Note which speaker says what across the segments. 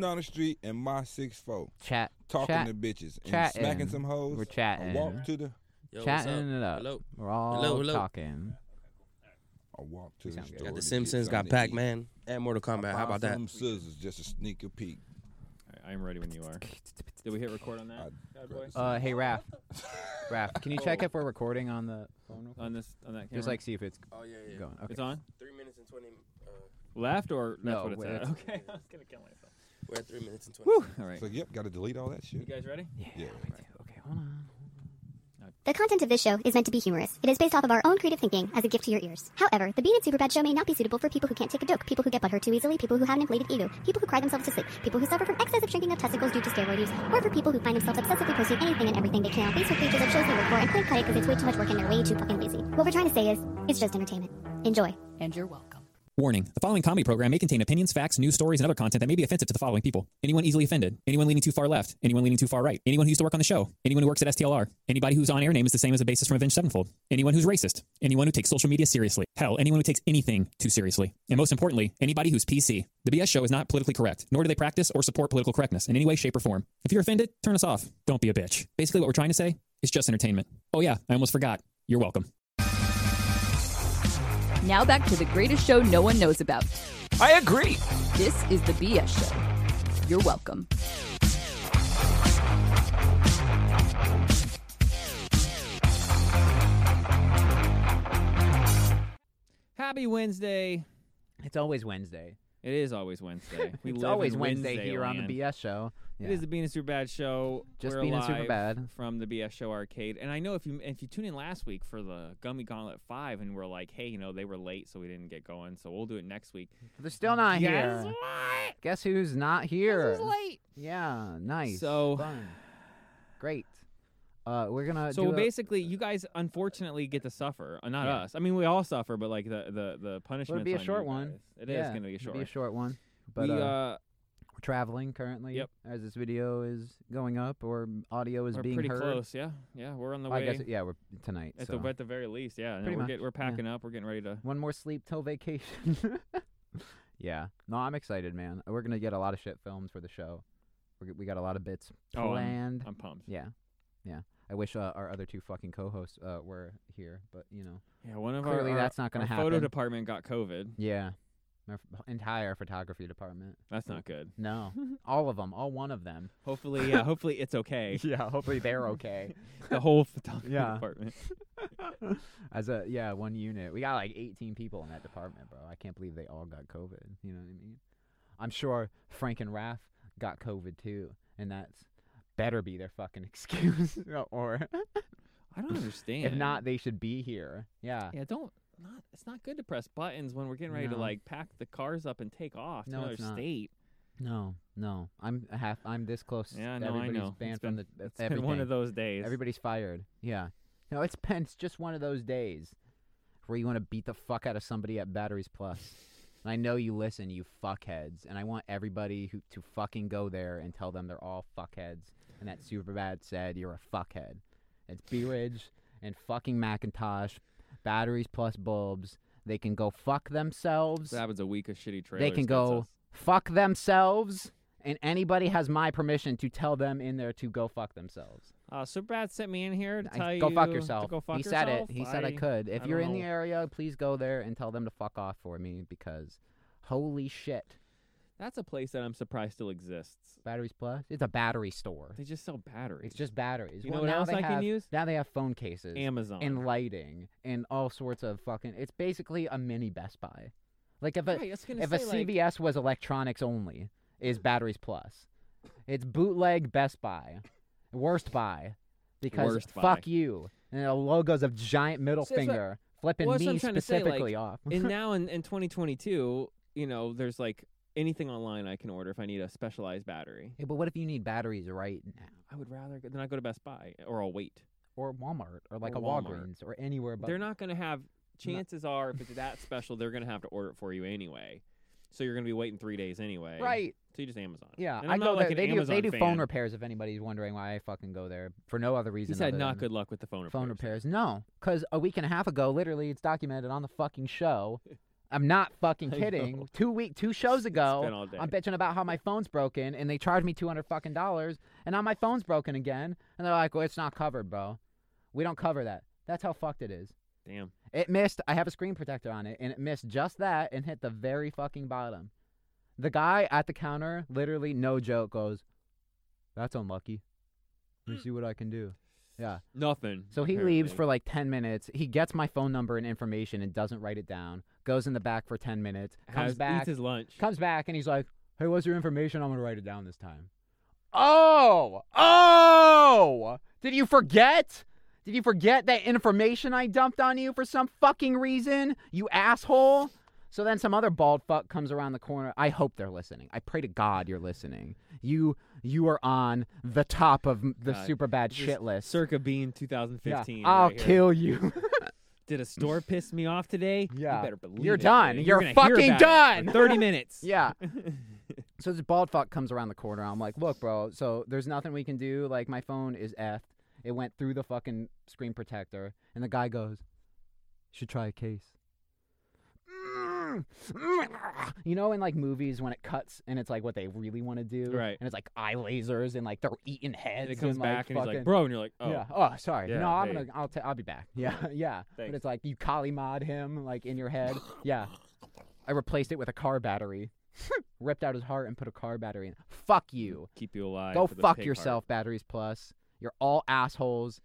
Speaker 1: down the street in my six four,
Speaker 2: Chat.
Speaker 1: talking
Speaker 2: Chat.
Speaker 1: to bitches and
Speaker 2: chatting.
Speaker 1: smacking some hoes.
Speaker 2: We're
Speaker 1: I
Speaker 2: chatting.
Speaker 1: walked to the
Speaker 3: Yo, what's
Speaker 2: chatting it up.
Speaker 3: Hello.
Speaker 2: We're all
Speaker 3: Hello, hello.
Speaker 2: talking.
Speaker 1: I walked to
Speaker 2: You
Speaker 1: the
Speaker 2: sound
Speaker 1: store.
Speaker 2: good. Got
Speaker 1: to
Speaker 3: Got The
Speaker 1: get
Speaker 3: Simpsons, got
Speaker 1: something to
Speaker 3: Pac
Speaker 1: eat.
Speaker 3: Man, and Mortal Kombat. How about
Speaker 1: Buy
Speaker 3: that?
Speaker 1: Some scissors, just a sneak a peek.
Speaker 4: I am ready when you are. Did we hit record on that? bad boy?
Speaker 2: Uh, hey Raph. Raph, can you check if we're recording on the phone? real quick?
Speaker 4: on this on that camera?
Speaker 2: Just like see if it's
Speaker 3: Oh yeah,
Speaker 2: going. Okay.
Speaker 4: it's on.
Speaker 3: Three minutes and twenty. Uh,
Speaker 4: Left or that's
Speaker 2: No,
Speaker 4: what it's
Speaker 2: wait,
Speaker 4: at.
Speaker 2: that's-
Speaker 4: Okay, I was gonna kill myself.
Speaker 3: we're at three minutes and twenty.
Speaker 4: Woo! All right.
Speaker 1: So yep, got to delete all that
Speaker 4: You
Speaker 1: shit.
Speaker 4: guys ready?
Speaker 2: Yeah.
Speaker 1: Yeah.
Speaker 2: me too. Okay, hold on.
Speaker 5: The content of this show is meant to be humorous. It is based off of our own creative thinking as a gift to your ears. However, the Bean and Superbad show may not be suitable for people who can't take a joke, people who get butthurt too easily, people who have an inflated ego, people who cry themselves to sleep, people who suffer from excessive shrinking of testicles due to steroid use, or for people who find themselves obsessively posting anything and everything they can on Facebook pages of shows they work for and clean cut it because it's way too much work and they're way too fucking lazy. What we're trying to say is, it's just entertainment. Enjoy.
Speaker 6: And you're welcome.
Speaker 7: Warning the following comedy program may contain opinions, facts, news stories, and other content that may be offensive to the following people anyone easily offended, anyone leaning too far left, anyone leaning too far right, anyone who used to work on the show, anyone who works at STLR, anybody whose on air name is the same as a basis from Avenged Sevenfold, anyone who's racist, anyone who takes social media seriously, hell, anyone who takes anything too seriously, and most importantly, anybody who's PC. The BS show is not politically correct, nor do they practice or support political correctness in any way, shape, or form. If you're offended, turn us off. Don't be a bitch. Basically, what we're trying to say is just entertainment. Oh, yeah, I almost forgot. You're welcome.
Speaker 6: Now back to the greatest show no one knows about.
Speaker 8: I agree.
Speaker 6: This is the BS show. You're welcome.
Speaker 4: Happy Wednesday.
Speaker 2: It's always Wednesday.
Speaker 4: It is always Wednesday. We
Speaker 2: it's
Speaker 4: live
Speaker 2: always
Speaker 4: in
Speaker 2: Wednesday here on
Speaker 4: land.
Speaker 2: the BS show. Yeah.
Speaker 4: It is the Being a Super Bad show.
Speaker 2: Just
Speaker 4: We're
Speaker 2: Being a
Speaker 4: live
Speaker 2: Superbad.
Speaker 4: from the BS Show Arcade. And I know if you if you tune in last week for the Gummy Gauntlet Five, and we're like, hey, you know, they were late, so we didn't get going, so we'll do it next week.
Speaker 2: They're still not
Speaker 4: Guess
Speaker 2: here.
Speaker 4: what?
Speaker 2: Guess who's not here?
Speaker 4: This is late.
Speaker 2: Yeah, nice.
Speaker 4: So-
Speaker 2: fun. great. Uh, we're gonna
Speaker 4: So
Speaker 2: do a- uh,
Speaker 4: basically, you guys unfortunately get to suffer. Uh, not
Speaker 2: Yeah.
Speaker 4: us. I mean, we all suffer, but like the the the
Speaker 2: It'll
Speaker 4: punishment.
Speaker 2: be a short one.
Speaker 4: It is
Speaker 2: yeah,
Speaker 4: going to be a
Speaker 2: it'll
Speaker 4: short.
Speaker 2: Be a
Speaker 4: one.
Speaker 2: short one. But
Speaker 4: we,
Speaker 2: uh,
Speaker 4: uh,
Speaker 2: we're traveling currently.
Speaker 4: Yep.
Speaker 2: As this video is going up, or audio is
Speaker 4: we're
Speaker 2: being
Speaker 4: pretty
Speaker 2: heard.
Speaker 4: close. Yeah, yeah, we're on the
Speaker 2: I
Speaker 4: way.
Speaker 2: guess yeah, we're tonight.
Speaker 4: at
Speaker 2: so.
Speaker 4: the at the very least, yeah. and
Speaker 2: Pretty
Speaker 4: we're
Speaker 2: much,
Speaker 4: get- we're
Speaker 2: yeah.
Speaker 4: packing up. We're getting ready to.
Speaker 2: One more sleep till vacation. yeah. No, I'm excited, man. We're gonna get a lot of shit filmed for the show. We're, g- we got a lot of bits
Speaker 4: Oh,
Speaker 2: planned.
Speaker 4: I'm pumped.
Speaker 2: yeah. Yeah. I wish uh, our other two fucking co-hosts uh, were here, but you know.
Speaker 4: Yeah, one of
Speaker 2: Clearly
Speaker 4: our
Speaker 2: that's
Speaker 4: our-
Speaker 2: not gonna
Speaker 4: our Photo
Speaker 2: happen.
Speaker 4: department got COVID.
Speaker 2: Yeah. Our f- entire photography department.
Speaker 4: That's not good.
Speaker 2: No, all of them, all one of them.
Speaker 4: Hopefully, yeah. Hopefully, it's okay.
Speaker 2: Yeah, hopefully they're okay.
Speaker 4: The whole photography
Speaker 2: Yeah.
Speaker 4: department.
Speaker 2: As a yeah, one unit. We got like 18 people in that department, bro. I can't believe they all got COVID. You know what I mean? I'm sure Frank and Raph got COVID too, and that's better be their fucking excuse. or
Speaker 4: I don't understand.
Speaker 2: if not, they should be here. Yeah.
Speaker 4: yeah, don't. Not, it's not good to press buttons when we're getting ready to
Speaker 2: No.
Speaker 4: like pack the cars up and take off to
Speaker 2: No,
Speaker 4: another
Speaker 2: it's not.
Speaker 4: state.
Speaker 2: No, no. I'm a half. I'm this close.
Speaker 4: Yeah,
Speaker 2: to
Speaker 4: no, I
Speaker 2: everybody's
Speaker 4: know.
Speaker 2: Banned
Speaker 4: It's
Speaker 2: from
Speaker 4: been,
Speaker 2: the.
Speaker 4: it's been
Speaker 2: everything.
Speaker 4: one of those days.
Speaker 2: Everybody's fired. Yeah. No, it's been it's just one of those days where you want to beat the fuck out of somebody at Batteries Plus. And I know you listen, you fuckheads, and I want everybody who to fucking go there and tell them they're all fuckheads and that Superbad said you're a fuckhead. It's B Ridge and fucking Macintosh, Batteries Plus bulbs. They can go fuck themselves.
Speaker 4: That was a week of shitty trailers.
Speaker 2: They can
Speaker 4: that's
Speaker 2: go
Speaker 4: us.
Speaker 2: fuck themselves. And anybody has my permission to tell them in there to go fuck themselves.
Speaker 4: Uh, Superbad sent me in here to
Speaker 2: I-
Speaker 4: tell you
Speaker 2: go fuck
Speaker 4: to
Speaker 2: yourself.
Speaker 4: go fuck
Speaker 2: he said
Speaker 4: yourself.
Speaker 2: it. He said I could. If
Speaker 4: I
Speaker 2: you're
Speaker 4: don't
Speaker 2: in the
Speaker 4: know.
Speaker 2: area, please go there and tell them to fuck off for me because holy shit.
Speaker 4: That's a place that I'm surprised still exists.
Speaker 2: Batteries Plus? It's a battery store.
Speaker 4: They just sell batteries.
Speaker 2: It's just batteries.
Speaker 4: You
Speaker 2: well,
Speaker 4: know what
Speaker 2: now
Speaker 4: else
Speaker 2: they
Speaker 4: I can
Speaker 2: have-
Speaker 4: use?
Speaker 2: Now they have phone cases
Speaker 4: Amazon.
Speaker 2: and lighting and all sorts of fucking. It's basically a mini Best Buy. Like if a,
Speaker 4: Right, I was gonna
Speaker 2: if a
Speaker 4: say, like-
Speaker 2: CVS was electronics only, is batteries plus. It's bootleg Best Buy, worst buy, because
Speaker 4: Worst buy.
Speaker 2: fuck you. And the logos of giant middle
Speaker 4: So that's what-
Speaker 2: finger flipping
Speaker 4: well, that's what
Speaker 2: me
Speaker 4: I'm trying to say, like,
Speaker 2: specifically off.
Speaker 4: and now in, in 2022, you know, there's like anything online I can order if I need a specialized battery.
Speaker 2: Hey, but what if you need batteries right now,
Speaker 4: I would rather go, than I go to Best Buy or I'll wait.
Speaker 2: or Walmart, or like
Speaker 4: Or
Speaker 2: a
Speaker 4: Walmart.
Speaker 2: Walgreens, or anywhere? But
Speaker 4: they're not going to have. Chances are, if it's that special, they're going to have to order it for you anyway. So you're going to be waiting three days anyway.
Speaker 2: right.
Speaker 4: So you just Amazon.
Speaker 2: Yeah,
Speaker 4: And
Speaker 2: I
Speaker 4: I'm
Speaker 2: go
Speaker 4: not like
Speaker 2: there.
Speaker 4: an
Speaker 2: They do,
Speaker 4: Amazon
Speaker 2: they do phone
Speaker 4: fan.
Speaker 2: repairs. If anybody's wondering why I fucking go there for no other reason.
Speaker 4: He's had
Speaker 2: other
Speaker 4: not
Speaker 2: than-
Speaker 4: good luck with the phone repairs.
Speaker 2: phone repairs. No, because a week and a half ago, literally, it's documented on the fucking show. I'm not fucking
Speaker 4: I
Speaker 2: kidding.
Speaker 4: know.
Speaker 2: Two week, two shows
Speaker 4: been
Speaker 2: ago,
Speaker 4: all day.
Speaker 2: I'm bitching about how my phone's broken, and they charged me two hundred fucking dollars, and now my phone's broken again, and they're like, "Well, it's not covered, bro. We don't cover that." That's how fucked it is.
Speaker 4: Damn.
Speaker 2: It missed. I have a screen protector on it, and it missed just that and hit the very fucking bottom. The guy at the counter, literally, no joke, goes, "That's unlucky.
Speaker 4: Hmm.
Speaker 2: Let me see what I can do." Yeah.
Speaker 4: Nothing.
Speaker 2: So he leaves for like 10 minutes. He gets my phone number and information and doesn't write it down. Goes in the back for 10 minutes. Comes
Speaker 4: Has,
Speaker 2: back.
Speaker 4: Eats his lunch.
Speaker 2: comes back and he's like, "Hey, what's your information? I'm going to write it down this time." Oh! Oh! Did you forget? Did you forget that information I dumped on you for some fucking reason? You asshole. So then some other bald fuck comes around the corner. I hope they're listening. I pray to God you're listening. You you are on the top of the
Speaker 4: God.
Speaker 2: super bad
Speaker 4: This is
Speaker 2: shit list.
Speaker 4: Circa Bean 2015.
Speaker 2: Yeah. I'll
Speaker 4: right here.
Speaker 2: kill you.
Speaker 4: Did a store piss me off today?
Speaker 2: Yeah.
Speaker 4: You better believe
Speaker 2: You're
Speaker 4: it,
Speaker 2: done.
Speaker 4: dude.
Speaker 2: You're
Speaker 4: gonna hear
Speaker 2: fucking
Speaker 4: about it for
Speaker 2: done.
Speaker 4: 30 minutes.
Speaker 2: yeah. So this bald fuck comes around the corner. I'm like, look, bro. So there's nothing we can do. Like my phone is effed. It went through the fucking screen protector. And the guy goes, should try a case. You know, in like movies when it cuts and it's like what they really want to do,
Speaker 4: Right.
Speaker 2: And it's like eye lasers and like they're eating heads.
Speaker 4: And it comes
Speaker 2: like,
Speaker 4: back and he's
Speaker 2: fucking-
Speaker 4: like, bro, and you're like, oh,
Speaker 2: Yeah. Oh, sorry.
Speaker 4: Yeah,
Speaker 2: no, I'm
Speaker 4: hey.
Speaker 2: gonna. I'll. T- I'll be back. Yeah. Yeah. But
Speaker 4: Thanks.
Speaker 2: it's like you Kalimod him like in your head. Yeah. I replaced it with a car battery. Ripped out his heart and put a car battery in. Fuck you.
Speaker 4: keep you alive.
Speaker 2: Go
Speaker 4: for the
Speaker 2: fuck
Speaker 4: pig
Speaker 2: yourself, Batteries Plus. You're all assholes.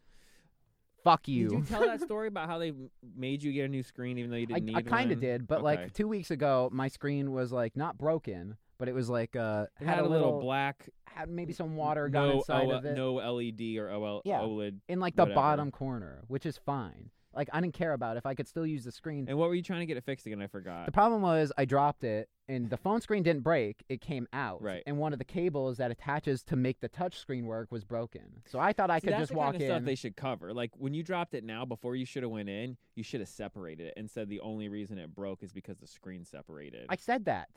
Speaker 2: Fuck
Speaker 4: heart.
Speaker 2: you.
Speaker 4: Did you tell that story about how they m- made you get a new screen even though you
Speaker 2: I,
Speaker 4: didn't need
Speaker 2: I kind
Speaker 4: one?
Speaker 2: of did, but
Speaker 4: Okay.
Speaker 2: like two weeks ago, my screen was like not broken, but it was like uh
Speaker 4: It had, a little, black
Speaker 2: had maybe some water got
Speaker 4: no
Speaker 2: inside
Speaker 4: OL
Speaker 2: of it.
Speaker 4: no LED or OL
Speaker 2: Yeah.
Speaker 4: OLED.
Speaker 2: in like the
Speaker 4: Whatever.
Speaker 2: bottom corner, which is fine. Like I didn't care about it. if I could still use the screen.
Speaker 4: And what were you trying to get it fixed again? I forgot.
Speaker 2: The problem was I dropped it and the phone screen didn't break. It came out.
Speaker 4: Right.
Speaker 2: And one of the cables that attaches to make the touch screen work was broken. So I thought I
Speaker 4: See,
Speaker 2: could
Speaker 4: that's
Speaker 2: just
Speaker 4: the
Speaker 2: walk
Speaker 4: kind of
Speaker 2: in.
Speaker 4: stuff they should cover. Like when you dropped it now, before you should have went in, you should have separated it and said the only reason it broke is because the screen separated.
Speaker 2: I said that.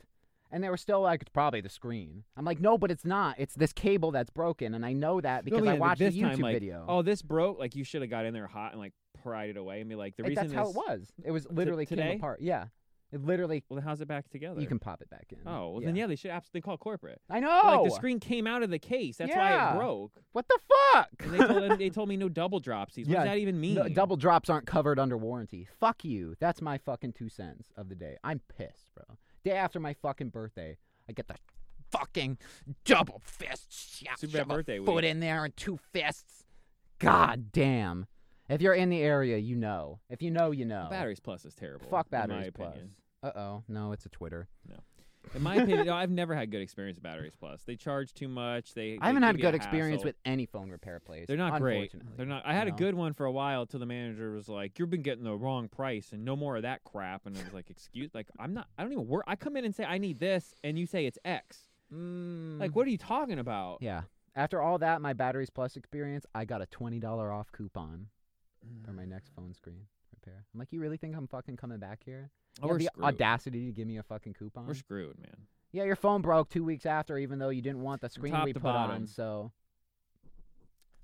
Speaker 2: And they were still like, it's probably the screen. I'm like, no, but it's not. It's this cable that's broken. And I know that
Speaker 4: No,
Speaker 2: because
Speaker 4: yeah,
Speaker 2: I
Speaker 4: but
Speaker 2: watched
Speaker 4: this
Speaker 2: a YouTube
Speaker 4: time, like,
Speaker 2: video.
Speaker 4: Oh, this broke. Like you should have got in there hot and like pried it away and be like, the
Speaker 2: Like,
Speaker 4: reason
Speaker 2: that's how it
Speaker 4: this-
Speaker 2: was. It was literally
Speaker 4: today?
Speaker 2: came apart. Yeah. It literally,
Speaker 4: Well, then how's it back together?
Speaker 2: you can pop it back in.
Speaker 4: Oh, well, then yeah, they should abs- they call corporate.
Speaker 2: I know.
Speaker 4: But, Like the screen came out of the case. That's why
Speaker 2: Oh! Yeah.
Speaker 4: it broke.
Speaker 2: What the fuck?
Speaker 4: And they told they told me no double dropsies. What does
Speaker 2: Yeah,
Speaker 4: that even mean?
Speaker 2: No, double drops aren't covered under warranty. Fuck you. That's my fucking two cents of the day. I'm pissed, bro. Day after my fucking birthday, I get the fucking double fist shot.
Speaker 4: Super
Speaker 2: shove a
Speaker 4: birthday
Speaker 2: foot
Speaker 4: week.
Speaker 2: in there and two fists. God damn. If you're in the area, you know. If you know, you know.
Speaker 4: Batteries Plus is terrible.
Speaker 2: Fuck
Speaker 4: in my
Speaker 2: batteries plus.
Speaker 4: opinion.
Speaker 2: Uh oh. No, it's a Twitter.
Speaker 4: In my opinion, no, I've never had good experience with Batteries Plus. They charge too much. They,
Speaker 2: I haven't
Speaker 4: they
Speaker 2: had
Speaker 4: give you a
Speaker 2: good experience
Speaker 4: hassle.
Speaker 2: with any phone repair place.
Speaker 4: They're not great.
Speaker 2: unfortunately.
Speaker 4: They're not. I had
Speaker 2: you
Speaker 4: a
Speaker 2: know?
Speaker 4: good one for a while till the manager was like, "You've been getting the wrong price, and no more of that crap." And I was like, "Excuse, like I'm not. I don't even work. I come in and say I need this, and you say it's X. Like, what are you talking about?
Speaker 2: Mm-hmm. Yeah. After all that, my batteries plus experience, I got a twenty dollar off coupon for my next phone screen repair. I'm like, you really think I'm fucking coming back here? You
Speaker 4: Oh, we're
Speaker 2: have the
Speaker 4: screwed.
Speaker 2: audacity to give me a fucking coupon?
Speaker 4: We're screwed, man.
Speaker 2: yeah, your phone broke two weeks after, even though you didn't want the screen
Speaker 4: top
Speaker 2: we
Speaker 4: to
Speaker 2: put
Speaker 4: bottom.
Speaker 2: on. So,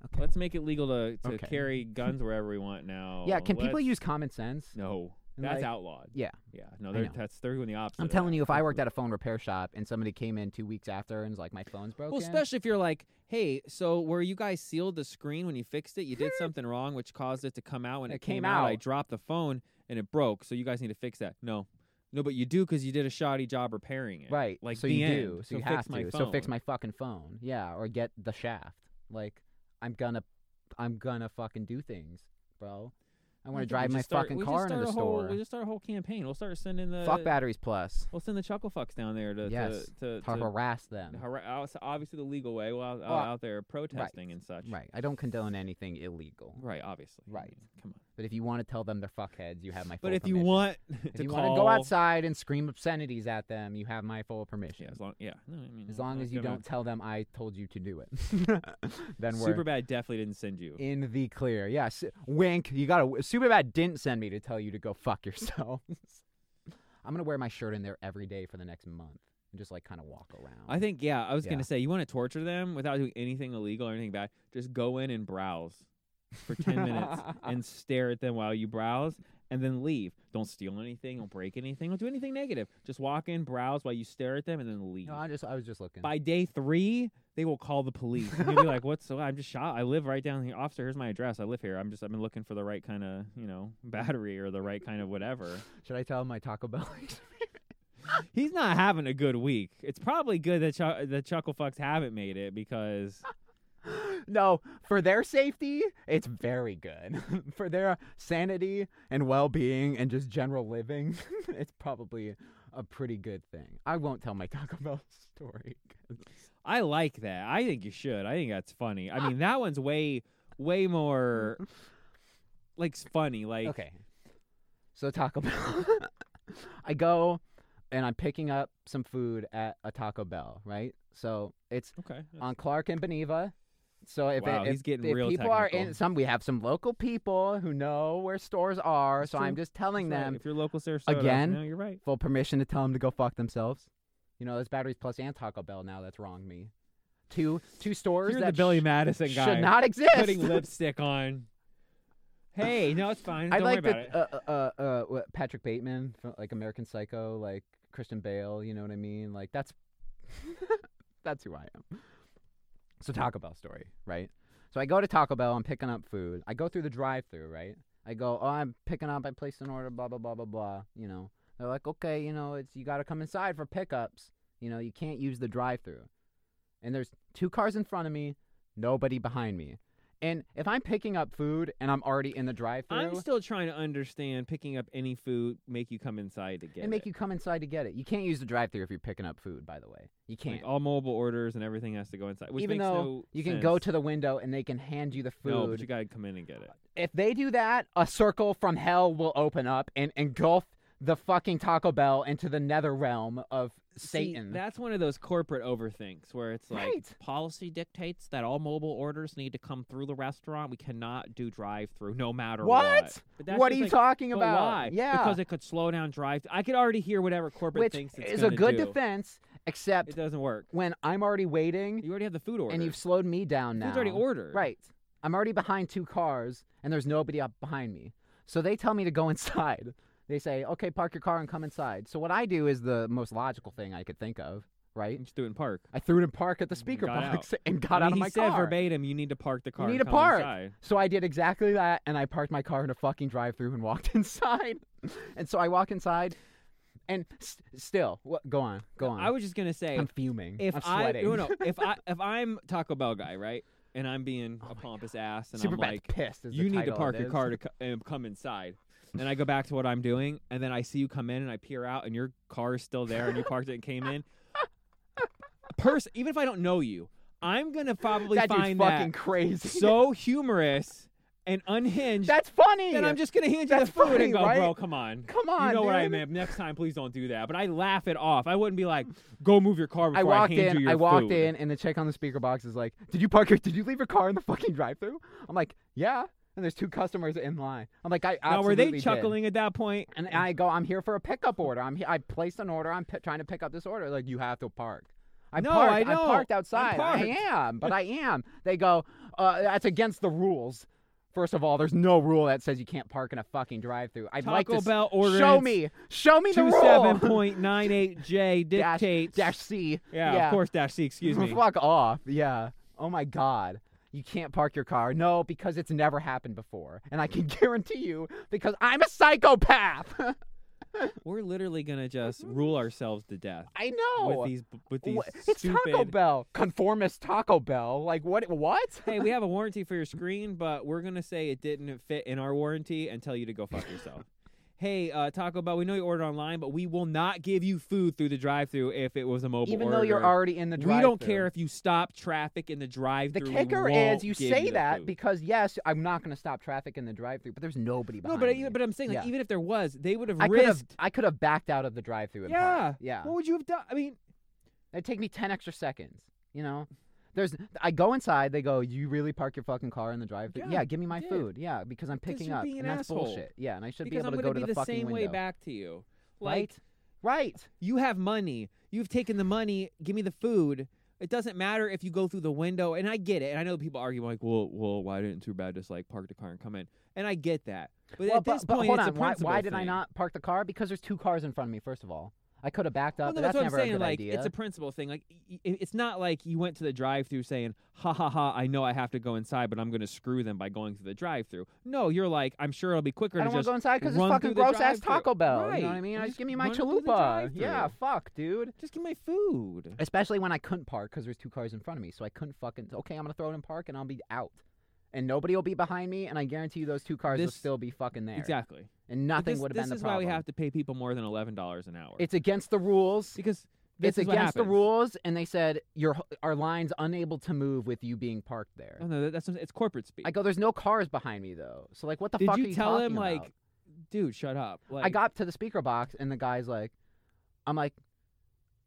Speaker 2: okay.
Speaker 4: Let's make it legal to, to
Speaker 2: Okay.
Speaker 4: carry guns wherever we want now.
Speaker 2: yeah, can people
Speaker 4: Let's-
Speaker 2: use common sense?
Speaker 4: No,
Speaker 2: and,
Speaker 4: that's
Speaker 2: like-
Speaker 4: outlawed.
Speaker 2: Yeah.
Speaker 4: Yeah, no,
Speaker 2: I
Speaker 4: they're,
Speaker 2: know.
Speaker 4: that's they're doing the opposite.
Speaker 2: I'm
Speaker 4: of
Speaker 2: telling
Speaker 4: that.
Speaker 2: you, if I worked at a phone repair shop and somebody came in two weeks after and was like, my phone's broken.
Speaker 4: Well, especially if you're like, hey, so were you guys sealed the screen when you fixed it? You did something wrong, which caused it to come out. When it,
Speaker 2: It came
Speaker 4: I
Speaker 2: out.
Speaker 4: dropped the phone and it broke. So you guys need to fix that. No, no, but you do because you did a shoddy job repairing it.
Speaker 2: Right.
Speaker 4: Like
Speaker 2: so
Speaker 4: the
Speaker 2: you
Speaker 4: end.
Speaker 2: do. So, you
Speaker 4: fix
Speaker 2: have
Speaker 4: my
Speaker 2: to.
Speaker 4: phone.
Speaker 2: So fix my fucking phone. Yeah, or get the shaft. Like I'm gonna I'm gonna fucking do things, bro. I want to
Speaker 4: think we
Speaker 2: drive my
Speaker 4: just start-
Speaker 2: fucking
Speaker 4: we just
Speaker 2: car
Speaker 4: start
Speaker 2: into
Speaker 4: a
Speaker 2: the
Speaker 4: whole-
Speaker 2: store.
Speaker 4: We'll just start a whole campaign. We'll start sending the
Speaker 2: Fuck batteries plus.
Speaker 4: We'll send the chuckle fucks down there to
Speaker 2: Yes.
Speaker 4: to, to,
Speaker 2: To harass them.
Speaker 4: har- out- obviously the legal way. Well, out,
Speaker 2: Oh, I-
Speaker 4: out there protesting and such.
Speaker 2: Right. I don't condone anything illegal.
Speaker 4: Right. Obviously. I
Speaker 2: Right.
Speaker 4: mean, Come on.
Speaker 2: But if you want to tell them they're fuckheads, you have my full
Speaker 4: But if you
Speaker 2: permission.
Speaker 4: want
Speaker 2: if
Speaker 4: to
Speaker 2: you
Speaker 4: call,
Speaker 2: want to go outside and scream obscenities at them, you have my full permission.
Speaker 4: yeah, as long, yeah, no, I mean,
Speaker 2: as
Speaker 4: I'm
Speaker 2: long
Speaker 4: not
Speaker 2: as you
Speaker 4: gonna-
Speaker 2: don't tell them I told you to do it. then we're
Speaker 4: Super bad definitely didn't send you.
Speaker 2: in the clear. Yeah, s- wink. You gotta. Superbad didn't send me to tell you to go fuck yourselves. I'm gonna wear my shirt in there every day for the next month and just like kind of walk around.
Speaker 4: I think yeah, I was
Speaker 2: Yeah.
Speaker 4: gonna say you want to torture them without doing anything illegal or anything bad. Just go in and browse. for 10 minutes and stare at them while you browse and then leave. Don't steal anything, don't break anything, don't do anything negative. Just walk in, browse while you stare at them and then leave.
Speaker 2: No, I just I was just looking.
Speaker 4: By day 3, they will call the police. And you'll be like, "What's so I'm just shot. I live right down here. Officer, here's my address. I live here. I'm just I've been looking for the right kind of, you know, battery or the right kind of whatever."
Speaker 2: Should I tell my Taco Bell?
Speaker 4: He's not having a good week. It's probably good that Chuck the Chuckle Fucks haven't made it because
Speaker 2: no, for their safety, it's very good. for their sanity and well-being and just general living, it's probably a pretty good thing. I won't tell my Taco Bell story. 'cause-
Speaker 4: I like that. I think you should. I think that's funny. I mean, that one's way, way more like s- funny. Like,
Speaker 2: Okay. So Taco Bell. I go and I'm picking up some food at a Taco Bell, right? So it's
Speaker 4: okay.
Speaker 2: on Clark and Beneva. So if, it-
Speaker 4: Wow,
Speaker 2: if,
Speaker 4: he's getting
Speaker 2: if
Speaker 4: real
Speaker 2: people are in
Speaker 4: technical.
Speaker 2: some, we have some local people who know where stores are.
Speaker 4: That's
Speaker 2: so I'm
Speaker 4: true.
Speaker 2: just telling
Speaker 4: That's right.
Speaker 2: them
Speaker 4: if you're local Sarasota,
Speaker 2: again,
Speaker 4: No, you're right.
Speaker 2: full permission to tell them to go fuck themselves. You know, there's Batteries Plus and Taco Bell now. That's wrong me. Two two stores
Speaker 4: You're the
Speaker 2: that
Speaker 4: Billy
Speaker 2: sh-
Speaker 4: Madison guy.
Speaker 2: should not exist.
Speaker 4: putting lipstick on. Hey, no, it's fine.
Speaker 2: I
Speaker 4: Don't
Speaker 2: like
Speaker 4: worry
Speaker 2: that
Speaker 4: about it.
Speaker 2: uh, uh, uh, uh, what, Patrick Bateman, from, like American Psycho, like Christian Bale. You know what I mean? Like that's that's who I am. So Taco Bell story, right? So I go to Taco Bell. I'm picking up food. I go through the drive-through, right? I go, oh, I'm picking up. I placed an order. Blah blah blah blah blah. You know, they're like, okay, you know, it's you got to come inside for pickups. You know, you can't use the drive-through. And there's two cars in front of me, nobody behind me. And if I'm picking up food and I'm already in the drive-through,
Speaker 4: I'm still trying to understand picking up any food make you come inside to get
Speaker 2: and make
Speaker 4: it.
Speaker 2: you come inside to get it. You can't use the drive-through if you're picking up food, by the way. You
Speaker 4: Like,
Speaker 2: can't.
Speaker 4: all mobile orders and everything has to go inside. Which
Speaker 2: Even
Speaker 4: makes
Speaker 2: though
Speaker 4: no
Speaker 2: you can go
Speaker 4: sense.
Speaker 2: to the window and they can hand you the food.
Speaker 4: No, but you gotta come in and get it.
Speaker 2: if they do that, a circle from hell will open up and engulf the fucking Taco Bell into the nether realm of
Speaker 4: See,
Speaker 2: Satan.
Speaker 4: that's one of those corporate overthinks where it's like
Speaker 2: Right.
Speaker 4: policy dictates that all mobile orders need to come through the restaurant. We cannot do drive through no matter what.
Speaker 2: What?
Speaker 4: But that's
Speaker 2: What are
Speaker 4: just
Speaker 2: you
Speaker 4: like,
Speaker 2: talking
Speaker 4: but
Speaker 2: about?
Speaker 4: Why?
Speaker 2: Yeah.
Speaker 4: Because it could slow down drive. I could already hear whatever corporate
Speaker 2: which
Speaker 4: thinks it's
Speaker 2: is a
Speaker 4: gonna
Speaker 2: good
Speaker 4: do.
Speaker 2: defense, except
Speaker 4: It doesn't work.
Speaker 2: when I'm already waiting
Speaker 4: You already have the food order.
Speaker 2: and you've slowed me down now.
Speaker 4: Food's already ordered.
Speaker 2: Right. I'm already behind two cars and there's nobody up behind me. So they tell me to go inside. They say, okay, park your car and come inside. So what I do is the most logical thing I could think of, right?
Speaker 4: I'm just doing park.
Speaker 2: I threw it in park at the speaker
Speaker 4: got
Speaker 2: box
Speaker 4: out.
Speaker 2: and got
Speaker 4: I mean,
Speaker 2: out of
Speaker 4: he
Speaker 2: my
Speaker 4: said
Speaker 2: car.
Speaker 4: verbatim, you need to park the car.
Speaker 2: you need
Speaker 4: and
Speaker 2: to
Speaker 4: come
Speaker 2: park.
Speaker 4: inside.
Speaker 2: So I did exactly that and I parked my car in a fucking drive through and walked inside. and so I walk inside and s still, what, go on, go on.
Speaker 4: I was just gonna say,
Speaker 2: I'm fuming.
Speaker 4: if
Speaker 2: I'm
Speaker 4: I
Speaker 2: sweating.
Speaker 4: no no, if I if I'm Taco Bell guy, right, and I'm being
Speaker 2: Oh
Speaker 4: a pompous ass, and
Speaker 2: Super
Speaker 4: I'm like,
Speaker 2: pissed. Is the
Speaker 4: you need
Speaker 2: title
Speaker 4: to
Speaker 2: of
Speaker 4: park your
Speaker 2: this.
Speaker 4: car to co- and come inside. And I go back to what I'm doing, and then I see you come in, and I peer out, and your car is still there, and you parked it and came in. Person, even if I don't know you, I'm gonna probably
Speaker 2: That dude's
Speaker 4: find
Speaker 2: fucking
Speaker 4: that
Speaker 2: crazy.
Speaker 4: so humorous and unhinged.
Speaker 2: That's funny.
Speaker 4: and I'm just gonna hand you
Speaker 2: That's
Speaker 4: the food
Speaker 2: funny,
Speaker 4: and go,
Speaker 2: right?
Speaker 4: bro, come on,
Speaker 2: Come on,
Speaker 4: you know what I
Speaker 2: dude."
Speaker 4: meant. Next time, please don't do that. But I laugh it off. I wouldn't be like, go move your car
Speaker 2: I
Speaker 4: before I,
Speaker 2: walked
Speaker 4: hand you
Speaker 2: in.
Speaker 4: your
Speaker 2: I walked
Speaker 4: food.
Speaker 2: in, and the chick on the speaker box is like, "Did you park your? Did you leave your car in the fucking drive-through?" I'm like, "Yeah." And there's two customers in line. I'm like, "I
Speaker 4: Now, were they
Speaker 2: absolutely did."
Speaker 4: chuckling at that point?
Speaker 2: And I go, "I'm here for a pickup order. I'm. He- I placed an order. I'm pi trying to pick up this order. Like, you have to park." I
Speaker 4: No,
Speaker 2: parked.
Speaker 4: I
Speaker 2: am
Speaker 4: don't.
Speaker 2: parked
Speaker 4: I'm
Speaker 2: outside. I
Speaker 4: parked.
Speaker 2: am, but I am. They go, uh, "That's against the rules." First of all, there's no rule that says you can't park in a fucking drive-through. I'd like to
Speaker 4: Taco
Speaker 2: s-
Speaker 4: Bell
Speaker 2: show
Speaker 4: ordinance
Speaker 2: me, show me the
Speaker 4: Two
Speaker 2: rule.
Speaker 4: seven point nine eight J
Speaker 2: dash,
Speaker 4: dictates.
Speaker 2: dash C.
Speaker 4: yeah, of course, dash C. Excuse me.
Speaker 2: Fuck off. Yeah. Oh my God. You can't park your car. No, because it's never happened before. And I can guarantee you because I'm a psychopath.
Speaker 4: We're literally gonna just rule ourselves to death
Speaker 2: I know.
Speaker 4: with these with these
Speaker 2: Wha- it's Taco
Speaker 4: stupid-
Speaker 2: Bell. Conformist Taco Bell. Like, what? What?
Speaker 4: Hey, we have a warranty for your screen, but we're gonna say it didn't fit in our warranty and tell you to go fuck yourself. hey, uh, Taco Bell, we know you ordered online, but we will not give you food through the drive-through if it was a mobile
Speaker 2: Even
Speaker 4: order.
Speaker 2: though you're already in the drive
Speaker 4: We don't care if you stop traffic in the
Speaker 2: The
Speaker 4: drive-through. we
Speaker 2: kicker is
Speaker 4: won't
Speaker 2: you
Speaker 4: give
Speaker 2: say
Speaker 4: the
Speaker 2: that
Speaker 4: food.
Speaker 2: because, yes, I'm not going to stop traffic in the drive through, but there's nobody
Speaker 4: no,
Speaker 2: behind
Speaker 4: but I,
Speaker 2: me.
Speaker 4: but I'm saying like
Speaker 2: Yeah.
Speaker 4: even if there was, they would have
Speaker 2: I could have
Speaker 4: risked.
Speaker 2: I could have backed out of the drive through.
Speaker 4: Yeah.
Speaker 2: Yeah.
Speaker 4: What would you have done? I mean,
Speaker 2: It'd take me 10 extra seconds, you know? There's, I go inside. They go, "You really park your fucking car in the drive-through?
Speaker 4: Yeah,
Speaker 2: Yeah, give me
Speaker 4: you
Speaker 2: my
Speaker 4: did.
Speaker 2: food. Yeah, because I'm
Speaker 4: Because
Speaker 2: picking
Speaker 4: you're
Speaker 2: up,
Speaker 4: being
Speaker 2: and
Speaker 4: an
Speaker 2: that's
Speaker 4: asshole.
Speaker 2: bullshit. Yeah, and I should
Speaker 4: because
Speaker 2: be
Speaker 4: I'm
Speaker 2: able to go
Speaker 4: gonna be
Speaker 2: to the,
Speaker 4: the,
Speaker 2: fucking
Speaker 4: same
Speaker 2: window.
Speaker 4: way back to you. Like
Speaker 2: right, right.
Speaker 4: you have money, you've taken the money, you've taken the food. It doesn't matter if you go through the window, and I get it. And I know people argue like, "Well, well, why didn't Too Bad just like park the car and come in?" And I get that. But
Speaker 2: well,
Speaker 4: at
Speaker 2: bu-
Speaker 4: this
Speaker 2: but
Speaker 4: point,
Speaker 2: hold
Speaker 4: it's
Speaker 2: on.
Speaker 4: a
Speaker 2: Why, why
Speaker 4: principle
Speaker 2: did I
Speaker 4: thing.
Speaker 2: not park the car? Because there's two cars in front of me. First of all, I could have backed up.
Speaker 4: Well,
Speaker 2: but
Speaker 4: no,
Speaker 2: that's,
Speaker 4: that's, what I'm
Speaker 2: never
Speaker 4: saying.
Speaker 2: a good
Speaker 4: like,
Speaker 2: idea.
Speaker 4: it's a principle thing. Like, y- y- it's not like you went to the drive-through saying, "Ha ha ha! I know I have to go inside, but I'm going to screw them by going through the drive-through." No, you're like, I'm sure it'll be quicker
Speaker 2: I
Speaker 4: to
Speaker 2: don't want
Speaker 4: just
Speaker 2: to go inside because it's
Speaker 4: run
Speaker 2: fucking
Speaker 4: through the
Speaker 2: gross ass
Speaker 4: drive-thru.
Speaker 2: Taco Bell.
Speaker 4: Right.
Speaker 2: You know what I mean? I just give me my
Speaker 4: run through the
Speaker 2: chalupa. Yeah,
Speaker 4: drive-thru.
Speaker 2: fuck, dude.
Speaker 4: just give me food.
Speaker 2: Especially when I couldn't park because there's two cars in front of me, so I couldn't fucking. Okay, I'm gonna throw it in park and I'll be out, and nobody will be behind me, and I guarantee you those two cars will
Speaker 4: This-
Speaker 2: still be fucking there.
Speaker 4: Exactly.
Speaker 2: And
Speaker 4: But
Speaker 2: nothing
Speaker 4: this-
Speaker 2: would have
Speaker 4: this
Speaker 2: been the
Speaker 4: is
Speaker 2: problem.
Speaker 4: why we have to pay people more than eleven dollars an hour.
Speaker 2: It's against the rules.
Speaker 4: because this
Speaker 2: It's
Speaker 4: is what
Speaker 2: against the
Speaker 4: happens.
Speaker 2: rules, and they said your our line's unable to move with you being parked there.
Speaker 4: Oh, no, that- that's what- it's corporate speak.
Speaker 2: I go, there's no cars behind me though. So like, what the
Speaker 4: Did
Speaker 2: fuck
Speaker 4: you,
Speaker 2: are you
Speaker 4: tell
Speaker 2: talking
Speaker 4: him
Speaker 2: about?
Speaker 4: like, dude, shut up? Like,
Speaker 2: I got to the speaker box and the guy's like, I'm like,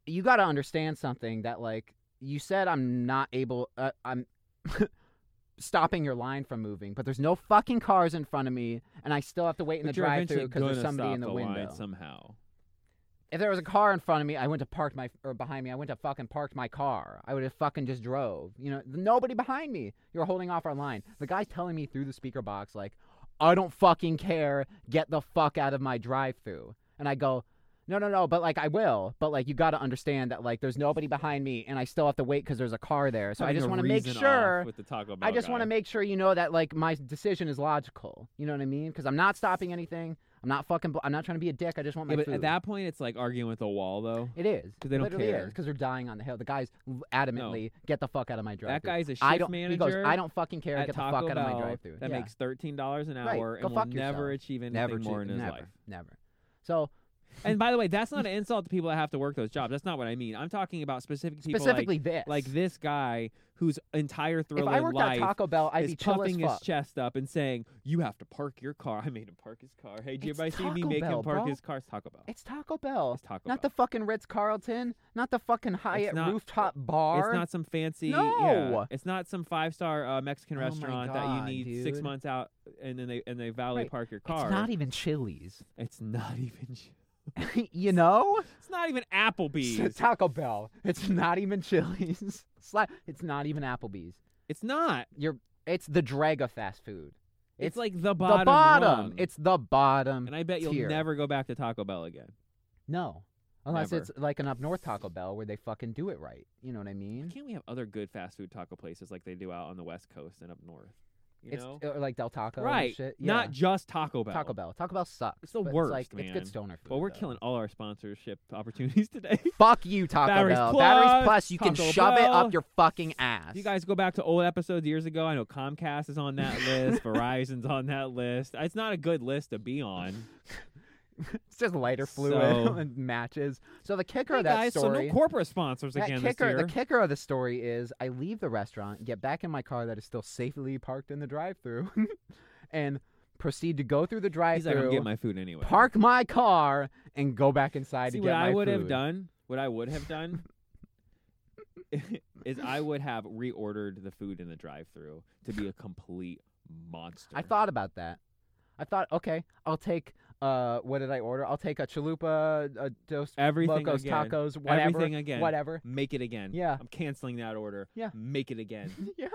Speaker 2: you got to understand something that like you said I'm not able, uh, I'm stopping your line from moving, but there's no fucking cars in front of me, and I still have to wait in
Speaker 4: but
Speaker 2: the
Speaker 4: you're
Speaker 2: drive-through
Speaker 4: eventually
Speaker 2: because there's
Speaker 4: gonna
Speaker 2: somebody
Speaker 4: stop
Speaker 2: in the,
Speaker 4: the line
Speaker 2: window.
Speaker 4: somehow.
Speaker 2: if there was a car in front of me, I went to park my or behind me. I went to fucking parked my car. I would have fucking just drove. You know, nobody behind me. You're holding off our line. The guy's telling me through the speaker box like, "I don't fucking care. Get the fuck out of my drive-through." And I go, "No, no, no, but like I will. But like you got to understand that like there's nobody behind me and I still have to wait cuz there's a car there. So I
Speaker 4: Having
Speaker 2: just
Speaker 4: a
Speaker 2: want to make
Speaker 4: reason off
Speaker 2: sure
Speaker 4: With the Taco Bell
Speaker 2: I just
Speaker 4: want
Speaker 2: to make sure you know that like my decision is logical. You know what I mean? Cuz I'm not stopping anything. I'm not fucking bl- I'm not trying to be a dick. I just want my
Speaker 4: Yeah, but
Speaker 2: food.
Speaker 4: at that point, it's like arguing with a wall, though.
Speaker 2: It is
Speaker 4: 'Cause they don't
Speaker 2: Literally
Speaker 4: care.
Speaker 2: because they're dying on the hill. The guy's l- adamantly get the fuck out of my drive.
Speaker 4: guy's a
Speaker 2: I
Speaker 4: shift
Speaker 2: don't, He goes,
Speaker 4: manager
Speaker 2: I don't fucking care.
Speaker 4: At
Speaker 2: Get the
Speaker 4: Taco
Speaker 2: fuck out of my
Speaker 4: Bell,
Speaker 2: drive-through.
Speaker 4: That
Speaker 2: yeah.
Speaker 4: makes thirteen dollars an
Speaker 2: Right,
Speaker 4: hour
Speaker 2: go
Speaker 4: and
Speaker 2: fuck
Speaker 4: will never
Speaker 2: yourself.
Speaker 4: achieve anything
Speaker 2: never
Speaker 4: more
Speaker 2: choo-
Speaker 4: in his
Speaker 2: never,
Speaker 4: life.
Speaker 2: Never. So
Speaker 4: And by the way, that's not an insult to people that have to work those jobs. That's not what I mean. I'm talking about specific people like-
Speaker 2: specifically this,
Speaker 4: like, this guy whose entire
Speaker 2: if
Speaker 4: thrill
Speaker 2: I
Speaker 4: in
Speaker 2: worked
Speaker 4: life
Speaker 2: at Taco Bell, I'd
Speaker 4: is
Speaker 2: be chill as
Speaker 4: puffing his
Speaker 2: fuck.
Speaker 4: chest up and saying, "You have to park your car." I made him park his car. Hey, did you
Speaker 2: It's
Speaker 4: ever see me
Speaker 2: Taco
Speaker 4: make
Speaker 2: Bell,
Speaker 4: him park
Speaker 2: bro.
Speaker 4: his car? It's Taco Bell.
Speaker 2: It's Taco Bell,
Speaker 4: It's Taco
Speaker 2: not
Speaker 4: Bell.
Speaker 2: the fucking Ritz Carlton, not the fucking Hyatt
Speaker 4: not-
Speaker 2: rooftop bar.
Speaker 4: It's not some fancy. yeah.
Speaker 2: No.
Speaker 4: It's not some five star uh, Mexican
Speaker 2: Oh my
Speaker 4: restaurant that
Speaker 2: God,
Speaker 4: you need six
Speaker 2: dude.
Speaker 4: months out, and then they and they valet
Speaker 2: Right.
Speaker 4: park your
Speaker 2: It's
Speaker 4: car.
Speaker 2: not e-, even Chili's.
Speaker 4: It's not even. ch-
Speaker 2: you know,
Speaker 4: It's not even Applebee's.
Speaker 2: it's Taco Bell. It's not even Chili's. Sla- It's not even Applebee's.
Speaker 4: it's not.
Speaker 2: You're. It's the drag of fast food.
Speaker 4: It's,
Speaker 2: It's
Speaker 4: like the bottom.
Speaker 2: the bottom.
Speaker 4: rung.
Speaker 2: It's the bottom.
Speaker 4: and I bet you'll
Speaker 2: tier.
Speaker 4: never go back to Taco Bell again.
Speaker 2: No, unless
Speaker 4: Never.
Speaker 2: it's like an up north Taco Bell where they fucking do it right. You know what I
Speaker 4: Why
Speaker 2: mean?
Speaker 4: can't we have other good fast food taco places like they do out on the West Coast and up north? You
Speaker 2: it's
Speaker 4: know,
Speaker 2: or like Del Taco. and
Speaker 4: right?
Speaker 2: Shit.
Speaker 4: Not
Speaker 2: Yeah.
Speaker 4: just Taco Bell.
Speaker 2: Taco Bell. Taco Bell sucks.
Speaker 4: It's the
Speaker 2: but
Speaker 4: worst,
Speaker 2: like, It's
Speaker 4: man.
Speaker 2: good stoner food.
Speaker 4: But we're
Speaker 2: though.
Speaker 4: killing all our sponsorship opportunities today.
Speaker 2: Fuck you, Taco
Speaker 4: Batteries
Speaker 2: Bell.
Speaker 4: Plus,
Speaker 2: Batteries Plus, you can
Speaker 4: Taco
Speaker 2: shove it
Speaker 4: Bell.
Speaker 2: up your fucking ass.
Speaker 4: You guys go back to old episodes years ago. I know Comcast is on that list. Verizon's on that list. It's not a good list to be on.
Speaker 2: it's just lighter fluid
Speaker 4: So-
Speaker 2: and matches. So the kicker
Speaker 4: Hey
Speaker 2: of that
Speaker 4: guys, so
Speaker 2: story.
Speaker 4: no corporate sponsors
Speaker 2: that
Speaker 4: again
Speaker 2: kicker,
Speaker 4: this year.
Speaker 2: the kicker of the story is I leave the restaurant, get back in my car that is still safely parked in the drive-through, and proceed to go through the
Speaker 4: He's like, I'm
Speaker 2: drive-through,
Speaker 4: getting my food anyway.
Speaker 2: park my car, and go back inside
Speaker 4: See
Speaker 2: to get
Speaker 4: what I
Speaker 2: my
Speaker 4: would have
Speaker 2: food.
Speaker 4: done. What I would have done is I would have reordered the food in the drive-through to be a complete monster.
Speaker 2: I thought about that. I thought, okay, I'll take uh, what did I order? I'll take a chalupa, a dos
Speaker 4: everything
Speaker 2: locos
Speaker 4: again.
Speaker 2: tacos, whatever,
Speaker 4: Everything again.
Speaker 2: whatever.
Speaker 4: Make it again.
Speaker 2: Yeah.
Speaker 4: I'm canceling that order.
Speaker 2: Yeah.
Speaker 4: Make it again.
Speaker 2: yeah,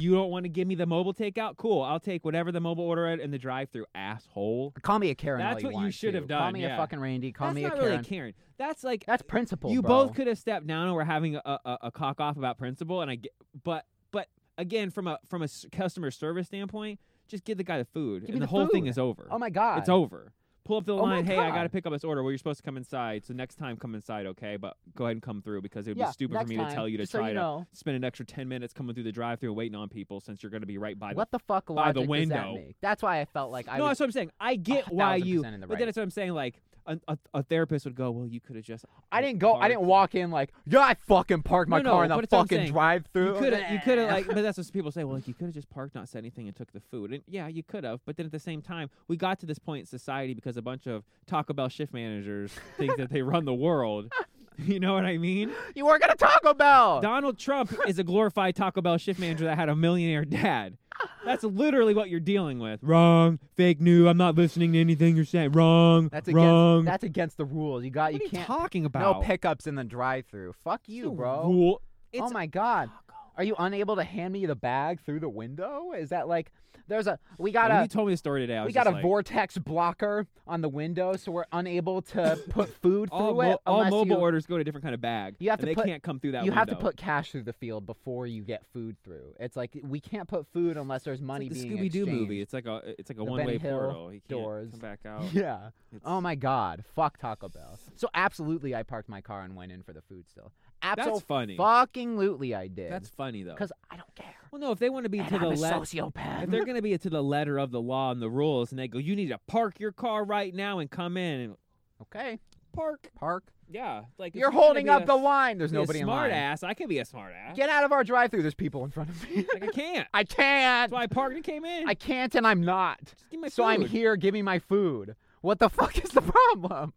Speaker 4: You don't want to give me the mobile takeout? Cool. I'll take whatever the mobile order at in the drive through, asshole.
Speaker 2: call me a Karen. all
Speaker 4: That's what you
Speaker 2: want
Speaker 4: should have
Speaker 2: to. Call
Speaker 4: done,
Speaker 2: me a
Speaker 4: yeah.
Speaker 2: fucking Randy. Call
Speaker 4: That's
Speaker 2: me
Speaker 4: not
Speaker 2: a
Speaker 4: really
Speaker 2: Karen.
Speaker 4: a Karen. That's like
Speaker 2: That's principle.
Speaker 4: you
Speaker 2: bro.
Speaker 4: both could have stepped down and we're having a, a, a cock off about principle and I get, but but again from a from a s- customer service standpoint, just give the guy the food
Speaker 2: Give me
Speaker 4: and
Speaker 2: the
Speaker 4: whole thing
Speaker 2: food.
Speaker 4: is over.
Speaker 2: Oh my god,
Speaker 4: It's over. Pull up to the
Speaker 2: Oh my
Speaker 4: line. Hey, I got to
Speaker 2: God.
Speaker 4: pick up this order. Well, you're supposed to come inside. So next time, come inside, okay? But go ahead and come through because it would
Speaker 2: Yeah,
Speaker 4: be stupid for
Speaker 2: next
Speaker 4: me
Speaker 2: time,
Speaker 4: to tell you to
Speaker 2: just so
Speaker 4: try
Speaker 2: you
Speaker 4: to
Speaker 2: know.
Speaker 4: spend an extra 10 minutes coming through the drive through and waiting on people since you're going to be right by the
Speaker 2: What the fuck
Speaker 4: by
Speaker 2: logic
Speaker 4: the
Speaker 2: does that
Speaker 4: window.
Speaker 2: make? That's why I felt like I
Speaker 4: no,
Speaker 2: was
Speaker 4: that's what I'm saying. I get
Speaker 2: a
Speaker 4: why
Speaker 2: thousand
Speaker 4: you,
Speaker 2: percent in the
Speaker 4: but
Speaker 2: right.
Speaker 4: then that's what I'm saying. Like a, a, a therapist would go, "Well, you could have just."
Speaker 2: I didn't go. I didn't
Speaker 4: parked."
Speaker 2: walk in like, yeah, I fucking parked my
Speaker 4: No, no,
Speaker 2: car in
Speaker 4: but
Speaker 2: the
Speaker 4: it's what I'm
Speaker 2: fucking
Speaker 4: saying.
Speaker 2: drive
Speaker 4: You
Speaker 2: through.
Speaker 4: could have, you could have, like, but that's what people say. Well, like, you could have just parked, not said anything, and took the food. And yeah, you could have. But then at the same time, we got to this point in society because a bunch of Taco Bell shift managers think that they run the world. You know what I mean?
Speaker 2: you work at a Taco Bell.
Speaker 4: Donald Trump is a glorified Taco Bell shift manager that had a millionaire dad. That's literally what you're dealing with. Wrong. Fake news. I'm not listening to anything you're saying. Wrong.
Speaker 2: That's against,
Speaker 4: wrong.
Speaker 2: That's against the rules. You got.
Speaker 4: what
Speaker 2: you
Speaker 4: are you
Speaker 2: can't.
Speaker 4: talking
Speaker 2: no
Speaker 4: about?
Speaker 2: pickups in the drive-through. Fuck
Speaker 4: It's
Speaker 2: you,
Speaker 4: a
Speaker 2: bro.
Speaker 4: Rule. It's
Speaker 2: oh my god. Are you unable to hand me the bag through the window? Is that like there's a we got
Speaker 4: when
Speaker 2: a
Speaker 4: you told me the story today, I
Speaker 2: uh, we
Speaker 4: was
Speaker 2: got a
Speaker 4: just like,
Speaker 2: vortex blocker on the window, so we're unable to put food through
Speaker 4: All,
Speaker 2: it.
Speaker 4: mo- all
Speaker 2: unless
Speaker 4: mobile
Speaker 2: you,
Speaker 4: orders go to a different kind of bag.
Speaker 2: You have
Speaker 4: and
Speaker 2: to
Speaker 4: they
Speaker 2: put-
Speaker 4: can't come through that
Speaker 2: you have to
Speaker 4: window.
Speaker 2: put cash through the field before you get food through. It's like we can't put food unless there's money
Speaker 4: it's like
Speaker 2: being
Speaker 4: the Scooby Doo
Speaker 2: exchanged.
Speaker 4: movie. It's like a it's like
Speaker 2: The
Speaker 4: a one way
Speaker 2: Ben Hill
Speaker 4: portal. He can't
Speaker 2: doors.
Speaker 4: come back out.
Speaker 2: Yeah.
Speaker 4: It's-
Speaker 2: Oh my God! Fuck Taco Bell. So absolutely, I parked my car and went in for the food still.
Speaker 4: That's
Speaker 2: Absolutely,
Speaker 4: funny.
Speaker 2: fucking lutely, I did.
Speaker 4: That's funny though.
Speaker 2: because I don't care.
Speaker 4: well, no, if they want to be
Speaker 2: And
Speaker 4: to
Speaker 2: I'm
Speaker 4: the
Speaker 2: a
Speaker 4: left,
Speaker 2: sociopath.
Speaker 4: if they're going to be to the letter of the law and the rules, and they go, you need to park your car right now and come in and
Speaker 2: okay,
Speaker 4: park.
Speaker 2: park.
Speaker 4: Yeah, like if
Speaker 2: You're
Speaker 4: gonna
Speaker 2: holding
Speaker 4: be
Speaker 2: up
Speaker 4: a-
Speaker 2: the line. There's
Speaker 4: be
Speaker 2: nobody
Speaker 4: a
Speaker 2: in
Speaker 4: smart
Speaker 2: line.
Speaker 4: ass. I could be a smart ass.
Speaker 2: Get out of our drive-through. There's people in front of me.
Speaker 4: like I can't.
Speaker 2: I can't.
Speaker 4: That's why I parked and came in.
Speaker 2: I can't, and I'm not.
Speaker 4: Just give me my
Speaker 2: so I'm
Speaker 4: food.
Speaker 2: here. Give me my food. What the fuck is the problem?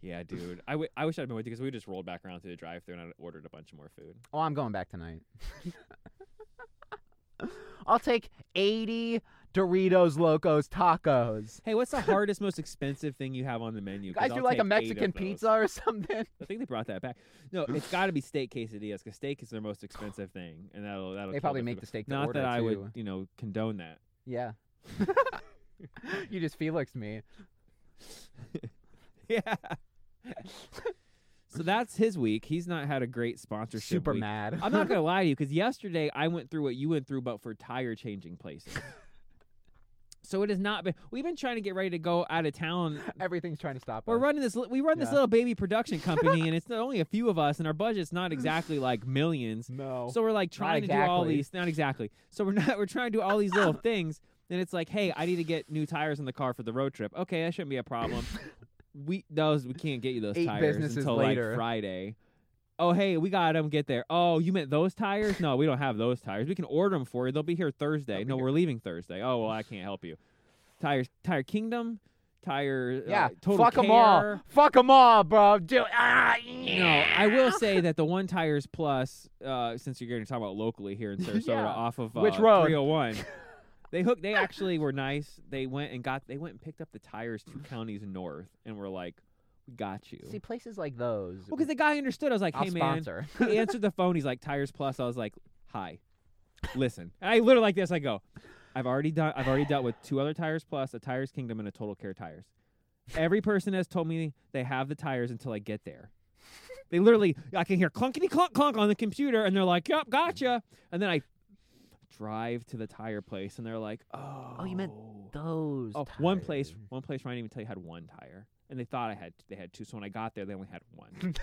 Speaker 4: Yeah, dude. I, w- I wish I'd been with you because we just rolled back around through the drive-through and I ordered a bunch more food.
Speaker 2: Oh, I'm going back tonight. I'll take 80 Doritos Locos tacos.
Speaker 4: Hey, what's the hardest, most expensive thing you have on the menu?
Speaker 2: You
Speaker 4: 'Cause
Speaker 2: guys
Speaker 4: I'll
Speaker 2: do like a
Speaker 4: take eight of
Speaker 2: Mexican
Speaker 4: those.
Speaker 2: pizza or something.
Speaker 4: I think they brought that back. No, it's got to be steak quesadillas because steak is their most expensive thing, and that'll that'll.
Speaker 2: They
Speaker 4: kill
Speaker 2: probably
Speaker 4: for
Speaker 2: make the steak to
Speaker 4: Not
Speaker 2: order,
Speaker 4: that I
Speaker 2: too.
Speaker 4: would, you know, condone that.
Speaker 2: Yeah. you just Felix me.
Speaker 4: yeah. so that's his week. He's not had a great sponsorship.
Speaker 2: Super
Speaker 4: week.
Speaker 2: mad.
Speaker 4: I'm not gonna lie to you because yesterday I went through what you went through, but for tire changing places. so it has not been. We've been trying to get ready to go out of town
Speaker 2: Everything's trying to stop
Speaker 4: We're
Speaker 2: us.
Speaker 4: running this. li- We run this
Speaker 2: Yeah.
Speaker 4: little baby production company, and it's only a few of us, and our budget's not exactly like millions.
Speaker 2: No.
Speaker 4: So we're like trying to do all
Speaker 2: exactly.
Speaker 4: these. Not exactly. So we're not. We're trying to do all these little things, and it's like, hey, I need to get new tires on the car for the road trip. Okay, that shouldn't be a problem. we those we can't get you those
Speaker 2: Eight
Speaker 4: tires
Speaker 2: businesses
Speaker 4: until
Speaker 2: later.
Speaker 4: like Friday. Oh hey, we got them. Get there. Oh, you meant those tires? No, we don't have those tires. We can order them for you. They'll be here Thursday. No, we're leaving Thursday. Oh well, I can't help you. Tires, Tire Kingdom, Tire.
Speaker 2: yeah.
Speaker 4: uh, total
Speaker 2: Fuck
Speaker 4: care.
Speaker 2: them all. Fuck them all, bro. Do ah,
Speaker 4: No, I will say that the one tires plus, uh, since you're going to talk about locally here in Sarasota,
Speaker 2: Yeah.
Speaker 4: off of uh,
Speaker 2: Which road?
Speaker 4: 301. They hooked. They actually were nice. They went and got. They went and picked up the tires two counties north, and were like, "We got you."
Speaker 2: See places like those.
Speaker 4: well, because the guy understood. I was like,
Speaker 2: I'll
Speaker 4: "Hey, man."
Speaker 2: sponsor.
Speaker 4: He answered the phone. He's like, "Tires plus." I was like, "Hi, listen." And I literally like this. I go, "I've already done. I've already dealt with two other tires plus a Tires Kingdom and a Total Care Tires. Every person has told me they have the tires until I get there. They literally, I can hear clunkety clunk clunk on the computer, and they're like, "Yep, gotcha." And then I drive to the tire place, and they're like, "Oh,
Speaker 2: Oh, you meant those.
Speaker 4: Oh, one place,
Speaker 2: tires.
Speaker 4: one place Ryan didn't even tell you had one tire, and they thought I had they had two. So when I got there, they only had one.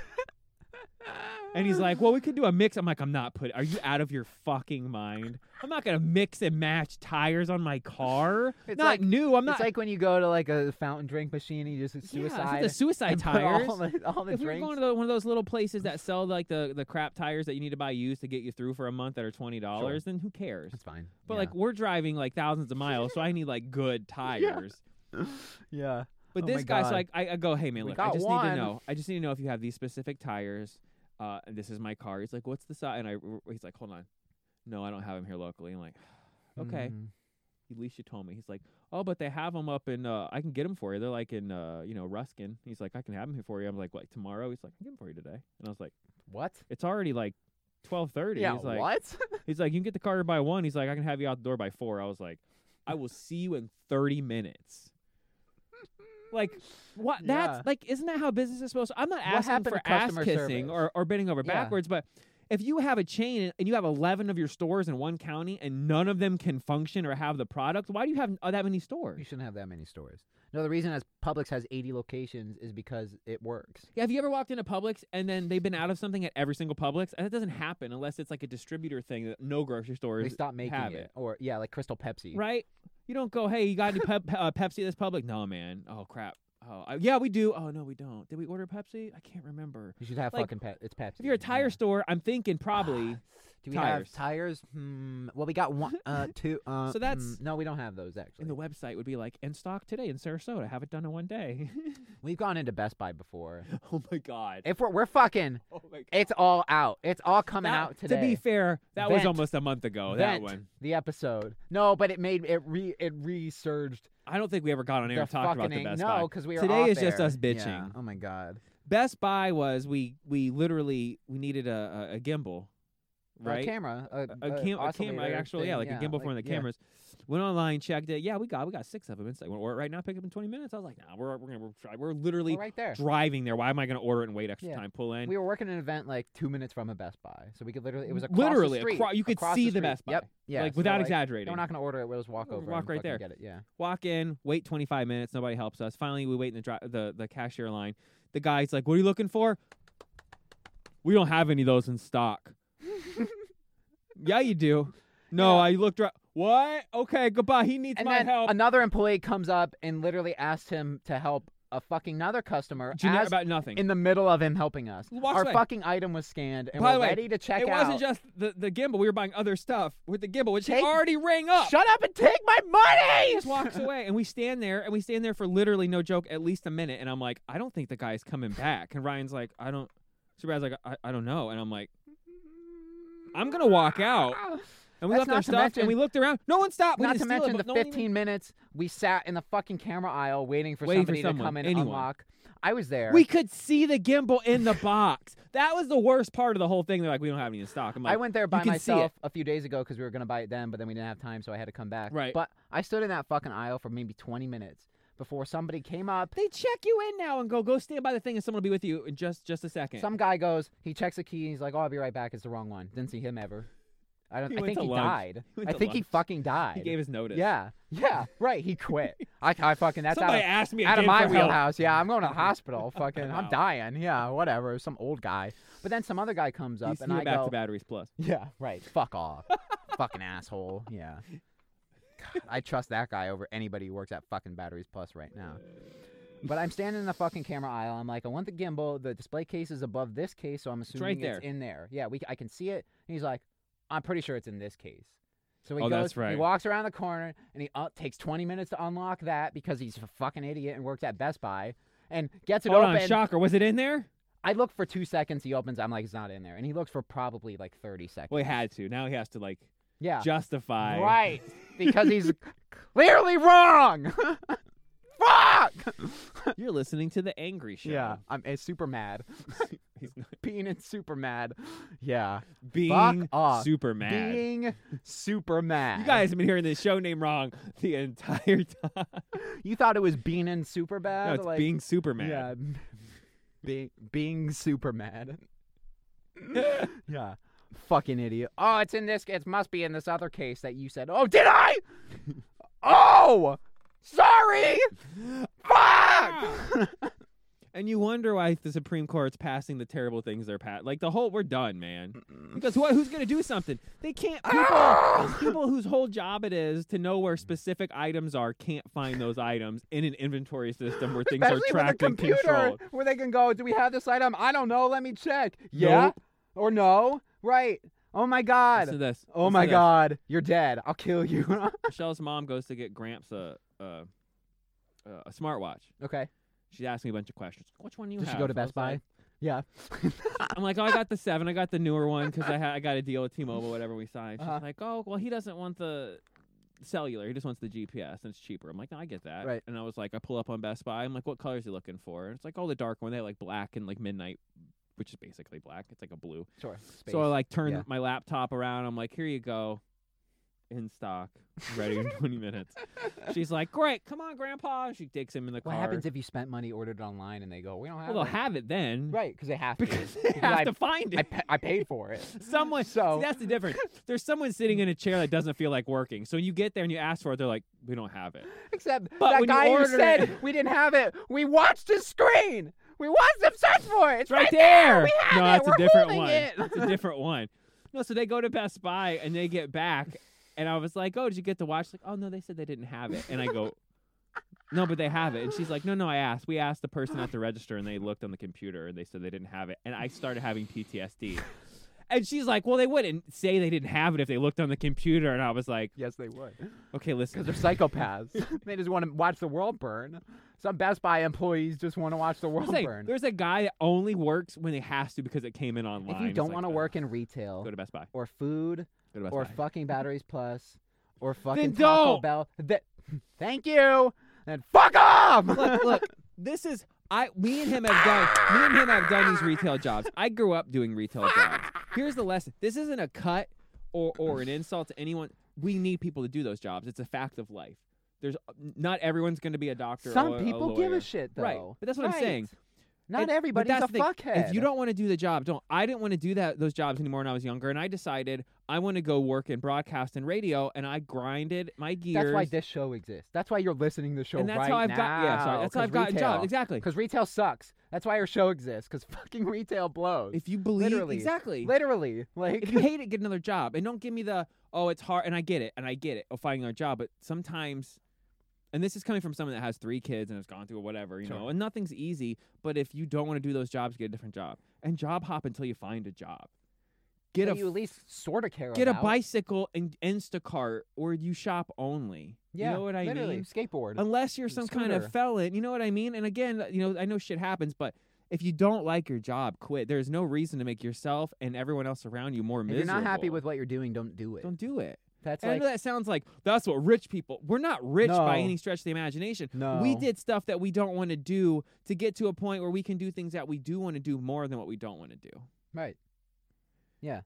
Speaker 4: and he's like, "Well, we could do a mix." I'm like, "I'm not putting. Are you out of your fucking mind? I'm not gonna mix and match tires on my car.
Speaker 2: It's
Speaker 4: not
Speaker 2: like-
Speaker 4: new. I'm
Speaker 2: It's
Speaker 4: not
Speaker 2: like when you go to like a fountain drink machine and you just
Speaker 4: yeah, it's
Speaker 2: suicide.
Speaker 4: like the suicide
Speaker 2: and put all
Speaker 4: tires.
Speaker 2: the- all the
Speaker 4: if you're
Speaker 2: drinks.
Speaker 4: going to the, one of those little places that sell like the the crap tires that you need to buy used to get you through for a month that are twenty dollars, then who cares?
Speaker 2: That's fine.
Speaker 4: But
Speaker 2: yeah.
Speaker 4: like we're driving like thousands of miles, so I need like good tires.
Speaker 2: yeah.
Speaker 4: But
Speaker 2: Oh my
Speaker 4: this guy's
Speaker 2: God.
Speaker 4: like, I, I go, hey man,
Speaker 2: We
Speaker 4: look, I
Speaker 2: got
Speaker 4: just need
Speaker 2: one."
Speaker 4: to know. I just need to know if you have these specific tires. Uh, and this is my car. He's like, what's the size? And I, he's like, hold on, no, I don't have them here locally. I'm like, okay,
Speaker 2: Mm.
Speaker 4: at least you told me. He's like, oh, but they have them up in. Uh, I can get them for you. They're like in, uh, you know, Ruskin. He's like, I can have them here for you. I'm like, like tomorrow. He's like, I can get them for you today. And I was like,
Speaker 2: What?
Speaker 4: it's already like twelve thirty.
Speaker 2: Yeah.
Speaker 4: he's like,
Speaker 2: what?
Speaker 4: He's like, you can get the car here by one. He's like, I can have you out the door by four. I was like, I will see you in thirty minutes. Like what?
Speaker 2: Yeah.
Speaker 4: That's like, isn't that how business is supposed? to I'm not
Speaker 2: What
Speaker 4: asking
Speaker 2: happened
Speaker 4: for
Speaker 2: to
Speaker 4: ass
Speaker 2: customer
Speaker 4: kissing
Speaker 2: service?
Speaker 4: or, or bending over
Speaker 2: Yeah.
Speaker 4: backwards, but if you have a chain and you have eleven of your stores in one county and none of them can function or have the product, why do you have uh, that many
Speaker 2: You
Speaker 4: stores?
Speaker 2: shouldn't have that many stores. No, the reason as Publix has 80 locations is because it works.
Speaker 4: Yeah, have you ever walked into Publix and then they've been out of something at every single Publix? And it doesn't happen unless it's like a distributor thing that no grocery store
Speaker 2: They stop making
Speaker 4: have
Speaker 2: it. or yeah, like Crystal Pepsi.
Speaker 4: right? You don't go, hey, you got any pep- uh, Pepsi this public? No, man. Oh crap. Oh I, yeah, we do. Oh no, we don't. Did we order Pepsi? I can't remember.
Speaker 2: You should have
Speaker 4: Like,
Speaker 2: fucking Pep. It's Pepsi.
Speaker 4: If you're a tire
Speaker 2: yeah.
Speaker 4: store, I'm thinking probably
Speaker 2: Do we
Speaker 4: Tires.
Speaker 2: have tires? Hmm. Well, we got one, uh, two. Uh,
Speaker 4: So that's-
Speaker 2: mm, no, we don't have those actually.
Speaker 4: And the website would be like, in stock today in Sarasota. Have it done in one day.
Speaker 2: We've gone into Best Buy before.
Speaker 4: oh my god.
Speaker 2: If we're we're fucking,
Speaker 4: oh my god.
Speaker 2: it's all out. It's all coming
Speaker 4: That-
Speaker 2: out today.
Speaker 4: To be fair, that was
Speaker 2: Vent.
Speaker 4: almost a month ago. Oh, That
Speaker 2: Vent,
Speaker 4: one.
Speaker 2: the episode. No, but it made it re it resurged.
Speaker 4: I don't think we ever got on air
Speaker 2: the
Speaker 4: and talked
Speaker 2: fucking
Speaker 4: about the
Speaker 2: ang-
Speaker 4: Best Buy.
Speaker 2: no, because we were
Speaker 4: Today
Speaker 2: off
Speaker 4: is just
Speaker 2: air.
Speaker 4: us
Speaker 2: Yeah.
Speaker 4: bitching.
Speaker 2: Oh my god.
Speaker 4: Best Buy was we we literally we needed a a, a gimbal, right?
Speaker 2: A camera. A,
Speaker 4: a,
Speaker 2: a
Speaker 4: cam, a cam,
Speaker 2: oscillator
Speaker 4: like actually, yeah,
Speaker 2: thing,
Speaker 4: like a gimbal for one of the
Speaker 2: yeah.
Speaker 4: cameras. Went online, checked it. Yeah, we got we got six of them. It's like, want to order it right now? Pick up in twenty minutes. I was like, nah, we're we're gonna we're, try- we're
Speaker 2: We're
Speaker 4: literally
Speaker 2: right there.
Speaker 4: driving there. Why am I gonna order it and wait extra
Speaker 2: Yeah.
Speaker 4: time? Pull in.
Speaker 2: We were working an event like two minutes from a Best Buy, so we could literally it was across
Speaker 4: literally
Speaker 2: the street.
Speaker 4: acro- you could
Speaker 2: across
Speaker 4: see
Speaker 2: the,
Speaker 4: the
Speaker 2: street.
Speaker 4: Best Buy.
Speaker 2: Yep. Yeah.
Speaker 4: like
Speaker 2: so
Speaker 4: without
Speaker 2: we're
Speaker 4: exaggerating.
Speaker 2: We're not gonna order it. We'll just walk over.
Speaker 4: Walk
Speaker 2: and
Speaker 4: right
Speaker 2: fucking
Speaker 4: there.
Speaker 2: Get it. Yeah.
Speaker 4: Walk in, wait 25 minutes, nobody helps us. Finally, we wait in the dri- the, the cashier line. The guy's like, "What are you looking for?" We don't have any of those in stock. yeah, you do. No,
Speaker 2: Yeah.
Speaker 4: I looked. Right- what? Okay, goodbye. He needs
Speaker 2: and
Speaker 4: my
Speaker 2: then
Speaker 4: help.
Speaker 2: another employee comes up and literally asks him to help a fucking another customer
Speaker 4: Generic
Speaker 2: as
Speaker 4: about nothing.
Speaker 2: in the middle of him helping us.
Speaker 4: Walks
Speaker 2: Our
Speaker 4: away.
Speaker 2: fucking item was scanned and
Speaker 4: By
Speaker 2: we're
Speaker 4: the way,
Speaker 2: ready to check
Speaker 4: it
Speaker 2: out.
Speaker 4: wasn't just the, the gimbal. We were buying other stuff with the gimbal, which
Speaker 2: Take-
Speaker 4: he already rang up.
Speaker 2: Shut up and take my
Speaker 4: he
Speaker 2: money.
Speaker 4: just walks away, and we stand there, and we stand there for literally no joke, at least a minute. And I'm like, I don't think the guy's coming back. And Ryan's like, I don't. So Brad's like, I, I don't know. And I'm like, I'm gonna walk out. And we
Speaker 2: That's
Speaker 4: left our
Speaker 2: not to
Speaker 4: stuff,
Speaker 2: mention-
Speaker 4: and we looked around. No one stopped. We
Speaker 2: Not
Speaker 4: didn't
Speaker 2: to
Speaker 4: steal it,
Speaker 2: mention
Speaker 4: but
Speaker 2: the
Speaker 4: no one
Speaker 2: 15
Speaker 4: even-
Speaker 2: minutes we sat in the fucking camera aisle waiting for
Speaker 4: Waiting for
Speaker 2: somebody to
Speaker 4: someone,
Speaker 2: come in
Speaker 4: anyone.
Speaker 2: and unlock. I was there.
Speaker 4: We could see the gimbal in the box. That was the worst part of the whole thing. They're like, we don't have any in stock. I'm like,
Speaker 2: I went there by
Speaker 4: can see it.
Speaker 2: myself a few days ago because we were gonna buy it then, but then we didn't have time, so I had to come back.
Speaker 4: Right.
Speaker 2: But I stood in that fucking aisle for maybe 20 minutes before somebody came up.
Speaker 4: They check you in now and go, go stand by the thing, and someone will be with you in just just a second.
Speaker 2: Some guy goes, he checks the key, and he's like, "Oh, I'll be right back." It's the wrong one. Didn't see him ever. I don't.
Speaker 4: He
Speaker 2: I
Speaker 4: went
Speaker 2: think
Speaker 4: to
Speaker 2: he
Speaker 4: lunch.
Speaker 2: died.
Speaker 4: He went
Speaker 2: I
Speaker 4: to
Speaker 2: think he
Speaker 4: lunch.
Speaker 2: fucking died.
Speaker 4: he gave his notice.
Speaker 2: Yeah, yeah, right. He quit. I, I fucking that's
Speaker 4: Somebody
Speaker 2: out of,
Speaker 4: asked me
Speaker 2: out of
Speaker 4: again
Speaker 2: my
Speaker 4: for help.
Speaker 2: wheelhouse. Yeah, I'm going to the hospital. Fucking, I'm
Speaker 4: Wow.
Speaker 2: dying. Yeah, whatever. Some old guy. But then some other guy comes up
Speaker 4: He's
Speaker 2: and
Speaker 4: here
Speaker 2: I
Speaker 4: back
Speaker 2: go,
Speaker 4: to batteries plus.
Speaker 2: yeah, right. Fuck off, fucking asshole. Yeah. God, I trust that guy over anybody who works at fucking Batteries Plus right now. But I'm standing in the fucking camera aisle. I'm like, I want the gimbal. The display case is above this case, so I'm assuming
Speaker 4: right there.
Speaker 2: in there. Yeah, we I can see it. And he's like, I'm pretty sure it's in this case. So he
Speaker 4: Oh,
Speaker 2: goes,
Speaker 4: that's
Speaker 2: he
Speaker 4: right.
Speaker 2: walks around the corner, and he uh, takes 20 minutes to unlock that because he's a fucking idiot and works at Best Buy, and gets it
Speaker 4: Hold
Speaker 2: open.
Speaker 4: on, shocker. Was it in there?
Speaker 2: I look for two seconds. He opens. I'm like, it's not in there. And he looks for probably like 30 seconds.
Speaker 4: Well, he had to. Now he has to like
Speaker 2: yeah,
Speaker 4: justify.
Speaker 2: Right. Because he's clearly wrong. Fuck.
Speaker 4: You're listening to the angry show.
Speaker 2: Yeah, I'm it's super mad.
Speaker 4: He's not-
Speaker 2: Being and super mad. Yeah.
Speaker 4: being
Speaker 2: off.
Speaker 4: super mad.
Speaker 2: Being super mad.
Speaker 4: you guys have been hearing this show name wrong the entire time.
Speaker 2: You thought it was being and super bad?
Speaker 4: no, it's
Speaker 2: like,
Speaker 4: being super mad.
Speaker 2: Yeah. being being super mad. yeah. Fucking idiot. Oh, it's in this it must be in this other case that you said. Oh, did I? oh! Sorry! Fuck!
Speaker 4: And you wonder why the Supreme Court's passing the terrible things they're passing. Like the whole, we're done, man. Because what? Who's gonna do something? They can't.
Speaker 2: Ah!
Speaker 4: People, people whose whole job it is to know where specific items are can't find those items in an inventory system where things are
Speaker 2: Especially with a
Speaker 4: tracked and
Speaker 2: computer
Speaker 4: controlled.
Speaker 2: where they can go, do we have this item? I don't know. Let me check. Yeah
Speaker 4: Nope.
Speaker 2: or no? Right. Oh my
Speaker 4: Listen to
Speaker 2: god.
Speaker 4: this.
Speaker 2: Oh
Speaker 4: Listen
Speaker 2: my
Speaker 4: to this.
Speaker 2: god. You're dead. I'll kill you.
Speaker 4: Michelle's mom goes to get Gramps a a, a smartwatch.
Speaker 2: okay.
Speaker 4: She's asking me a bunch of questions. Which one do you
Speaker 2: Did
Speaker 4: have?
Speaker 2: she go to
Speaker 4: I was
Speaker 2: Best Buy?
Speaker 4: like-
Speaker 2: yeah.
Speaker 4: I'm like, oh, I got the seven. I got the newer one because I ha- I got a deal with T-Mobile, whatever we signed. She's
Speaker 2: Uh-huh.
Speaker 4: like, oh, well, he doesn't want the cellular. He just wants the GPS, and it's cheaper. I'm like, no, I get that.
Speaker 2: Right.
Speaker 4: And I was like, I pull up on Best Buy. I'm like, what color is he looking for? And it's like, oh, the dark one. They had, like black and like midnight, which is basically black. It's like a blue.
Speaker 2: Sure. Space.
Speaker 4: So I like turn
Speaker 2: Yeah.
Speaker 4: my laptop around. I'm like, here you go, in stock, ready in 20 minutes. She's like, great, come on, Grandpa. She takes him in the
Speaker 2: what
Speaker 4: car.
Speaker 2: happens if you spent money ordered it online and they go, we don't have
Speaker 4: well, they'll
Speaker 2: it.
Speaker 4: have it then,
Speaker 2: right, because they have to.
Speaker 4: Because they
Speaker 2: Because
Speaker 4: have
Speaker 2: I,
Speaker 4: to find it.
Speaker 2: I, pa- I paid for it.
Speaker 4: Someone.
Speaker 2: So-
Speaker 4: see, that's the difference. There's someone sitting in a chair that doesn't feel like working. So you get there and you ask for it. They're like, we don't have it.
Speaker 2: Except
Speaker 4: But
Speaker 2: that
Speaker 4: when you
Speaker 2: guy who
Speaker 4: ordered
Speaker 2: said
Speaker 4: it-
Speaker 2: we didn't have it, we watched his screen. We watched him search for it. It's
Speaker 4: It's right
Speaker 2: there.
Speaker 4: there.
Speaker 2: We have
Speaker 4: no,
Speaker 2: it.
Speaker 4: that's
Speaker 2: We're
Speaker 4: a different
Speaker 2: holding
Speaker 4: one.
Speaker 2: It.
Speaker 4: It's a different one. No, so they go to Best Buy and they get back, and I was like, "Oh, did you get the watch?" Like, "Oh no, they said they didn't have it." And I go, "No, but they have it." And she's like, "No, no, I asked. We asked the person at the register, and they looked on the computer, and they said they didn't have it." And I started having PTSD. And she's like, well, they wouldn't say they didn't have it if they looked on the computer. And I was like,
Speaker 2: Yes, they would.
Speaker 4: okay, listen.
Speaker 2: Because they're psychopaths. they just want to watch the world burn. Some Best Buy employees just want to watch the
Speaker 4: I'm
Speaker 2: world
Speaker 4: saying,
Speaker 2: burn.
Speaker 4: there's a guy that only works when he has to because it came in online.
Speaker 2: If you
Speaker 4: It's
Speaker 2: don't
Speaker 4: like,
Speaker 2: want to
Speaker 4: uh,
Speaker 2: work in retail
Speaker 4: go to Best Buy.
Speaker 2: or food
Speaker 4: Go to Best
Speaker 2: or
Speaker 4: Buy.
Speaker 2: fucking Batteries Plus or fucking Taco
Speaker 4: don't!
Speaker 2: Bell, th- thank you. And fuck off.
Speaker 4: look, look, this is I. Me and him have done. Me and him have done these retail jobs. I grew up doing retail jobs. Here's the lesson. This isn't a cut or or an insult to anyone. We need people to do those jobs. It's a fact of life. There's not everyone's going to be a doctor.
Speaker 2: Some
Speaker 4: or a- a
Speaker 2: people give a
Speaker 4: lawyer.
Speaker 2: shit though.
Speaker 4: Right, but that's what I'm saying.
Speaker 2: Right. Not
Speaker 4: And- but
Speaker 2: everybody's
Speaker 4: that's
Speaker 2: a
Speaker 4: the thing.
Speaker 2: fuckhead.
Speaker 4: If you don't want to do the job, don't. I didn't want to do that those jobs anymore when I was younger, and I decided I want to go work in broadcast and radio, and I grinded my gears.
Speaker 2: that's why this show exists. That's why you're listening to the show
Speaker 4: And that's
Speaker 2: right
Speaker 4: how I've
Speaker 2: now.
Speaker 4: got- yeah, sorry, that's how I've gotten jobs, exactly.
Speaker 2: Because retail sucks. That's why your show exists. Because fucking retail blows.
Speaker 4: if you believe
Speaker 2: literally,
Speaker 4: exactly,
Speaker 2: literally, like
Speaker 4: if you hate it, get another job, and don't give me the oh, it's hard. And I get it, and I get it, oh, finding another job. But sometimes, and this is coming from someone that has three kids and has gone through whatever, you
Speaker 2: Sure.
Speaker 4: know, and nothing's easy. But if you don't want to do those jobs, get a different job and job hop until you find a job. Get
Speaker 2: that
Speaker 4: a
Speaker 2: you at least sort of care
Speaker 4: get a
Speaker 2: about.
Speaker 4: bicycle and Instacart, or you shop only.
Speaker 2: Yeah,
Speaker 4: you know what I
Speaker 2: literally,
Speaker 4: mean.
Speaker 2: Skateboard.
Speaker 4: Unless you're some kind
Speaker 2: Scooter.
Speaker 4: of felon, you know what I mean. And again, uh, you know, I know shit happens, but if you don't like your job, quit. There's no reason to make yourself and everyone else around you more
Speaker 2: if
Speaker 4: miserable.
Speaker 2: you're not happy with what you're doing, don't do it.
Speaker 4: don't do it.
Speaker 2: That's
Speaker 4: And I
Speaker 2: like
Speaker 4: know that sounds like that's what rich people. We're not rich by
Speaker 2: No.
Speaker 4: any stretch of the imagination. We
Speaker 2: No.
Speaker 4: did stuff that we don't want to do to get to a point where we can do things that we do want to do more than what we don't want to do.
Speaker 2: right. Yeah.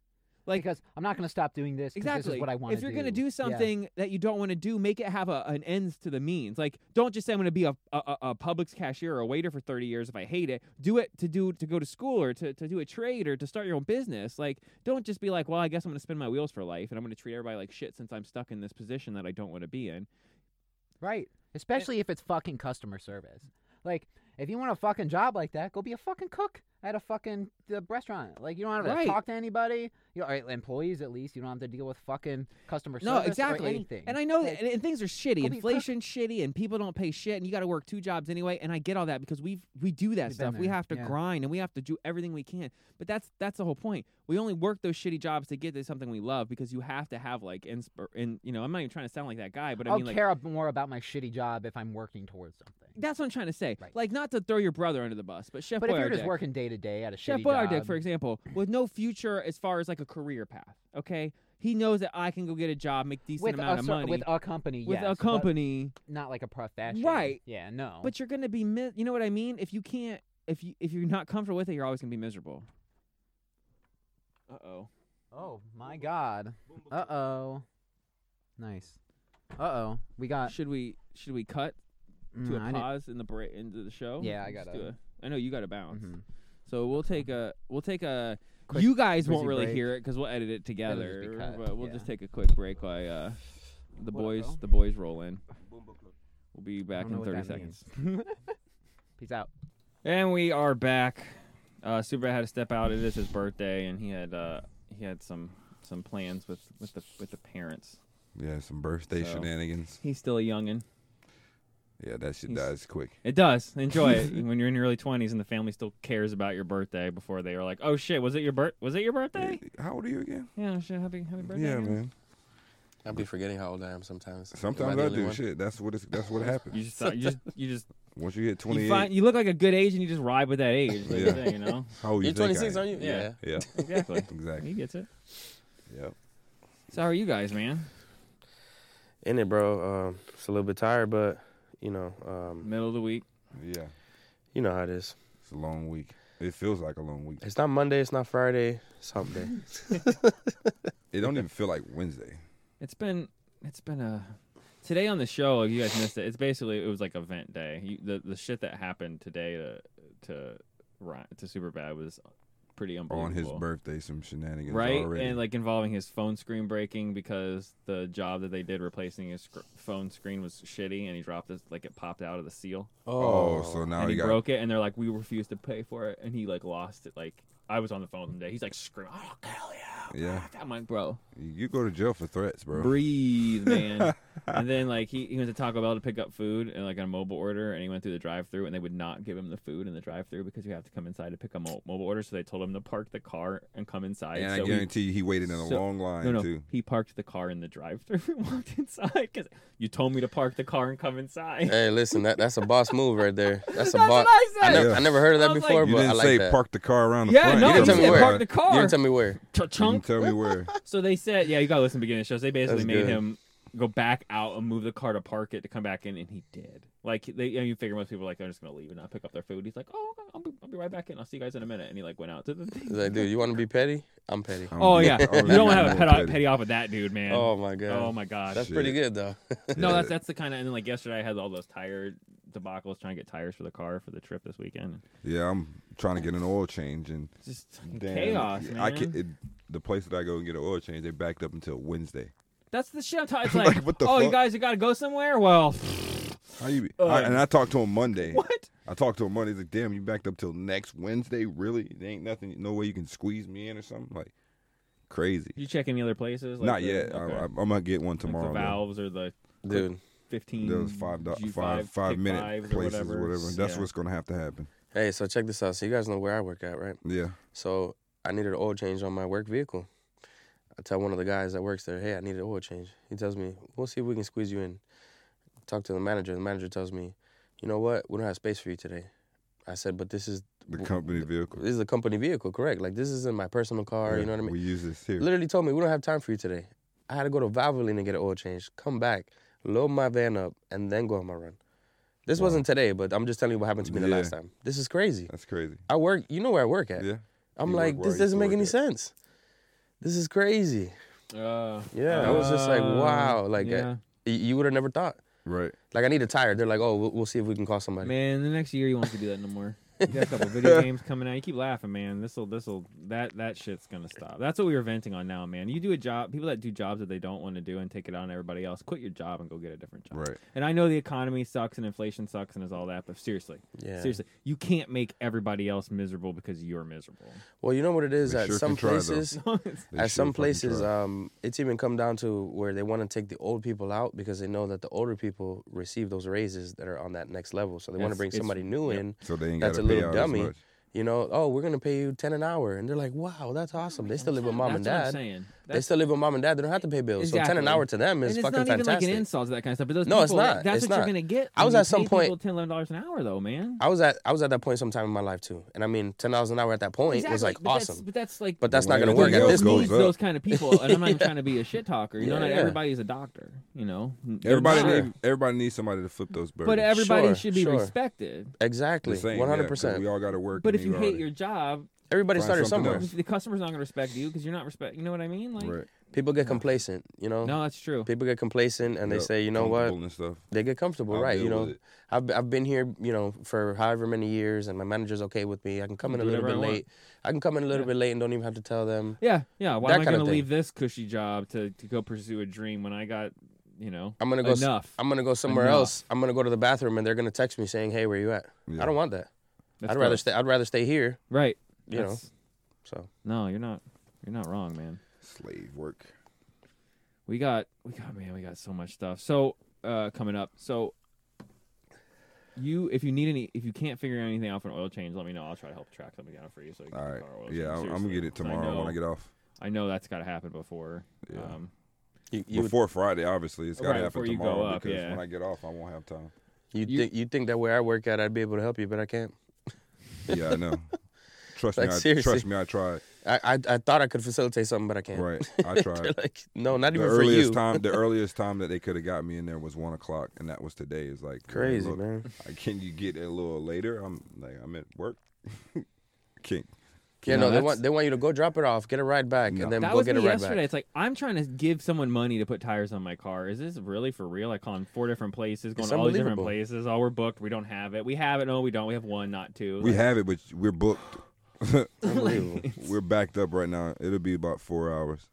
Speaker 4: Like
Speaker 2: because I'm not going to stop doing this. 'cause
Speaker 4: Exactly.
Speaker 2: This is what I want to do.
Speaker 4: If you're gonna do
Speaker 2: Yeah.
Speaker 4: something that you don't want to do, make it have a, an ends to the means. Like, don't just say I'm going to be a, a a- a Publix cashier or a waiter for 30 years if I hate it. Do it to do to go to school or to, to do a trade or to start your own business. Like, don't just be like, well, I guess I'm going to spin my wheels for life and I'm going to treat everybody like shit since I'm stuck in this position that I don't want to be in.
Speaker 2: Right.
Speaker 4: eh,
Speaker 2: Especially if it's fucking customer service. Like, if you want a fucking job like that, go be a fucking cook at a fucking uh, restaurant. Like, you don't have to
Speaker 4: Right.
Speaker 2: talk to anybody. You know, or employees at least. You don't have to deal with fucking customer
Speaker 4: No,
Speaker 2: service
Speaker 4: exactly.
Speaker 2: or anything.
Speaker 4: And I know
Speaker 2: Like,
Speaker 4: that, and, and things are
Speaker 2: go
Speaker 4: shitty.
Speaker 2: be a cook.
Speaker 4: Inflation's shitty, and people don't pay shit, and you got to work two jobs anyway. And I get all that because we have we do
Speaker 2: We've
Speaker 4: that
Speaker 2: been
Speaker 4: stuff. We
Speaker 2: there,
Speaker 4: have to
Speaker 2: yeah.
Speaker 4: grind and we have to do everything we can. But that's that's the whole point. We only work those shitty jobs to get to something we love because you have to have like inspir- and you know I'm not even trying to sound like that guy, but I
Speaker 2: I'll
Speaker 4: mean like
Speaker 2: care ab- more about my shitty job if I'm working towards something.
Speaker 4: that's what I'm trying to say.
Speaker 2: Right.
Speaker 4: Like not to throw your brother under the bus, but Chef
Speaker 2: but if you're just
Speaker 4: Boyardee-
Speaker 2: working day to day at a
Speaker 4: Chef
Speaker 2: shitty
Speaker 4: Boyardee,
Speaker 2: job,
Speaker 4: for example, with no future as far as like a career path. Okay, he knows that I can go get a job, make decent
Speaker 2: with
Speaker 4: amount
Speaker 2: a,
Speaker 4: of
Speaker 2: cer-
Speaker 4: money
Speaker 2: with a company,
Speaker 4: with
Speaker 2: yes,
Speaker 4: a
Speaker 2: but
Speaker 4: company.
Speaker 2: not like a profession,
Speaker 4: Right.
Speaker 2: Yeah, no.
Speaker 4: But you're gonna be, mi- you know what I mean? If you can't, if you if you're not comfortable with it, you're always gonna be miserable. Uh oh.
Speaker 2: oh my god, uh oh, nice. Uh oh, we got.
Speaker 4: Should we should we cut to
Speaker 2: Mm, I
Speaker 4: a
Speaker 2: didn't-
Speaker 4: pause in the break into the show?
Speaker 2: Yeah, I
Speaker 4: Just
Speaker 2: gotta-
Speaker 4: do a- I know you got to bounce.
Speaker 2: Mhm.
Speaker 4: So we'll take a we'll take a.
Speaker 2: Quick
Speaker 4: you guys won't
Speaker 2: breezy
Speaker 4: really
Speaker 2: break.
Speaker 4: hear it because we'll edit it
Speaker 2: just be
Speaker 4: together.
Speaker 2: cut,
Speaker 4: But we'll just
Speaker 2: yeah.
Speaker 4: take a quick break while uh, the boys the boys roll in. We'll be back
Speaker 2: don't know
Speaker 4: in
Speaker 2: what that
Speaker 4: thirty seconds.
Speaker 2: means. Peace out.
Speaker 4: And we are back. Uh, Super had to step out. It is his birthday, and he had uh, he had some some plans with with the with the parents.
Speaker 1: Yeah, some birthday
Speaker 4: So.
Speaker 1: shenanigans.
Speaker 4: He's still a youngin.
Speaker 1: Yeah, that shit
Speaker 4: He's-
Speaker 1: dies quick.
Speaker 4: It does enjoy it when you're in your early twenties and the family still cares about your birthday before they are like, "Oh shit, was it your birth? Was it your birthday?
Speaker 1: How old are you again?
Speaker 4: Yeah, shit, happy happy birthday."
Speaker 1: yeah,
Speaker 4: again."
Speaker 1: man.
Speaker 3: I'll be forgetting how old I am sometimes. Am
Speaker 1: Sometimes
Speaker 3: the
Speaker 1: I
Speaker 3: only
Speaker 1: do
Speaker 3: one?
Speaker 1: shit. That's what it's, that's what
Speaker 4: You
Speaker 1: happens.
Speaker 4: just you just you just
Speaker 1: Once you hit
Speaker 4: you,
Speaker 1: 28,
Speaker 4: find, you look like a good age and you just ride with that age. Like
Speaker 1: Yeah.
Speaker 4: yeah. you know
Speaker 1: how old you
Speaker 3: You're
Speaker 1: think I
Speaker 3: 26,
Speaker 1: am.
Speaker 3: aren't you?
Speaker 4: Yeah.
Speaker 1: Yeah,
Speaker 4: exactly. he
Speaker 1: exactly.
Speaker 4: gets it.
Speaker 1: Yeah.
Speaker 4: So how are you guys, man?
Speaker 3: In it, bro. Um, it's a little bit tired, but you know, um,
Speaker 4: Middle of the week.
Speaker 1: Yeah.
Speaker 3: you know how it is.
Speaker 1: It's a long week. It feels like a long week.
Speaker 3: It's not Monday. It's not Friday. It's hump day.
Speaker 1: It don't even feel like Wednesday.
Speaker 4: It's been it's been a today on the show. Like you guys missed it. It's basically it was like a vent day. You, the the shit that happened today to to Ry- to Superbad was pretty unbelievable.
Speaker 1: On his birthday, some shenanigans
Speaker 4: right?
Speaker 1: already.
Speaker 4: And like involving his phone screen breaking because the job that they did replacing his sc- phone screen was shitty, and he dropped it like it popped out of the seal,
Speaker 1: oh, so now
Speaker 4: and
Speaker 1: you
Speaker 4: he
Speaker 1: got
Speaker 4: broke it, and they're like, we refuse to pay for it, and he like lost it. Like I was on the phone with him today. He's like screaming, "I'll kill you!"
Speaker 1: yeah.
Speaker 4: I'm like, bro,
Speaker 1: You go to jail for threats, bro.
Speaker 4: Breathe, man. and then like he, he went to Taco Bell to pick up food and like on a mobile order, and he went through the drive-through, and they would not give him the food in the drive-through because you have to come inside to pick a mo- mobile order. So they told him to park the car and come inside.
Speaker 1: and
Speaker 4: so
Speaker 1: I
Speaker 4: he-
Speaker 1: guarantee you, he waited in a
Speaker 4: so-
Speaker 1: long line
Speaker 4: no, no,
Speaker 1: too.
Speaker 4: he parked the car in the drive-through and walked inside because you told me to park the car and come inside.
Speaker 3: Hey, listen, that, that's a boss move right there. That's a
Speaker 4: That's
Speaker 3: boss.
Speaker 4: what I said.
Speaker 3: never,
Speaker 1: Yeah.
Speaker 3: I never heard of
Speaker 4: I
Speaker 3: that
Speaker 4: was like-
Speaker 3: before,
Speaker 4: You
Speaker 1: You
Speaker 3: but I
Speaker 1: didn't
Speaker 3: like
Speaker 1: say
Speaker 3: that.
Speaker 1: park the car around the
Speaker 4: Yeah,
Speaker 1: front.
Speaker 4: no,
Speaker 3: you didn't tell
Speaker 4: you
Speaker 3: me
Speaker 4: said
Speaker 3: where.
Speaker 4: park the car.
Speaker 3: You didn't tell me where.
Speaker 1: You
Speaker 4: Chunk.
Speaker 1: didn't tell me where.
Speaker 4: So they said, yeah, you gotta listen to the beginning of the show. So they basically
Speaker 3: That's
Speaker 4: made
Speaker 3: good.
Speaker 4: him go back out and move the car to park it to come back in, and he did. Like they, you, know, you figure most people are like they're just gonna leave and not pick up their food. He's like, oh, I'll be, I'll be right back in. I'll see you guys in a minute. And he like went out to the thing.
Speaker 3: He's like, dude, you want to be petty? I'm petty.
Speaker 1: I
Speaker 4: Oh
Speaker 1: need-
Speaker 4: yeah,
Speaker 1: I
Speaker 4: you
Speaker 1: need
Speaker 4: don't want to have a
Speaker 1: more
Speaker 4: pet off, petty off with that dude, man.
Speaker 3: Oh my god.
Speaker 4: Oh my god.
Speaker 3: That's pretty good though.
Speaker 4: no,
Speaker 1: Yeah.
Speaker 4: that's that's the kind of and then like yesterday I had all those tire debacles trying to get tires for the car for the trip this weekend.
Speaker 1: Yeah, I'm trying to get an oil change and
Speaker 4: It's Just
Speaker 1: damn,
Speaker 4: chaos, man.
Speaker 1: I can it, the place that I go and get an oil change, they backed up until Wednesday.
Speaker 4: That's the shit I'm talking. It's like,
Speaker 1: Like, what the
Speaker 4: oh, you
Speaker 1: fuck?
Speaker 4: guys, you gotta go somewhere. Well,
Speaker 1: How you? Be,
Speaker 4: Ugh.
Speaker 1: I- and I talked to him Monday.
Speaker 4: what?
Speaker 1: I talked to him Monday. He's like, "Damn, you backed up till next Wednesday? Really? There ain't nothing, no way you can squeeze me in or something like crazy."
Speaker 4: You check any other places? Like
Speaker 1: Not
Speaker 4: the-
Speaker 1: yet.
Speaker 4: okay.
Speaker 1: I, I, I'm gonna get one
Speaker 4: Like
Speaker 1: tomorrow.
Speaker 4: the
Speaker 1: though.
Speaker 4: valves or the
Speaker 3: Dude,
Speaker 4: fifteen.
Speaker 1: Those five, do-
Speaker 4: G5,
Speaker 1: five, five
Speaker 4: pick
Speaker 1: minute
Speaker 4: fives or
Speaker 1: places
Speaker 4: whatever.
Speaker 1: or whatever. That's
Speaker 4: Yeah.
Speaker 1: what's gonna have to happen.
Speaker 3: hey, so check this out. So you guys know where I work at, right?
Speaker 1: Yeah.
Speaker 3: So I needed an oil change on my work vehicle. I tell one of the guys that works there, hey, I need an oil change. He tells me, we'll see if we can squeeze you in. Talk to the manager. The manager tells me, you know what? We don't have space for you today. I said, but this is
Speaker 1: The company vehicle.
Speaker 3: this is a company vehicle, correct? Like this isn't my personal car.
Speaker 1: Yeah,
Speaker 3: You know what I mean?
Speaker 1: We use this here.
Speaker 3: Literally told me we don't have time for you today. I had to go to Valvoline and get an oil change. Come back, load my van up, and then go on my run. This wasn't today, but I'm just telling you what happened to me the
Speaker 1: Yeah.
Speaker 3: last time. This is crazy.
Speaker 1: That's crazy.
Speaker 3: I work. You know where I work at.
Speaker 1: Yeah.
Speaker 3: I'm
Speaker 1: You work
Speaker 3: like,
Speaker 1: where I
Speaker 3: this
Speaker 1: used to
Speaker 3: doesn't make
Speaker 1: work
Speaker 3: any
Speaker 1: at.
Speaker 3: sense. This is crazy.
Speaker 4: Uh,
Speaker 3: Yeah, I was just like, wow, like, uh,
Speaker 4: yeah.
Speaker 3: Y- You would have never thought.
Speaker 1: Right.
Speaker 3: Like I need a tire. They're like, oh, we'll, we'll see if we can call somebody.
Speaker 4: man, the next year you won't have to do that no more. You got a couple video games coming out. You keep laughing, man. This'll, this'll, that, that shit's gonna stop. That's what we were venting on now, man. You do a job. People that do jobs that they don't want to do and take it on everybody else, quit your job and go get a different job.
Speaker 1: Right.
Speaker 4: And I know the economy sucks and inflation sucks and is all that, but seriously,
Speaker 3: Yeah.
Speaker 4: seriously, you can't make everybody else miserable because you're miserable.
Speaker 3: Well, you know what it is
Speaker 1: They
Speaker 3: at
Speaker 1: sure
Speaker 3: some
Speaker 1: can try, though.
Speaker 3: places.
Speaker 1: They sure
Speaker 3: At some
Speaker 1: fucking
Speaker 3: places,
Speaker 1: try.
Speaker 3: um, it's even come down to where they want to take the old people out because they know that the older people receive those raises that are on that next level. So they want to
Speaker 4: Yes,
Speaker 3: bring
Speaker 4: it's-
Speaker 3: somebody new
Speaker 4: yep.
Speaker 3: in.
Speaker 1: so they ain't
Speaker 3: that's
Speaker 1: gotta
Speaker 3: a
Speaker 1: pay
Speaker 3: little
Speaker 1: out
Speaker 3: dummy.
Speaker 1: as much.
Speaker 3: You know, oh, we're gonna pay you ten an hour, and they're like, wow, that's awesome. They still live with mom
Speaker 4: Oh That's
Speaker 3: and
Speaker 4: what I'm
Speaker 3: dad.
Speaker 4: saying.
Speaker 3: They
Speaker 4: That's-
Speaker 3: still live with mom and dad. They don't have to pay bills. So ten an
Speaker 4: Exactly.
Speaker 3: hour to them is
Speaker 4: and it's
Speaker 3: fucking
Speaker 4: not
Speaker 3: fantastic.
Speaker 4: even like an insult to that kind of stuff. But those
Speaker 3: No, it's
Speaker 4: people, like,
Speaker 3: not. It's
Speaker 4: That's what
Speaker 3: not.
Speaker 4: you're gonna get.
Speaker 3: I
Speaker 4: when
Speaker 3: was
Speaker 4: you
Speaker 3: at some
Speaker 4: pay
Speaker 3: point-
Speaker 4: people ten, eleven dollars an hour, though, man.
Speaker 3: I was at I was at that point sometime in my life too, and I mean, ten dollars an hour at that point
Speaker 4: exactly.
Speaker 3: was like
Speaker 4: but
Speaker 3: awesome.
Speaker 4: That's, but that's like.
Speaker 3: but that's not
Speaker 1: Why
Speaker 3: gonna
Speaker 1: everything
Speaker 3: work at
Speaker 1: else
Speaker 3: this
Speaker 1: goes
Speaker 3: point.
Speaker 4: needs those kind of people, and I'm not even trying to be a shit talker. You know,
Speaker 3: Yeah,
Speaker 4: not
Speaker 3: yeah.
Speaker 4: everybody's a doctor. You know, They're
Speaker 1: Everybody,
Speaker 4: not.
Speaker 1: need, everybody needs somebody to flip those birds.
Speaker 4: but everybody
Speaker 3: Sure,
Speaker 4: should be
Speaker 3: sure.
Speaker 4: respected.
Speaker 3: Exactly, one hundred
Speaker 1: We
Speaker 3: percent.
Speaker 1: all gotta work.
Speaker 4: But
Speaker 1: and
Speaker 4: if
Speaker 1: we
Speaker 4: you
Speaker 1: all-
Speaker 4: hate your job,
Speaker 3: Everybody
Speaker 1: Find
Speaker 3: started
Speaker 1: something
Speaker 3: somewhere.
Speaker 1: else.
Speaker 4: the customer's not gonna respect you because you're not respect. You know what I mean? Like,
Speaker 1: right,
Speaker 3: People get complacent, you know.
Speaker 4: no, that's true.
Speaker 3: People get complacent and they
Speaker 1: Yep,
Speaker 3: say, you know
Speaker 1: comfortable
Speaker 3: what?
Speaker 1: and stuff.
Speaker 3: They get comfortable,
Speaker 1: I'll
Speaker 3: right?
Speaker 1: deal
Speaker 3: You
Speaker 1: with
Speaker 3: know,
Speaker 1: it.
Speaker 3: I've I've been here, you know, for however many years, and my manager's okay with me. I can come in a
Speaker 4: Do
Speaker 3: little bit
Speaker 4: whatever I want.
Speaker 3: late. I can come in a little bit late and don't even have to tell them.
Speaker 4: Yeah, yeah. Why
Speaker 3: That
Speaker 4: am I
Speaker 3: kinda
Speaker 4: gonna
Speaker 3: thing.
Speaker 4: leave this cushy job to to go pursue a dream when I got, you know,
Speaker 3: I'm gonna go. s-
Speaker 4: enough.
Speaker 3: I'm gonna go somewhere
Speaker 4: Enough.
Speaker 3: else. I'm gonna go to the bathroom, and they're gonna text me saying, "Hey, where you at?"
Speaker 1: Yeah.
Speaker 3: I don't want that.
Speaker 4: That's
Speaker 3: I'd rather
Speaker 4: gross.
Speaker 3: stay. I'd rather stay here.
Speaker 4: Right.
Speaker 3: You know.
Speaker 4: That's-
Speaker 3: So
Speaker 4: No, you're not. You're not wrong, man.
Speaker 1: Slave work.
Speaker 4: We got, we got, man, we got so much stuff. So, uh, coming up. So, you, if you need any, if you can't figure anything out for an oil change, let me know. I'll try to help track something down for you. So, you can
Speaker 1: All
Speaker 4: get a
Speaker 1: right.
Speaker 4: car oil
Speaker 1: Yeah, I'm,
Speaker 4: change.
Speaker 1: I'm gonna
Speaker 4: Seriously.
Speaker 1: get it
Speaker 4: 'Cause
Speaker 1: tomorrow
Speaker 4: know,
Speaker 1: when I get off.
Speaker 4: I know that's got to happen before.
Speaker 1: Yeah.
Speaker 4: Um,
Speaker 3: you you
Speaker 1: before Friday, obviously, it's gotta
Speaker 4: Right,
Speaker 1: happen
Speaker 4: before you go
Speaker 1: tomorrow
Speaker 4: up,
Speaker 1: because
Speaker 4: yeah.
Speaker 1: when I get off, I won't have time.
Speaker 3: you,
Speaker 4: you-
Speaker 3: think you think that where I work at, I'd be able to help you, but I can't.
Speaker 1: Yeah, I know. Trust
Speaker 3: Like,
Speaker 1: me, I,
Speaker 3: seriously.
Speaker 1: trust me, I tried.
Speaker 3: I I, I thought I could facilitate something, but I can't.
Speaker 1: Right, I tried.
Speaker 3: They're like, no, not
Speaker 1: the
Speaker 3: even for you.
Speaker 1: earliest time, the earliest time that they could have got me in there was one o'clock, and that was today. It's like "Hey,
Speaker 3: Crazy
Speaker 1: look,
Speaker 3: man.
Speaker 1: I- Can you get it a little later? I'm like, I'm at work. Can't.
Speaker 3: Yeah,
Speaker 4: No,
Speaker 3: no, they
Speaker 4: that's-
Speaker 3: want they want you to go drop it off, get a ride back,
Speaker 1: No.
Speaker 3: and then
Speaker 4: that
Speaker 3: go
Speaker 4: was
Speaker 3: get
Speaker 4: me
Speaker 3: a ride
Speaker 4: yesterday.
Speaker 3: back.
Speaker 4: It's like I'm trying to give someone money to put tires on my car. Is this really for real? I call in four different places, going
Speaker 3: It's
Speaker 4: to all these different
Speaker 3: unbelievable.
Speaker 4: places. Oh, we're booked. We don't have it. We have it. No, we don't. We have one, not two.
Speaker 1: We
Speaker 4: Like,
Speaker 1: have it, but we're booked.
Speaker 3: Unbelievable.
Speaker 1: We're backed up right now. It'll be about four hours.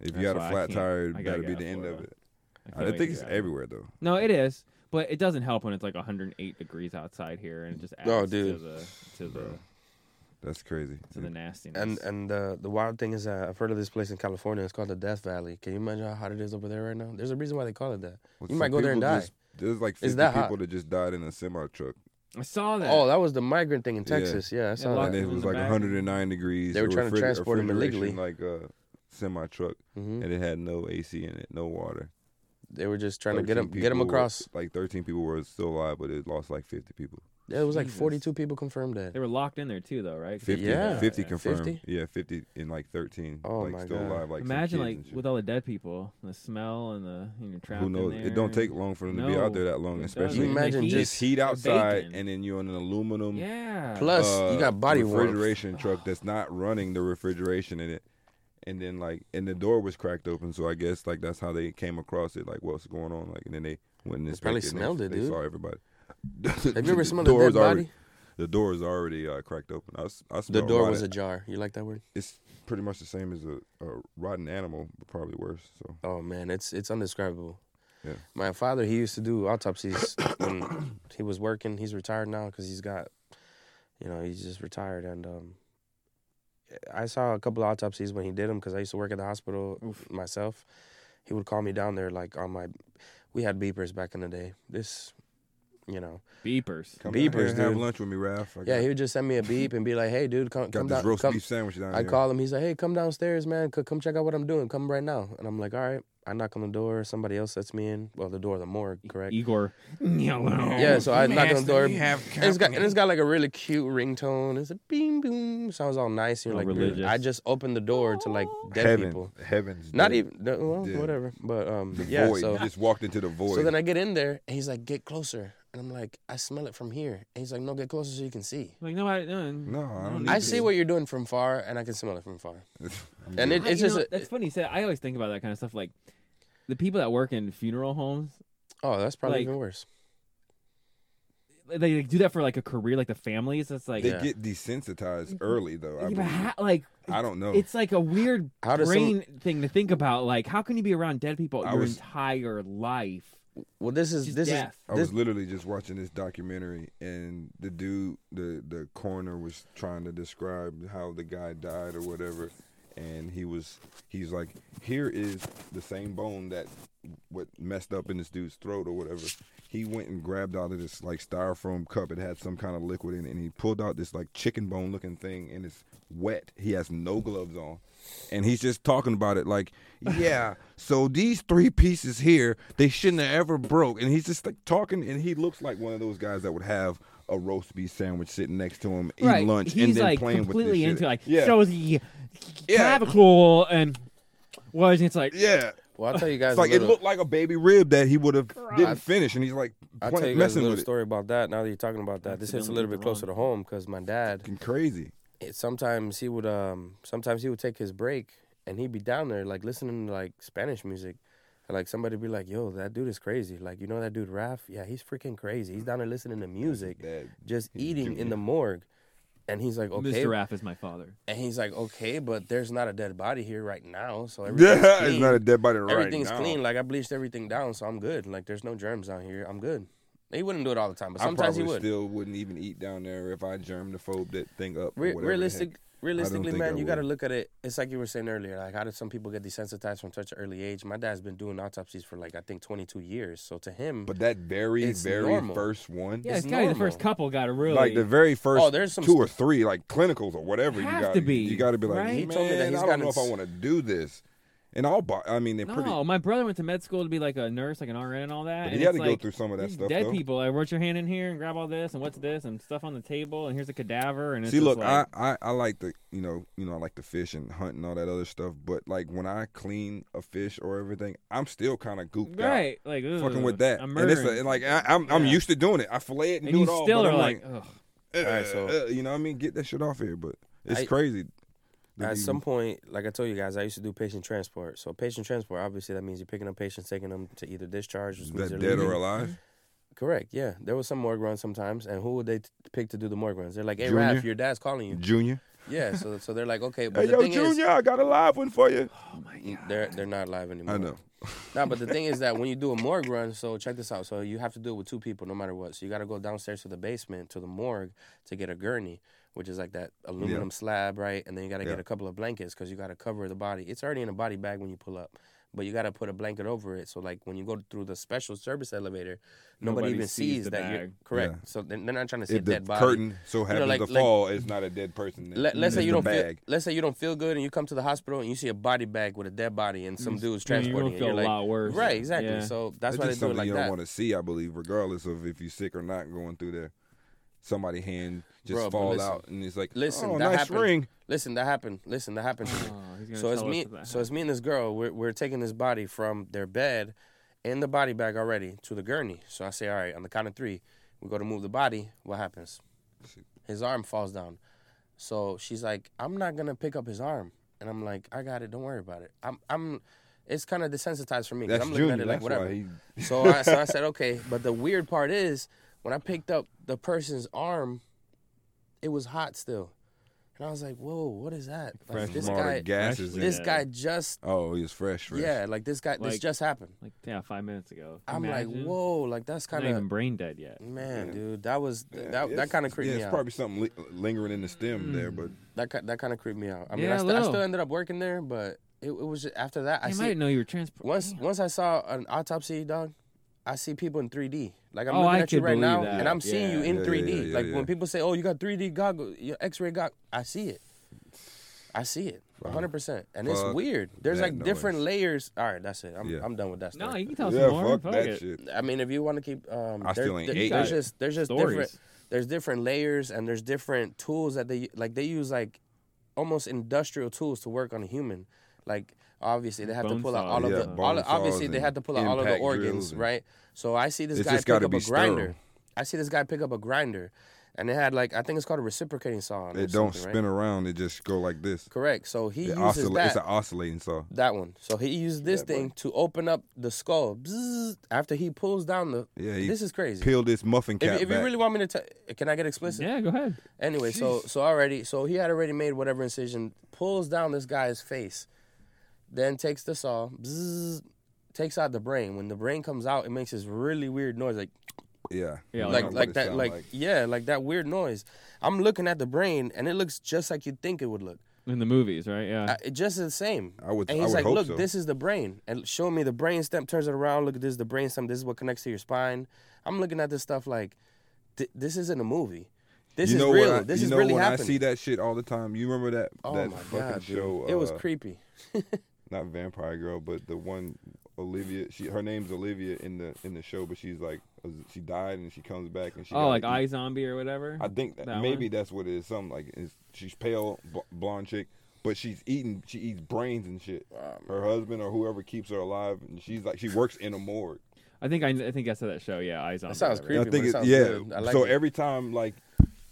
Speaker 1: If you
Speaker 4: That's
Speaker 1: got
Speaker 4: why
Speaker 1: a
Speaker 4: I
Speaker 1: flat
Speaker 4: can't-
Speaker 1: tire,
Speaker 4: I gotta
Speaker 1: that'll
Speaker 4: get
Speaker 1: be
Speaker 4: out
Speaker 1: the
Speaker 4: of
Speaker 1: end of
Speaker 4: Florida.
Speaker 1: it.
Speaker 4: I
Speaker 1: I,
Speaker 4: can't wait
Speaker 1: think
Speaker 4: to
Speaker 1: it's
Speaker 4: get out.
Speaker 1: everywhere though.
Speaker 4: No, it is, but
Speaker 1: Oh,
Speaker 4: it doesn't help when it's like 108 degrees outside here, and it just adds
Speaker 3: No, dude.
Speaker 4: to the to the
Speaker 1: That's crazy.
Speaker 4: to the nastiness.
Speaker 3: And and the the wild thing is that I've heard of this place in California. It's called the Death Valley. Can you imagine how hot it is over there right now? There's a reason why they call it that.
Speaker 1: Well,
Speaker 3: you might
Speaker 1: some
Speaker 3: go there and
Speaker 1: people
Speaker 3: die.
Speaker 1: just- there's like 50
Speaker 3: It's that
Speaker 1: people
Speaker 3: hot.
Speaker 1: that just died in a semi truck.
Speaker 4: I saw that.
Speaker 3: Oh, that was the migrant thing in
Speaker 1: Yeah.
Speaker 3: Texas. Yeah, I saw
Speaker 4: locked
Speaker 1: And
Speaker 3: that. Mm-hmm.
Speaker 1: it
Speaker 4: them in
Speaker 1: was
Speaker 4: the
Speaker 1: like
Speaker 4: back.
Speaker 1: 109 degrees.
Speaker 3: They were
Speaker 1: a
Speaker 3: trying to
Speaker 1: refrig-
Speaker 3: transport 'em
Speaker 1: refrigeration,
Speaker 3: illegally.
Speaker 1: Like a semi truck,
Speaker 3: hmm
Speaker 1: and it had no AC in it, no water.
Speaker 3: They were just trying to get
Speaker 1: 13
Speaker 3: them get them
Speaker 1: people were-
Speaker 3: across.
Speaker 1: like 13 people were still alive, but it lost like 50 people.
Speaker 3: There was like
Speaker 4: Jesus.
Speaker 3: 42 people confirmed that.
Speaker 4: They were locked in there too, though, right?
Speaker 1: 50,
Speaker 3: Yeah.
Speaker 1: 50 confirmed.
Speaker 3: 50?
Speaker 1: Yeah, 50 in like 13.
Speaker 3: Oh
Speaker 1: like
Speaker 3: my
Speaker 1: still
Speaker 3: God.
Speaker 1: alive. Like some
Speaker 4: Imagine
Speaker 1: kids and
Speaker 4: like
Speaker 1: shit.
Speaker 4: with all the dead people, the smell and the you know trapped
Speaker 1: Who
Speaker 4: in
Speaker 1: knows? It don't
Speaker 4: there.
Speaker 1: take long for them to be out there
Speaker 4: No,
Speaker 1: that long,
Speaker 4: it
Speaker 1: especially
Speaker 4: doesn't.
Speaker 3: You imagine
Speaker 4: The
Speaker 1: it's
Speaker 3: just-
Speaker 1: heat
Speaker 4: they're
Speaker 1: outside,
Speaker 4: baking.
Speaker 1: and then you're in an aluminum.
Speaker 4: yeah.
Speaker 3: Plus, you
Speaker 1: uh,
Speaker 3: got body warmth.
Speaker 1: refrigeration truck that's not running the refrigeration in it, and then like and the door was cracked open, so I guess like that's how they came across it. Like what's going on? Like and then they went and
Speaker 3: They
Speaker 1: inspected.
Speaker 3: probably
Speaker 1: and
Speaker 3: smelled
Speaker 1: they,
Speaker 3: it,
Speaker 1: they
Speaker 3: dude.
Speaker 1: Saw everybody.
Speaker 3: Have you ever smelled a
Speaker 1: door
Speaker 3: dead
Speaker 1: was already-
Speaker 3: body?
Speaker 1: The door is already uh, cracked open. I, s- I
Speaker 3: The
Speaker 1: smelled
Speaker 3: door
Speaker 1: rotted-
Speaker 3: was ajar. You like that word?
Speaker 1: It's pretty much the same as a, a rotten animal, but probably worse. So
Speaker 3: Oh man, it's it's undescribable.
Speaker 1: Yeah.
Speaker 3: My father, he used to do autopsies when he was working. He's retired now because he's got, you know, he's just retired. And um, I saw a couple of autopsies when he did them because I used to work at the hospital myself. He would call me down there like on my, we had beepers back in the day. This, you know,
Speaker 4: beepers.
Speaker 1: come down here
Speaker 3: Beepers,
Speaker 1: and have
Speaker 3: dude.
Speaker 1: lunch with me, Raph. I
Speaker 3: yeah,
Speaker 1: got,
Speaker 3: he would just send me a beep and be like, "Hey, dude, come
Speaker 1: got
Speaker 3: come
Speaker 1: this
Speaker 3: down."
Speaker 1: roast
Speaker 3: come-
Speaker 1: beef sandwich down
Speaker 3: I
Speaker 1: here.
Speaker 3: call him. He's like, "Hey, come downstairs, man. Co- Come check out what I'm doing. Come right now." And I'm like, "All right." I knock on the door. Somebody else lets me in. Well, the door of the morgue, correct?
Speaker 4: Igor.
Speaker 3: Yeah,
Speaker 4: Yeah.
Speaker 3: so I knock on the door. and it's got and it's got like a really cute ringtone. It's a beam boom. Sounds all nice. And you're
Speaker 4: All
Speaker 3: like, "Dude, I
Speaker 4: religious.
Speaker 3: just opened the door to like dead
Speaker 1: Heaven,
Speaker 3: people.
Speaker 1: heavens,
Speaker 3: Not
Speaker 1: dude.
Speaker 3: even no, well,
Speaker 1: Yeah.
Speaker 3: whatever. But um,
Speaker 1: the
Speaker 3: yeah.
Speaker 1: void.
Speaker 3: So
Speaker 1: you just walked into the void.
Speaker 3: so then I get in there and he's like, "Get closer." And I'm like, "I smell it from here." And he's like, "No, get closer so you can see."
Speaker 4: Like no, I no.
Speaker 1: No, I don't need
Speaker 3: I
Speaker 1: to.
Speaker 3: see what you're doing from far, and I can smell it from far. And it,
Speaker 4: I-
Speaker 3: it's
Speaker 4: you
Speaker 3: just
Speaker 4: know,
Speaker 3: a-
Speaker 4: that's funny. You said I always think about that kind of stuff. Like the people that work in funeral homes,
Speaker 3: oh, that's probably
Speaker 4: like,
Speaker 3: even worse.
Speaker 4: they, they do that for like a career. Like the families, it's like
Speaker 1: they
Speaker 3: Yeah.
Speaker 1: get desensitized early though. I,
Speaker 4: Yeah, but
Speaker 1: believe.
Speaker 4: how- like
Speaker 1: I don't know.
Speaker 4: it's like a weird
Speaker 3: How does some-
Speaker 4: brain thing to think about. Like how can you be around dead people
Speaker 1: I
Speaker 4: your
Speaker 1: was-
Speaker 4: entire life?
Speaker 3: Well, this is
Speaker 4: Just
Speaker 3: this
Speaker 4: death.
Speaker 1: I
Speaker 3: is this,
Speaker 1: was literally just watching this documentary, and the dude, the the coroner, was trying to describe how the guy died or whatever, and he was he's like, here is the same bone that what messed up in this dude's throat or whatever. He went and grabbed out of this like styrofoam cup. It had some kind of liquid in it, and he pulled out this like chicken bone looking thing, and it's wet. He has no gloves on, and he's just talking about it like, yeah. so these three pieces here, they shouldn't have ever broke. And he's just like talking, and he looks like one of those guys that would have a roast beef sandwich sitting next to him, eat
Speaker 4: right.
Speaker 1: lunch,
Speaker 4: He's
Speaker 1: and then
Speaker 4: like
Speaker 1: playing with this
Speaker 4: completely
Speaker 1: shit.
Speaker 4: into like
Speaker 1: yeah,
Speaker 4: so the
Speaker 1: Yeah.
Speaker 4: clavicle and was it's like
Speaker 1: yeah.
Speaker 3: well, I'll tell you guys.
Speaker 1: It's
Speaker 3: a
Speaker 1: like
Speaker 3: little,
Speaker 1: it looked like a baby rib that he would have didn't finish, and he's like
Speaker 3: I'll
Speaker 1: playing-
Speaker 3: tell you guys a
Speaker 1: messing
Speaker 3: little
Speaker 1: with it.
Speaker 3: story about that. Now that you're talking about that, this hits a
Speaker 4: Accidentally
Speaker 3: little
Speaker 4: did
Speaker 3: bit
Speaker 4: the
Speaker 3: closer to
Speaker 4: wrong.
Speaker 3: home because my dad.
Speaker 1: Fucking crazy.
Speaker 3: It, sometimes he would um sometimes he would take his break and he'd be down there like listening to like Spanish music. And like somebody would be like, "Yo, that dude is crazy." Like you know that dude Raph? Yeah, he's freaking crazy. He's down there listening to music,
Speaker 1: That-
Speaker 3: just
Speaker 1: he's
Speaker 3: eating in
Speaker 1: Junior.
Speaker 3: the morgue. And he's like, "Okay,
Speaker 4: Mr. Raff is my father.
Speaker 3: And he's like, okay, but there's not a dead body here right now, so everything's
Speaker 1: Yeah,
Speaker 3: clean.
Speaker 1: it's not a dead body right
Speaker 3: everything's
Speaker 1: now.
Speaker 3: clean. Like I bleached everything down, so I'm good. Like there's no germs down here. I'm good. He wouldn't do it all the time, but
Speaker 1: I
Speaker 3: sometimes
Speaker 1: probably
Speaker 3: he would.
Speaker 1: still wouldn't even eat down there if I germophobe that thing up. or
Speaker 3: Re-
Speaker 1: whatever the
Speaker 3: realistic,
Speaker 1: heck.
Speaker 3: realistically,
Speaker 1: think
Speaker 3: man,
Speaker 1: I
Speaker 3: you got to
Speaker 1: would.
Speaker 3: look at it. It's like you were saying earlier. Like how did some people get desensitized from such an early age? My dad's been doing autopsies for like I think 22 years, so to him,
Speaker 1: But that very,
Speaker 3: It's
Speaker 1: very
Speaker 3: normal.
Speaker 1: first one,
Speaker 4: Yeah,
Speaker 3: It's
Speaker 4: it's gotta be the
Speaker 3: normal.
Speaker 4: first couple got to really
Speaker 1: like the very first
Speaker 3: Oh, there's some
Speaker 1: two
Speaker 3: st-
Speaker 1: or three, like clinicals or whatever. you
Speaker 4: Have
Speaker 1: got
Speaker 4: to be,
Speaker 1: You got to be like,
Speaker 4: right?
Speaker 1: man,
Speaker 4: He
Speaker 3: told me that he's
Speaker 1: I don't
Speaker 3: gotten
Speaker 1: know if I
Speaker 3: s-
Speaker 1: want to do this. And I'll buy. I mean, they're
Speaker 4: no,
Speaker 1: pretty.
Speaker 4: my brother went to med school to be like a nurse, like an RN and all that.
Speaker 1: But
Speaker 4: and
Speaker 1: he had
Speaker 4: it's
Speaker 1: to go
Speaker 4: like,
Speaker 1: through some of that
Speaker 4: these
Speaker 1: stuff,
Speaker 4: Dead
Speaker 1: though.
Speaker 4: people, like, put your hand in here and grab all this and what's this and stuff on the table and here's a cadaver and it's
Speaker 1: See,
Speaker 4: just
Speaker 1: look,
Speaker 4: like,
Speaker 1: I, I I like the you know you know I like to fish and hunt and all that other stuff. But like when I clean a fish or everything, I'm still kind of gooped out.
Speaker 4: right, like
Speaker 1: fucking
Speaker 4: ugh,
Speaker 1: with that.
Speaker 4: I'm
Speaker 1: and it's a,
Speaker 4: murdering.
Speaker 1: like I, I'm I'm
Speaker 4: Yeah.
Speaker 1: used to doing it. I fillet it and,
Speaker 4: and
Speaker 1: do
Speaker 4: you
Speaker 1: it all.
Speaker 4: still
Speaker 1: but
Speaker 4: are
Speaker 1: I'm
Speaker 4: like, ugh.
Speaker 1: "Ugh,
Speaker 3: Alright, so-
Speaker 1: uh," you know, what I mean, get that shit off here. But it's
Speaker 3: I-
Speaker 1: crazy. that
Speaker 3: At
Speaker 1: you-
Speaker 3: some point, like I told you guys, I used to do patient transport. So patient transport, obviously, that means you're picking up patients, taking them to either discharge, which means
Speaker 1: that
Speaker 3: they're
Speaker 1: dead or
Speaker 3: leaving.
Speaker 1: alive,
Speaker 3: Correct. Yeah, there was some morgue runs sometimes, and who would they t- pick to do the morgue runs? They're like, "Hey,
Speaker 1: Junior?
Speaker 3: Raph, your dad's calling you."
Speaker 1: Junior.
Speaker 3: Yeah, so so they're like, "Okay, but
Speaker 1: Hey,
Speaker 3: the
Speaker 1: yo,
Speaker 3: thing
Speaker 1: Junior, I got a live one for you.
Speaker 3: is, they're they're not live anymore."
Speaker 1: I know.
Speaker 3: No, but the thing is that when you do a morgue run, so check this out. So you have to do it with two people, no matter what. So you got to go downstairs to the basement to the morgue to get a gurney. which is like that aluminum slab, right? And then you got to get
Speaker 1: Yeah.
Speaker 3: a couple of blankets because you got to cover the body. It's already in a body bag when you pull up, but you got to put a blanket over it. So like when you go through the special service elevator, nobody,
Speaker 4: Nobody
Speaker 3: even
Speaker 4: sees
Speaker 3: sees,
Speaker 4: the
Speaker 3: that you're
Speaker 4: bag.
Speaker 3: correct.
Speaker 1: Yeah.
Speaker 3: So then they're not trying to see a
Speaker 1: If the
Speaker 3: dead body.
Speaker 1: curtain so
Speaker 3: know,
Speaker 1: happens
Speaker 3: like-
Speaker 1: to
Speaker 3: like-
Speaker 1: fall, it's not a dead person.
Speaker 3: Let, let's
Speaker 1: it's
Speaker 3: say you
Speaker 1: the
Speaker 3: don't feel.
Speaker 1: bag.
Speaker 3: Let's say you don't feel good, and you come to the hospital and you see a body bag with a dead body and some dude's
Speaker 4: Yeah, you're
Speaker 3: transporting
Speaker 4: gonna
Speaker 3: it.
Speaker 4: feel
Speaker 3: You're
Speaker 4: a
Speaker 3: like,
Speaker 4: lot worse.
Speaker 3: Right, exactly.
Speaker 4: Yeah.
Speaker 3: So that's
Speaker 1: It's
Speaker 3: why they
Speaker 1: just
Speaker 3: do it
Speaker 1: something
Speaker 3: like
Speaker 1: you don't
Speaker 3: that.
Speaker 1: want to see, I believe, regardless of if you're sick or not going through there. Somebody hand just
Speaker 3: Bruh, but
Speaker 1: fall
Speaker 3: listen.
Speaker 1: out, and it's like,
Speaker 3: Listen,
Speaker 1: oh,
Speaker 3: that
Speaker 1: nice
Speaker 3: happened.
Speaker 1: ring.
Speaker 3: Listen, that happened. Listen, that happened. to me.
Speaker 4: Oh, he's gonna
Speaker 3: so it's
Speaker 4: tell us
Speaker 3: me.
Speaker 4: that that
Speaker 3: So it's me and this girl. We're we're taking this body from their bed, in the body bag already to the gurney. So I say, all right, on the count of three, we go to move the body. What happens? His arm falls down. So she's like, I'm not gonna pick up his arm, and I'm like, I got it. Don't worry about it. I'm I'm. It's kind of desensitized for me. 'cause
Speaker 1: That's
Speaker 3: I'm looking
Speaker 1: Junior.
Speaker 3: at it like
Speaker 1: That's
Speaker 3: whatever.
Speaker 1: why he.
Speaker 3: So I, so I said, okay. But the weird part is, when I picked up the person's arm, it was hot still. And I was like, whoa, what is that? Like,
Speaker 4: Fresh
Speaker 3: this
Speaker 1: from all the
Speaker 3: guy,
Speaker 1: gases in
Speaker 4: Actually,
Speaker 1: it.
Speaker 3: this
Speaker 4: Yeah.
Speaker 3: guy just,
Speaker 1: Oh, he was fresh, fresh.
Speaker 3: yeah, like this guy, this
Speaker 4: Like,
Speaker 3: just happened.
Speaker 4: like yeah, five minutes ago.
Speaker 3: I'm like,
Speaker 4: Imagine.
Speaker 3: whoa, Mm, like that's
Speaker 4: Not
Speaker 3: kind
Speaker 4: even
Speaker 3: of,
Speaker 4: brain dead yet.
Speaker 3: man,
Speaker 1: Yeah.
Speaker 3: dude, that was,
Speaker 1: Yeah,
Speaker 3: that,
Speaker 1: it's-
Speaker 3: that kind of creeped
Speaker 1: yeah,
Speaker 3: me
Speaker 1: it's
Speaker 3: out. Mm.
Speaker 1: probably something li- lingering in the stem there, but
Speaker 3: that, ki- that kind of creeped me out. I mean,
Speaker 4: Yeah,
Speaker 3: I,
Speaker 4: a
Speaker 3: st- I still
Speaker 4: little.
Speaker 3: ended up working there, but it, it was just, after that, I
Speaker 4: Damn, I,
Speaker 3: see,
Speaker 4: didn't know you were transported.
Speaker 3: once, once I saw an autopsy, dog, I see people in 3D. Like I'm
Speaker 4: Oh,
Speaker 3: looking
Speaker 4: I
Speaker 3: at you
Speaker 4: could
Speaker 3: right
Speaker 4: believe
Speaker 3: now,
Speaker 4: that.
Speaker 3: and I'm seeing you
Speaker 4: Yeah.
Speaker 3: in
Speaker 1: Yeah, yeah,
Speaker 3: 3D.
Speaker 1: yeah, yeah,
Speaker 3: like
Speaker 1: yeah.
Speaker 3: when people say, "Oh, you got 3D goggles, your X-ray gog," I see it. I see it, 100. percent And it's
Speaker 1: Fuck
Speaker 3: weird. There's
Speaker 1: that
Speaker 3: like different
Speaker 1: noise.
Speaker 3: layers. All right, that's it. I'm,
Speaker 1: Yeah.
Speaker 3: I'm done with that story.
Speaker 4: No, you can tell
Speaker 1: yeah,
Speaker 4: some more.
Speaker 1: fuck that
Speaker 4: it.
Speaker 1: shit.
Speaker 3: I mean, if you want to keep, um,
Speaker 1: I
Speaker 3: there-
Speaker 1: stigot ain't
Speaker 3: there-
Speaker 1: ate
Speaker 3: There's
Speaker 1: that.
Speaker 3: just there's just different
Speaker 4: Stories.
Speaker 3: there's different layers and there's different tools that they like. They use like almost industrial tools to work on a human. Like obviously they have to
Speaker 4: Bone
Speaker 3: pull out
Speaker 4: saws.
Speaker 3: all of
Speaker 1: Yeah,
Speaker 3: the
Speaker 1: bone
Speaker 3: all, obviously
Speaker 1: saws
Speaker 3: they
Speaker 1: and
Speaker 3: had to pull out all of the
Speaker 1: impact drills
Speaker 3: organs,
Speaker 1: and-
Speaker 3: right? So I see this
Speaker 1: It's
Speaker 3: guy
Speaker 1: just
Speaker 3: pick
Speaker 1: gotta
Speaker 3: up
Speaker 1: be
Speaker 3: a grinder.
Speaker 1: sterile.
Speaker 3: I see this guy pick up a grinder, and it had like I think it's called a reciprocating saw. on
Speaker 1: It
Speaker 3: or
Speaker 1: don't
Speaker 3: something, right?
Speaker 1: spin around. It just go like this.
Speaker 3: Correct. So he
Speaker 1: It
Speaker 3: uses
Speaker 1: oscilla-
Speaker 3: that.
Speaker 1: it's an oscillating saw.
Speaker 3: That one. So he used this thing to open up the skull. Bzzz. after he pulls down the.
Speaker 1: Yeah, he
Speaker 3: this is crazy.
Speaker 1: Peel this muffin cap
Speaker 3: if, if you
Speaker 1: back.
Speaker 3: really want me to, t- can I get explicit?
Speaker 4: Yeah, go ahead.
Speaker 3: Anyway, so so already, so he had already made whatever incision. Pulls down this guy's face, then takes the saw, bzzz, takes out the brain. When the brain comes out, it makes this really weird noise, like
Speaker 1: yeah,
Speaker 4: Yeah,
Speaker 1: I know
Speaker 4: like-
Speaker 3: like
Speaker 1: what
Speaker 3: like
Speaker 1: it
Speaker 3: that
Speaker 1: sound
Speaker 3: like, yeah like that weird noise. I'm looking at the brain, and it looks just like you'd think it would look.
Speaker 4: In the movies, right? Yeah.
Speaker 3: I, it just is the same.
Speaker 1: I would-
Speaker 3: And
Speaker 1: I
Speaker 3: he's
Speaker 1: would
Speaker 3: like,
Speaker 1: hope
Speaker 3: look,
Speaker 1: so."
Speaker 3: this is the brain, and show me the brain stem. Turns it around. Look at this, is the brain stem. This is what connects to your spine. I'm looking at this stuff like, th- this isn't a movie. This
Speaker 1: you
Speaker 3: is
Speaker 1: know
Speaker 3: real.
Speaker 1: When I,
Speaker 3: this
Speaker 1: you
Speaker 3: is
Speaker 1: know
Speaker 3: really
Speaker 1: when
Speaker 3: happening.
Speaker 1: I see that shit all the time. You remember that
Speaker 3: oh
Speaker 1: that
Speaker 3: my
Speaker 1: fucking
Speaker 3: god, dude.
Speaker 1: show?
Speaker 3: it was
Speaker 1: uh,
Speaker 3: creepy.
Speaker 1: not Vampire Girl, but the one Olivia. She her name's Olivia in the in the show, but she's like she died and she comes back and she.
Speaker 4: oh, like
Speaker 1: I.
Speaker 4: I Zombie or whatever.
Speaker 1: I think that,
Speaker 4: That
Speaker 1: maybe that's what it is. Something like it's, she's pale, bl- blonde chick, but she's eating. She eats brains and shit.
Speaker 3: Oh,
Speaker 1: her husband or whoever keeps her alive, and she's like she works in a morgue.
Speaker 4: I think I, I think I saw that show. Yeah, I Zombie.
Speaker 3: sounds
Speaker 4: or
Speaker 1: And
Speaker 4: whatever.
Speaker 1: I
Speaker 3: Creepy, but
Speaker 1: think
Speaker 3: it
Speaker 1: it,
Speaker 3: sounds
Speaker 1: yeah.
Speaker 3: good. I like
Speaker 1: so
Speaker 3: it.
Speaker 1: every time like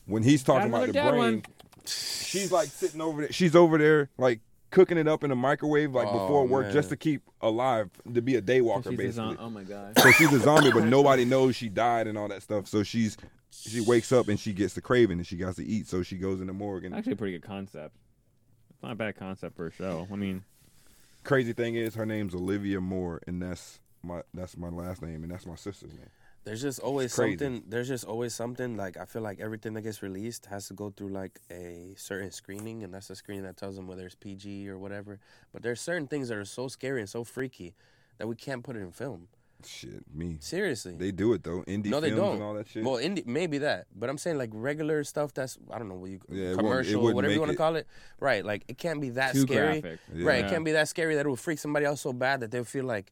Speaker 1: when he's talking
Speaker 4: Got
Speaker 1: about the
Speaker 4: another
Speaker 1: brain,
Speaker 4: dad one.
Speaker 1: she's like sitting over there. She's over there like cooking it up in the microwave like
Speaker 3: Oh,
Speaker 1: before work
Speaker 3: man.
Speaker 1: just to keep alive to be a day walker
Speaker 4: She's a
Speaker 1: basically.
Speaker 4: zom- oh my god.
Speaker 1: so she's a zombie, but nobody knows she died and all that stuff. So she's she wakes up and she gets the craving and she got to eat. So she goes in the morgue and
Speaker 4: Actually, a pretty good concept. It's not a bad concept for a show. I mean,
Speaker 1: crazy thing is her name's Olivia Moore, and that's my that's my last name, and that's my sister's name.
Speaker 3: There's just always
Speaker 1: crazy.
Speaker 3: something. There's just always something. Like I feel like everything that gets released has to go through like a certain screening, and that's the screening that tells them whether it's PG or whatever. But there's certain things that are so scary and so freaky that we can't put it in film.
Speaker 1: Shit, me.
Speaker 3: Seriously.
Speaker 1: They do it though. Indie
Speaker 3: no, they
Speaker 1: films
Speaker 3: don't.
Speaker 1: and all that shit.
Speaker 3: Well, indie, maybe that, but I'm saying like regular stuff. That's I don't know what you
Speaker 1: Yeah, it won't- it
Speaker 3: commercial,
Speaker 1: wouldn't
Speaker 3: whatever
Speaker 1: make
Speaker 3: you want to
Speaker 1: it-
Speaker 3: call it. Right, like it can't be that
Speaker 4: Too
Speaker 3: scary.
Speaker 4: graphic.
Speaker 3: Right,
Speaker 4: Yeah.
Speaker 3: it can't be that scary that it would freak somebody else so bad that they would feel like,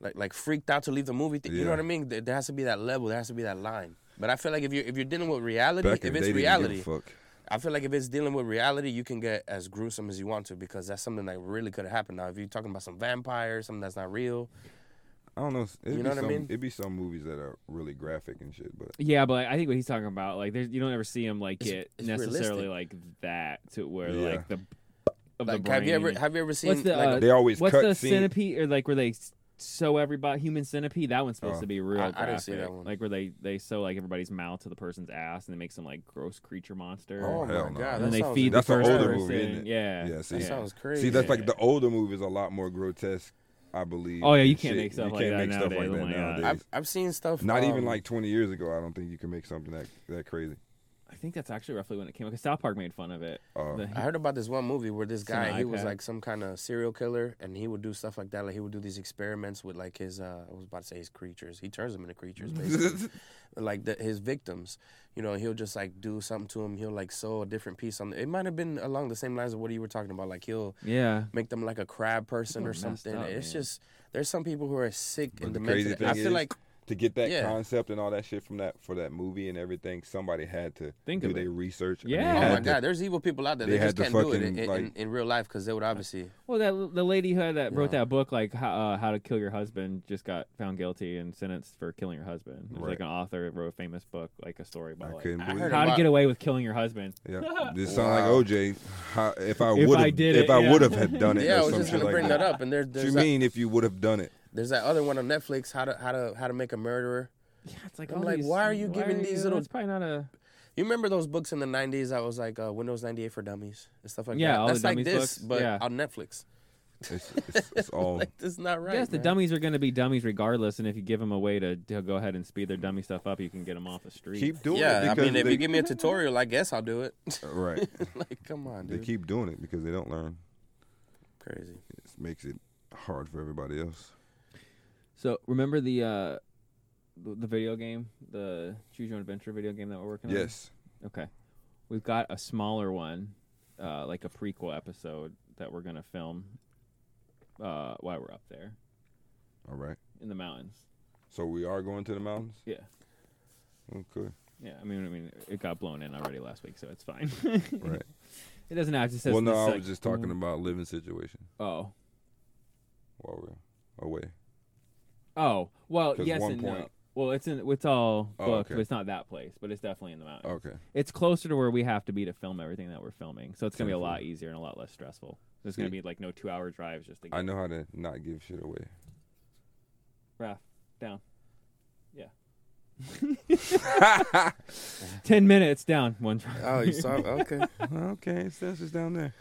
Speaker 3: like like freaked out to leave the movie. thea- You
Speaker 1: Yeah.
Speaker 3: know what I mean? There, there has to be that level. There has to be that line. But I feel like if you if you're dealing with reality,
Speaker 1: Back in
Speaker 3: if
Speaker 1: the
Speaker 3: it's
Speaker 1: day, they didn't give a
Speaker 3: reality,
Speaker 1: fuck.
Speaker 3: I feel like if it's dealing with reality, you can get as gruesome as you want to because that's something that really could have happened. Now, if you're talking about some vampire, something that's not real,
Speaker 1: I don't know. It'd
Speaker 3: You
Speaker 1: be
Speaker 3: know what I
Speaker 1: some,
Speaker 3: mean?
Speaker 1: It'd be some movies that are really graphic and shit, but
Speaker 4: Yeah, but I think what he's talking about, like, there's you don't ever see him like
Speaker 3: It's-
Speaker 4: get
Speaker 3: it's
Speaker 4: necessarily
Speaker 3: realistic.
Speaker 4: like that to where
Speaker 1: Yeah.
Speaker 4: like the of the
Speaker 3: like
Speaker 4: brain.
Speaker 3: have you ever have you ever seen
Speaker 4: What's the
Speaker 3: like a
Speaker 4: uh,
Speaker 1: They always
Speaker 4: what's
Speaker 1: cut
Speaker 4: the
Speaker 1: scene-
Speaker 4: centipede or like where they s- sew everybody human centipede? That one's supposed
Speaker 1: Oh.
Speaker 4: to be real.
Speaker 3: I- I
Speaker 4: graphic.
Speaker 3: didn't see that one.
Speaker 4: Like where they they sew like everybody's mouth to the person's ass and it makes them like gross creature monster.
Speaker 1: Oh,
Speaker 3: Oh, my
Speaker 1: hell
Speaker 3: god,
Speaker 1: no.
Speaker 3: that
Speaker 4: and then they
Speaker 3: sounds
Speaker 4: feed
Speaker 1: That's
Speaker 4: the
Speaker 1: an
Speaker 4: first
Speaker 1: older
Speaker 4: person.
Speaker 1: movie, isn't it?
Speaker 4: Yeah,
Speaker 1: Yeah, see.
Speaker 3: That sounds crazy.
Speaker 1: see, that's
Speaker 4: Yeah.
Speaker 1: like the older movies a lot more grotesque, I believe.
Speaker 4: Oh, yeah, you
Speaker 1: and
Speaker 4: can't
Speaker 1: shit.
Speaker 4: make stuff
Speaker 1: you
Speaker 4: like
Speaker 1: can't
Speaker 4: that
Speaker 1: make stuff
Speaker 4: nowadays.
Speaker 1: like
Speaker 4: Oh,
Speaker 1: that
Speaker 4: my God.
Speaker 1: nowadays.
Speaker 3: I've I've seen stuff.
Speaker 1: Not even
Speaker 3: um,
Speaker 1: like 20 years ago, I don't think you can make something that that crazy.
Speaker 4: I think that's actually roughly when it came out. Because South Park made fun of it.
Speaker 1: Oh.
Speaker 4: The-
Speaker 3: I heard about this one movie where this
Speaker 4: on
Speaker 3: guy
Speaker 4: an
Speaker 3: he was
Speaker 4: iPad.
Speaker 3: like some kind of serial killer and he would do stuff like that. Like he would do these experiments with like his uh, I was about to say his creatures. He turns them into creatures basically. like the, his victims, you know, he'll just like do something to him. He'll like sew a different piece on. It might have been along the same lines of what you were talking about. Like he'll
Speaker 4: yeah.
Speaker 3: make them like a crab person
Speaker 4: People
Speaker 3: or
Speaker 4: are messed
Speaker 3: something.
Speaker 4: up,
Speaker 3: it's
Speaker 4: man.
Speaker 3: just there's some people who are sick
Speaker 1: But
Speaker 3: and
Speaker 1: the
Speaker 3: demented.
Speaker 1: crazy thing
Speaker 3: I feel
Speaker 1: is-
Speaker 3: like
Speaker 1: to get that
Speaker 3: Yeah.
Speaker 1: concept and all that shit from that for that movie and everything, somebody had to
Speaker 4: Think
Speaker 1: do
Speaker 4: of
Speaker 1: their
Speaker 4: it.
Speaker 1: research. and
Speaker 4: Yeah.
Speaker 1: they
Speaker 3: oh
Speaker 1: had
Speaker 3: my
Speaker 1: to-
Speaker 3: god, there's evil people out there.
Speaker 1: they
Speaker 3: They, just
Speaker 1: had to
Speaker 3: can't do it in,
Speaker 1: fucking,
Speaker 3: in,
Speaker 1: like-
Speaker 3: in real life because they would obviously.
Speaker 4: Well, that the lady who had that wrote
Speaker 3: Yeah.
Speaker 4: that book, like how, uh, how to kill your husband, just got found guilty and sentenced for killing your husband. It's
Speaker 1: Right.
Speaker 4: like an author that wrote a famous book, like a story
Speaker 1: I
Speaker 4: about like,
Speaker 1: couldn't
Speaker 3: I
Speaker 1: believe
Speaker 3: heard
Speaker 1: it.
Speaker 4: how to
Speaker 3: about-
Speaker 4: get away with killing your husband.
Speaker 1: Yeah, this sound like
Speaker 3: Wow.
Speaker 1: OJ. How, if I
Speaker 4: If
Speaker 1: would
Speaker 4: I
Speaker 1: have,
Speaker 4: did
Speaker 1: if
Speaker 4: it,
Speaker 1: I
Speaker 4: yeah.
Speaker 1: would have had done it, or
Speaker 3: Yeah, I was
Speaker 1: some
Speaker 3: just
Speaker 1: shit
Speaker 3: gonna
Speaker 1: like
Speaker 3: bring
Speaker 1: that.
Speaker 3: that up. And there's
Speaker 1: What
Speaker 3: there's
Speaker 1: you
Speaker 3: that-
Speaker 1: mean if you would have done it?
Speaker 3: There's that other one on Netflix, how to how to how to make a murderer.
Speaker 4: Yeah, it's like
Speaker 3: I'm
Speaker 4: all
Speaker 3: like,
Speaker 4: these-
Speaker 3: why are you giving these little-
Speaker 4: It's probably not a.
Speaker 3: You remember those books in the '90s? I was like uh, Windows '98 for dummies and stuff like
Speaker 4: Yeah,
Speaker 3: that.
Speaker 4: all the
Speaker 3: That's like
Speaker 4: dummies
Speaker 3: this,
Speaker 4: books,
Speaker 3: but
Speaker 4: yeah.
Speaker 3: on Netflix.
Speaker 1: It's, it's, it's all.
Speaker 3: Like this is not right.
Speaker 4: yes, the
Speaker 3: man.
Speaker 4: dummies are going to be dummies regardless, and if you give them a way to, to go ahead and speed their dummy stuff up, you can get them off the street.
Speaker 1: Keep doing
Speaker 3: Yeah, I
Speaker 1: it because
Speaker 3: mean, if
Speaker 1: they,
Speaker 3: you give me a tutorial, I guess I'll do it.
Speaker 1: right,
Speaker 3: like, come on,
Speaker 1: they
Speaker 3: dude.
Speaker 1: keep doing it because they don't learn.
Speaker 3: Crazy.
Speaker 1: It makes it hard for everybody else.
Speaker 4: So remember the uh, the the video game, the choose your own adventure video game that we're working on.
Speaker 1: Yes,
Speaker 4: Okay. We've got a smaller one, uh, like a prequel episode that we're gonna film uh, while we're up there
Speaker 1: all right.
Speaker 4: in the mountains.
Speaker 1: So we are going to the mountains.
Speaker 4: Yeah.
Speaker 1: Okay,
Speaker 4: Yeah. I mean, I mean, it got blown in already last week, so it's fine.
Speaker 1: right.
Speaker 4: it doesn't have to. say
Speaker 1: well, no, I was just talking
Speaker 4: Mhm.
Speaker 1: about living situation
Speaker 4: Oh.
Speaker 1: while we're away.
Speaker 4: Oh. Well,
Speaker 1: 'Cause
Speaker 4: yes
Speaker 1: one
Speaker 4: and no.
Speaker 1: point-
Speaker 4: Well, it's in it's all
Speaker 1: Oh,
Speaker 4: booked,
Speaker 1: okay. Oh.
Speaker 4: but it's not that place. But it's definitely in the mountains.
Speaker 1: Okay,
Speaker 4: It's closer to where we have to be to film everything that we're filming, so it's gonna be a lot
Speaker 1: Definitely.
Speaker 4: easier and a lot less stressful. There's gonna
Speaker 1: See-
Speaker 4: be like no two-hour drives just to get
Speaker 1: I know how to not give shit away.
Speaker 4: Raph, down. Yeah. Ten minutes down. One try.
Speaker 3: Oh, you saw? Okay.
Speaker 4: Uh-huh.
Speaker 1: okay, Spencer's down there.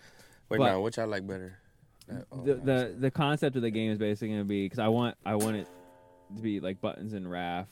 Speaker 3: Wait,
Speaker 4: But-
Speaker 3: now which I like better? That- oh,
Speaker 4: the
Speaker 3: no,
Speaker 4: the the concept of the game is basically gonna be because I want I want it to be like buttons and Raph,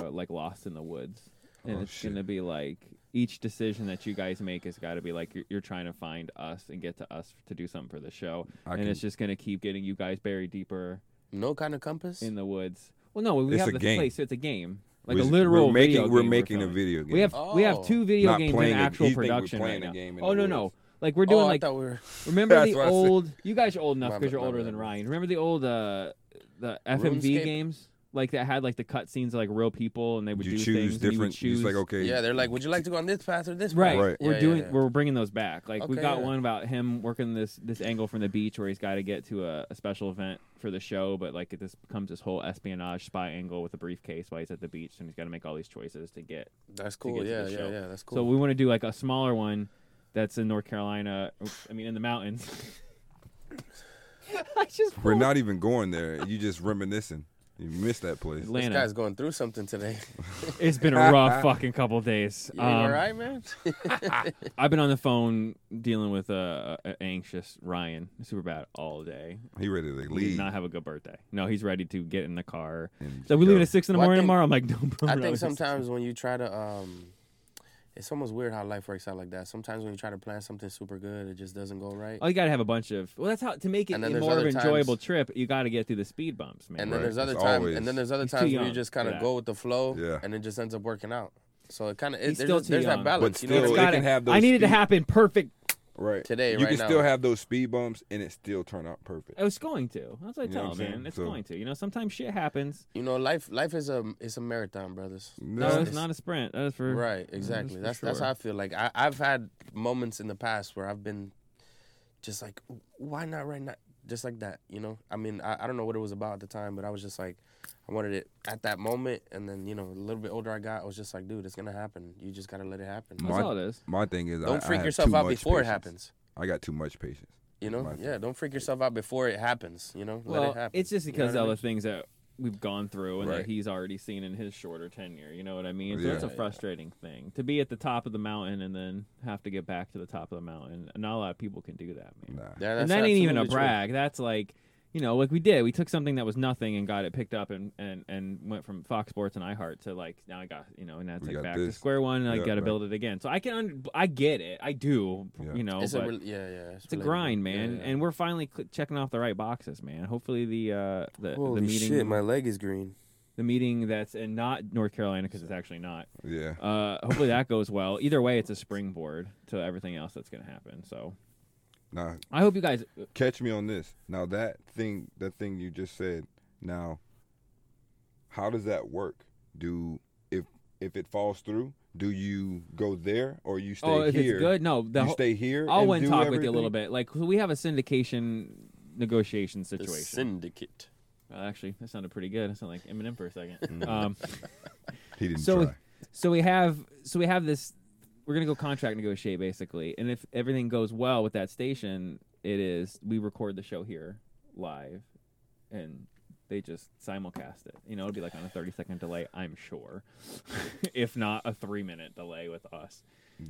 Speaker 4: uh, like lost in the woods, and
Speaker 1: Oh,
Speaker 4: it's
Speaker 1: shit.
Speaker 4: gonna be like each decision that you guys make has got to be like you're, you're trying to find us and get to us to do something for the show,
Speaker 1: I
Speaker 4: and
Speaker 1: can-
Speaker 4: it's just gonna keep getting you guys buried deeper
Speaker 3: no kind of compass.
Speaker 4: in the woods. Well, no, we
Speaker 1: It's
Speaker 4: have
Speaker 1: a
Speaker 4: the
Speaker 1: game.
Speaker 4: place, so it's a game, like
Speaker 1: We're
Speaker 4: a
Speaker 1: s-
Speaker 4: literal
Speaker 1: We're making
Speaker 4: video
Speaker 1: we're
Speaker 4: game
Speaker 1: making a
Speaker 4: filming.
Speaker 1: video game.
Speaker 4: We have we have
Speaker 3: Oh.
Speaker 4: two video
Speaker 1: Not
Speaker 4: games
Speaker 1: playing
Speaker 4: in
Speaker 1: a-
Speaker 4: actual
Speaker 1: you think we're
Speaker 4: production
Speaker 1: playing
Speaker 4: right
Speaker 1: a
Speaker 4: now.
Speaker 1: game in
Speaker 4: oh
Speaker 1: the
Speaker 4: no no,
Speaker 1: woods.
Speaker 4: like we're
Speaker 3: oh,
Speaker 4: doing like
Speaker 3: I thought we were
Speaker 4: remember
Speaker 1: That's
Speaker 4: the
Speaker 1: what I said.
Speaker 4: old you guys are old enough
Speaker 3: My
Speaker 4: because you're
Speaker 3: bad, my
Speaker 4: older
Speaker 3: bad,
Speaker 4: than
Speaker 3: my
Speaker 4: Ryan. Remember the old uh the FMV
Speaker 3: RuneScape?
Speaker 4: games like that had like the cutscenes of like real people and they would
Speaker 1: you
Speaker 4: do
Speaker 1: choose
Speaker 4: things. and you would
Speaker 1: different. It's like
Speaker 4: choose-
Speaker 1: okay,
Speaker 3: Yeah, they're like, would you like to go on this path or this?
Speaker 4: Right,
Speaker 3: path?
Speaker 1: Right.
Speaker 4: we're
Speaker 3: Yeah,
Speaker 4: doing
Speaker 3: yeah, yeah.
Speaker 4: we're bringing those back. Like we've
Speaker 3: Okay,
Speaker 4: got
Speaker 3: yeah.
Speaker 4: one about him working this this angle from the beach where he's got to get to a, a special event for the show, but like it just becomes this whole espionage spy angle with a briefcase while he's at the beach and he's got to make all these choices to get
Speaker 3: That's
Speaker 4: get
Speaker 3: cool.
Speaker 4: to
Speaker 3: Yeah,
Speaker 4: the
Speaker 3: yeah,
Speaker 4: show.
Speaker 3: yeah. That's
Speaker 4: So
Speaker 3: cool.
Speaker 4: we want to do like a smaller one that's in North Carolina. oops, I mean, in the mountains. I just
Speaker 1: we're not even going there. You just reminiscing. You missed that place.
Speaker 3: this
Speaker 4: Atlanta.
Speaker 3: guy's going through something today.
Speaker 4: It's been a rough fucking couple days.
Speaker 3: You
Speaker 4: Um,
Speaker 3: all right, man?
Speaker 4: I've been on the phone dealing with uh, uh, anxious Ryan, super bad all day.
Speaker 1: He ready to
Speaker 4: He did
Speaker 1: leave.
Speaker 4: not have a good birthday. No, he's ready to get in the car.
Speaker 1: And
Speaker 4: So we leave
Speaker 1: go.
Speaker 4: at six in the
Speaker 3: Well, I
Speaker 4: morning
Speaker 3: think-
Speaker 4: tomorrow. I'm like, no, bro.
Speaker 3: I
Speaker 4: no,
Speaker 3: think
Speaker 4: it's-
Speaker 3: sometimes when you try to, um, it's almost weird how life works out like that. Sometimes when you try to plan something super good, it just doesn't go right.
Speaker 4: Oh, you gotta have a bunch of. Well, that's how to make it
Speaker 3: And then
Speaker 4: a
Speaker 3: there's
Speaker 4: more of
Speaker 3: other
Speaker 4: an enjoyable
Speaker 3: times-
Speaker 4: trip. You gotta get through the speed bumps, man.
Speaker 3: and then
Speaker 1: Right,
Speaker 3: there's other
Speaker 1: it's
Speaker 3: times,
Speaker 1: always-
Speaker 3: and then there's other
Speaker 4: He's too
Speaker 3: times where you
Speaker 4: young
Speaker 3: just
Speaker 4: for
Speaker 3: kind of
Speaker 4: that.
Speaker 3: go with the flow,
Speaker 1: Yeah.
Speaker 3: and it just ends up working out. So it kind of
Speaker 4: He's
Speaker 3: there's,
Speaker 4: still
Speaker 3: just-
Speaker 4: too
Speaker 3: there's
Speaker 4: young.
Speaker 3: that balance.
Speaker 1: But
Speaker 3: you know
Speaker 1: still,
Speaker 3: what
Speaker 1: it
Speaker 3: I mean?
Speaker 1: can have those.
Speaker 4: I need it to
Speaker 1: speed-
Speaker 4: happen perfect.
Speaker 1: right
Speaker 3: today,
Speaker 1: You
Speaker 3: right
Speaker 1: can
Speaker 3: now.
Speaker 1: still have those speed bumps, and it still turn out perfect.
Speaker 4: It was going to. That's what I
Speaker 1: You know
Speaker 4: tell
Speaker 1: what I'm
Speaker 4: him, man.
Speaker 1: saying?
Speaker 4: It's
Speaker 1: So-
Speaker 4: going to. You know, sometimes shit happens.
Speaker 3: You know, life life is a it's a marathon, brothers.
Speaker 4: No,
Speaker 1: Yeah.
Speaker 4: it's not a sprint. That is for
Speaker 3: Right, exactly.
Speaker 4: for
Speaker 3: that's that's
Speaker 4: sure.
Speaker 3: how I feel. Like I, I've had moments in the past where I've been just like, why not right now? Just like that, you know. I mean, I, I don't know what it was about at the time, but I was just like, I wanted it at that moment, and then you know, a little bit older I got, I was just like, dude, it's gonna happen. You just gotta let it happen.
Speaker 4: That's all it is.
Speaker 1: My thing is, I-
Speaker 3: Don't
Speaker 1: I
Speaker 3: freak
Speaker 1: have
Speaker 3: yourself
Speaker 1: too
Speaker 3: out
Speaker 1: much
Speaker 3: before
Speaker 1: patience.
Speaker 3: it happens.
Speaker 1: I got too much patience.
Speaker 3: You know,
Speaker 1: My
Speaker 3: yeah. Don't freak yourself out before it happens. You know, let
Speaker 4: Well,
Speaker 3: it happen.
Speaker 4: it's just
Speaker 3: You know
Speaker 4: because
Speaker 3: what I
Speaker 4: of
Speaker 3: mean?
Speaker 4: the things that we've gone through and
Speaker 1: Right.
Speaker 4: that he's already seen in his shorter tenure. You know what I mean? So
Speaker 1: Yeah.
Speaker 4: it's a
Speaker 1: Yeah, yeah.
Speaker 4: frustrating thing to be at the top of the mountain and then have to get back to the top of the mountain. Not a lot of people can do that, man.
Speaker 1: Nah.
Speaker 3: Yeah,
Speaker 4: and
Speaker 3: that's
Speaker 4: that ain't even a
Speaker 3: absolutely true.
Speaker 4: brag. That's like. you know, like we did. We took something that was nothing and got it picked up and and and went from Fox Sports and iHeart to like now I got you know and that's
Speaker 1: We
Speaker 4: like
Speaker 1: got
Speaker 4: back to
Speaker 1: this.
Speaker 4: square one. and I
Speaker 1: Yeah,
Speaker 4: got to
Speaker 1: right.
Speaker 4: build it again. So I can un- I get it. I do.
Speaker 1: Yeah.
Speaker 4: You know,
Speaker 3: it's
Speaker 4: but
Speaker 3: a rel- yeah, yeah.
Speaker 4: it's a
Speaker 3: relatable.
Speaker 4: grind,
Speaker 3: Yeah,
Speaker 4: man.
Speaker 3: yeah.
Speaker 4: And we're uh, finally cl- checking off the right boxes, man. Hopefully the uh the,
Speaker 3: holy
Speaker 4: the meeting
Speaker 3: shit, my leg is green.
Speaker 4: the meeting that's in not North Carolina because it's actually not.
Speaker 1: Yeah.
Speaker 4: Uh, hopefully that goes well. Either way, it's a springboard to everything else that's gonna happen. So
Speaker 1: Nah.
Speaker 4: I hope you guys.
Speaker 1: Catch me on this. Now that thing, that thing you just said. Now, how does that work? Do if if it falls through, do you go there or you stay
Speaker 4: oh, if
Speaker 1: here?
Speaker 4: it's good, no, the
Speaker 1: you
Speaker 4: whole-
Speaker 1: stay here.
Speaker 4: I'll
Speaker 1: and
Speaker 4: went
Speaker 1: do
Speaker 4: talk with you a little
Speaker 1: everything?
Speaker 4: bit. Like we have a syndication negotiation
Speaker 3: The
Speaker 4: situation.
Speaker 3: syndicate.
Speaker 4: Uh, actually, that sounded pretty good. That sounded like Eminem for a second. um,
Speaker 1: He didn't
Speaker 4: So-
Speaker 1: try.
Speaker 4: so we have so we have this. We're gonna go contract negotiate basically, and if everything goes well with that station, it is we record the show here live, and they just simulcast it. You know, it'd be like on a thirty second delay, I'm sure, if not a three minute delay with us.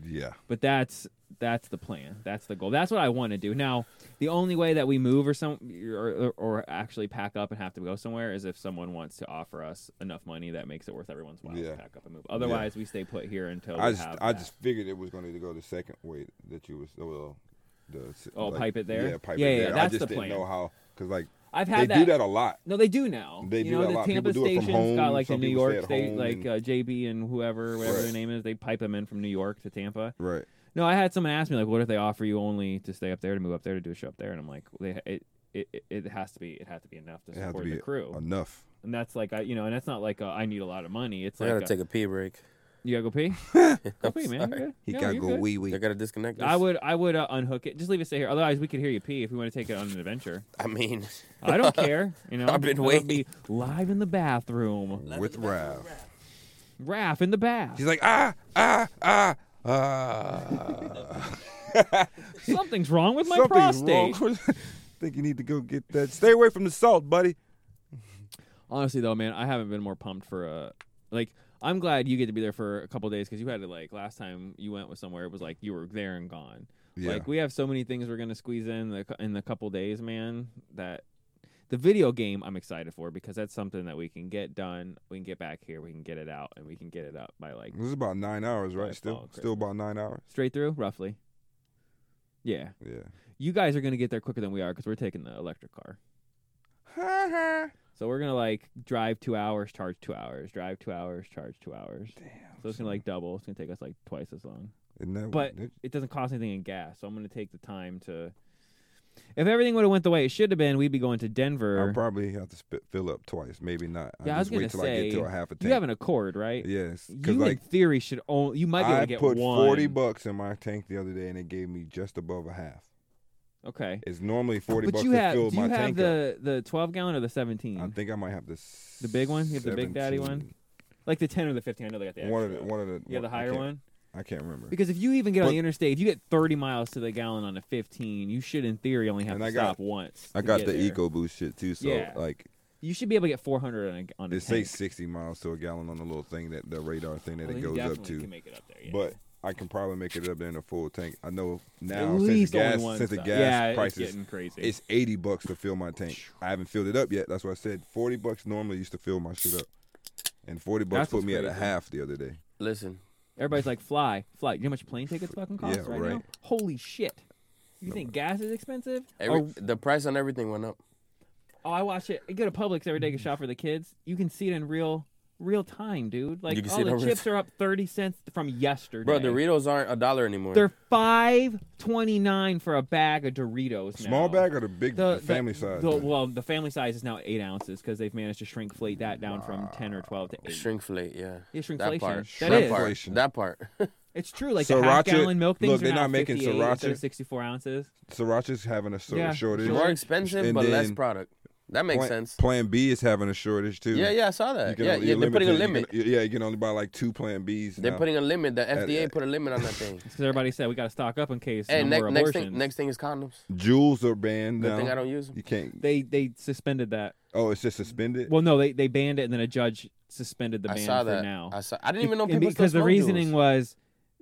Speaker 1: Yeah.
Speaker 4: But that's that's the plan. That's the goal. That's what I want to do. Now, the only way that we move or some or, or actually pack up and have to go somewhere is if someone wants to offer us enough money that makes it worth everyone's while
Speaker 1: Yeah.
Speaker 4: to pack up and move. Otherwise, we stay put here until
Speaker 1: I
Speaker 4: we
Speaker 1: just
Speaker 4: have
Speaker 1: I
Speaker 4: that.
Speaker 1: just figured it was going to go the second way that you was well, the
Speaker 4: Oh, pipe it there?
Speaker 1: Yeah, pipe
Speaker 4: Yeah,
Speaker 1: it
Speaker 4: yeah,
Speaker 1: there. I
Speaker 4: that's
Speaker 1: just
Speaker 4: the
Speaker 1: didn't
Speaker 4: plan.
Speaker 1: know how because like
Speaker 4: I've
Speaker 1: they
Speaker 4: had
Speaker 1: do that a lot.
Speaker 4: No, they do now.
Speaker 1: They
Speaker 4: you
Speaker 1: do
Speaker 4: know,
Speaker 1: that a
Speaker 4: the
Speaker 1: lot.
Speaker 4: Tampa
Speaker 1: People do it from
Speaker 4: station's
Speaker 1: home.
Speaker 4: got like
Speaker 1: Some
Speaker 4: the New
Speaker 1: people stay
Speaker 4: York
Speaker 1: at
Speaker 4: State,
Speaker 1: home
Speaker 4: like
Speaker 1: and-
Speaker 4: uh, JB and whoever, whatever
Speaker 1: Right.
Speaker 4: their name is, they pipe them in from New York to Tampa.
Speaker 1: Right.
Speaker 4: No, I had someone ask me like, "What if they offer you only to stay up there, to move up there, to do a show up there?" And I'm like, they, it, it, it- it has to be, it has to be enough to
Speaker 1: It had to
Speaker 4: support
Speaker 1: be
Speaker 4: the crew,
Speaker 1: enough.
Speaker 4: and that's like, I, you know, and that's not like uh, I need a lot of money. It's
Speaker 3: I
Speaker 4: like
Speaker 3: gotta
Speaker 4: uh,
Speaker 3: take a pee break.
Speaker 4: you gotta go pee, go
Speaker 3: I'm
Speaker 4: pee, man.
Speaker 3: sorry.
Speaker 4: You're good. No, you're good.
Speaker 1: wee
Speaker 3: I gotta disconnect. This.
Speaker 4: I would, I would uh, unhook it. Just leave it stay here. Otherwise, we could hear you pee if we want to take it on an adventure.
Speaker 3: I mean,
Speaker 4: I don't care. You know,
Speaker 3: I've been
Speaker 4: I'll
Speaker 3: waiting.
Speaker 4: Be live in the bathroom,
Speaker 1: with Rav.
Speaker 4: Raph in the bath.
Speaker 1: He's like ah ah ah ah.
Speaker 4: Something's wrong with my
Speaker 1: Something's
Speaker 4: prostate.
Speaker 1: wrong. with- Think you need to go get that. Stay away from the salt, buddy.
Speaker 4: Honestly, though, man, I haven't been more pumped for a like. I'm glad you get to be there for a couple days because you had to like last time you went with somewhere. It was like you were there and gone.
Speaker 1: Yeah.
Speaker 4: Like we have so many things we're gonna squeeze in the in the couple days, man. That the video game I'm excited for because that's something that we can get done. We can get back here. We can get it out, and we can get it up by like
Speaker 1: This is about nine hours, right?
Speaker 4: Yeah,
Speaker 1: Still,
Speaker 4: follow
Speaker 1: still about nine hours.
Speaker 4: straight through roughly. Yeah,
Speaker 1: Yeah.
Speaker 4: you guys are gonna get there quicker than we are because we're taking the electric car. So we're gonna like drive two hours, charge two hours, drive two hours, charge two hours. Damn. So it's gonna like double. It's gonna take us like twice as long.
Speaker 1: Isn't that-
Speaker 4: But
Speaker 1: that-
Speaker 4: it doesn't cost anything in gas, so I'm gonna take the time to. If everything would have went the way it should have been, we'd be going to Denver.
Speaker 1: I'll probably have to sp- fill up twice, maybe not.
Speaker 4: Yeah, I
Speaker 1: just
Speaker 4: was gonna
Speaker 1: wait till I get
Speaker 4: say,
Speaker 1: to a half a tank.
Speaker 4: you have an Accord, right?
Speaker 1: yes, because
Speaker 4: You in
Speaker 1: like
Speaker 4: theory should only. You might be able
Speaker 1: I
Speaker 4: to get
Speaker 1: put
Speaker 4: one.
Speaker 1: forty bucks in my tank the other day, and it gave me just above a half.
Speaker 4: Okay.
Speaker 1: It's normally forty
Speaker 4: but
Speaker 1: bucks
Speaker 4: you
Speaker 1: to
Speaker 4: have
Speaker 1: fill
Speaker 4: do
Speaker 1: my
Speaker 4: you have
Speaker 1: tank up.
Speaker 4: the the 12 gallon or the 17?
Speaker 1: I think I might have the s-
Speaker 4: The big one? You have the big daddy one? like the 10 or the 15. I know they got the
Speaker 1: 17. One of the
Speaker 4: extra.
Speaker 1: one of the
Speaker 4: yeah, the
Speaker 1: I
Speaker 4: higher
Speaker 1: can't-
Speaker 4: one.
Speaker 1: I can't remember.
Speaker 4: Because if you even get on
Speaker 1: But-
Speaker 4: the interstate, if you get 30 miles to the gallon on a 15, you should, in theory, only have
Speaker 1: And
Speaker 4: to
Speaker 1: I got-
Speaker 4: stop once.
Speaker 1: I
Speaker 4: to
Speaker 1: got
Speaker 4: get
Speaker 1: the
Speaker 4: there.
Speaker 1: EcoBoost shit too, so
Speaker 4: Yeah.
Speaker 1: like
Speaker 4: You should be able to get 400 on a, on a
Speaker 1: it
Speaker 4: tank.
Speaker 1: says sixty miles to a gallon on the little thing that the radar thing that
Speaker 4: Well,
Speaker 1: it
Speaker 4: then
Speaker 1: goes
Speaker 4: you
Speaker 1: up
Speaker 4: definitely
Speaker 1: to.
Speaker 4: Can make it up there, yeah.
Speaker 1: But I can probably make it up there in a full tank. I know
Speaker 4: at
Speaker 1: now since
Speaker 4: least
Speaker 1: the gas
Speaker 4: only one
Speaker 1: since the
Speaker 4: stop.
Speaker 1: gas
Speaker 4: yeah,
Speaker 1: prices
Speaker 4: it's getting crazy.
Speaker 1: It's eighty bucks to fill my tank. I haven't filled it up yet. That's why I said forty bucks normally used to fill my shit up, and forty bucks
Speaker 4: That's
Speaker 1: put
Speaker 4: what's
Speaker 1: me at a
Speaker 4: crazy.
Speaker 1: half the other day.
Speaker 3: listen.
Speaker 4: Everybody's like, fly, fly. You know how much plane tickets fucking cost
Speaker 1: Yeah,
Speaker 4: right, now?
Speaker 1: right.
Speaker 4: Holy shit. You think gas is expensive?
Speaker 3: Every,
Speaker 4: oh,
Speaker 3: The price on everything went up.
Speaker 4: oh, I watch it. I go to Publix every day to shop for the kids. You can see it in real real time, dude. Like,
Speaker 3: You can see
Speaker 4: all
Speaker 3: it
Speaker 4: the
Speaker 3: over-
Speaker 4: chips are up 30 cents from yesterday.
Speaker 3: Bro, Doritos aren't a dollar anymore.
Speaker 4: They're five twenty nine for a bag of Doritos. now.
Speaker 1: Small bag or the big the, family size?
Speaker 4: the-
Speaker 1: man?
Speaker 4: well, the family size is now eight ounces because they've managed to shrinkflate that down from ten or twelve to eight.
Speaker 3: shrinkflate, yeah.
Speaker 4: Yeah,
Speaker 3: That
Speaker 4: shrinkflation.
Speaker 3: part.
Speaker 4: That
Speaker 3: that
Speaker 4: is.
Speaker 3: part.
Speaker 1: Shrinkflation.
Speaker 3: That part.
Speaker 4: It's true. Like the half
Speaker 1: Sriracha-
Speaker 4: gallon milk things
Speaker 1: look,
Speaker 4: are
Speaker 1: they're
Speaker 4: now
Speaker 1: not making
Speaker 4: 58 instead of
Speaker 1: sriracha.
Speaker 4: sixty four ounces.
Speaker 1: Sriracha's having a sort
Speaker 4: Yeah,
Speaker 1: of shortage.
Speaker 4: sure.
Speaker 3: More expensive,
Speaker 1: And
Speaker 3: but less
Speaker 1: then
Speaker 3: product. That makes
Speaker 1: Plan,
Speaker 3: sense.
Speaker 1: plan B is having a shortage too.
Speaker 3: Yeah, yeah, I saw
Speaker 1: You
Speaker 3: that.
Speaker 1: can
Speaker 3: Yeah,
Speaker 1: only-
Speaker 3: yeah
Speaker 1: you're
Speaker 3: they're putting a
Speaker 1: limited. You
Speaker 3: limit.
Speaker 1: can- yeah, you can only buy like two Plan Bs.
Speaker 3: They're
Speaker 1: now.
Speaker 3: putting a limit. The FDA
Speaker 1: at-
Speaker 3: put a limit on that thing.
Speaker 4: Because everybody said we got to stock up in case
Speaker 3: Hey,
Speaker 4: no
Speaker 3: next,
Speaker 4: more
Speaker 3: next
Speaker 4: abortions.
Speaker 3: thing, next thing is condoms.
Speaker 1: Jewels are banned
Speaker 3: Good
Speaker 1: now.
Speaker 3: thing I don't use them.
Speaker 1: You can't.
Speaker 4: they they suspended that.
Speaker 1: Oh, it's just suspended.
Speaker 4: Well, no, they they banned it and then a judge suspended the
Speaker 3: I
Speaker 4: ban
Speaker 3: saw
Speaker 4: for
Speaker 3: that.
Speaker 4: now.
Speaker 3: I saw. I didn't even know
Speaker 4: And
Speaker 3: people
Speaker 4: because
Speaker 3: still smoke
Speaker 4: the reasoning
Speaker 3: jewels.
Speaker 4: was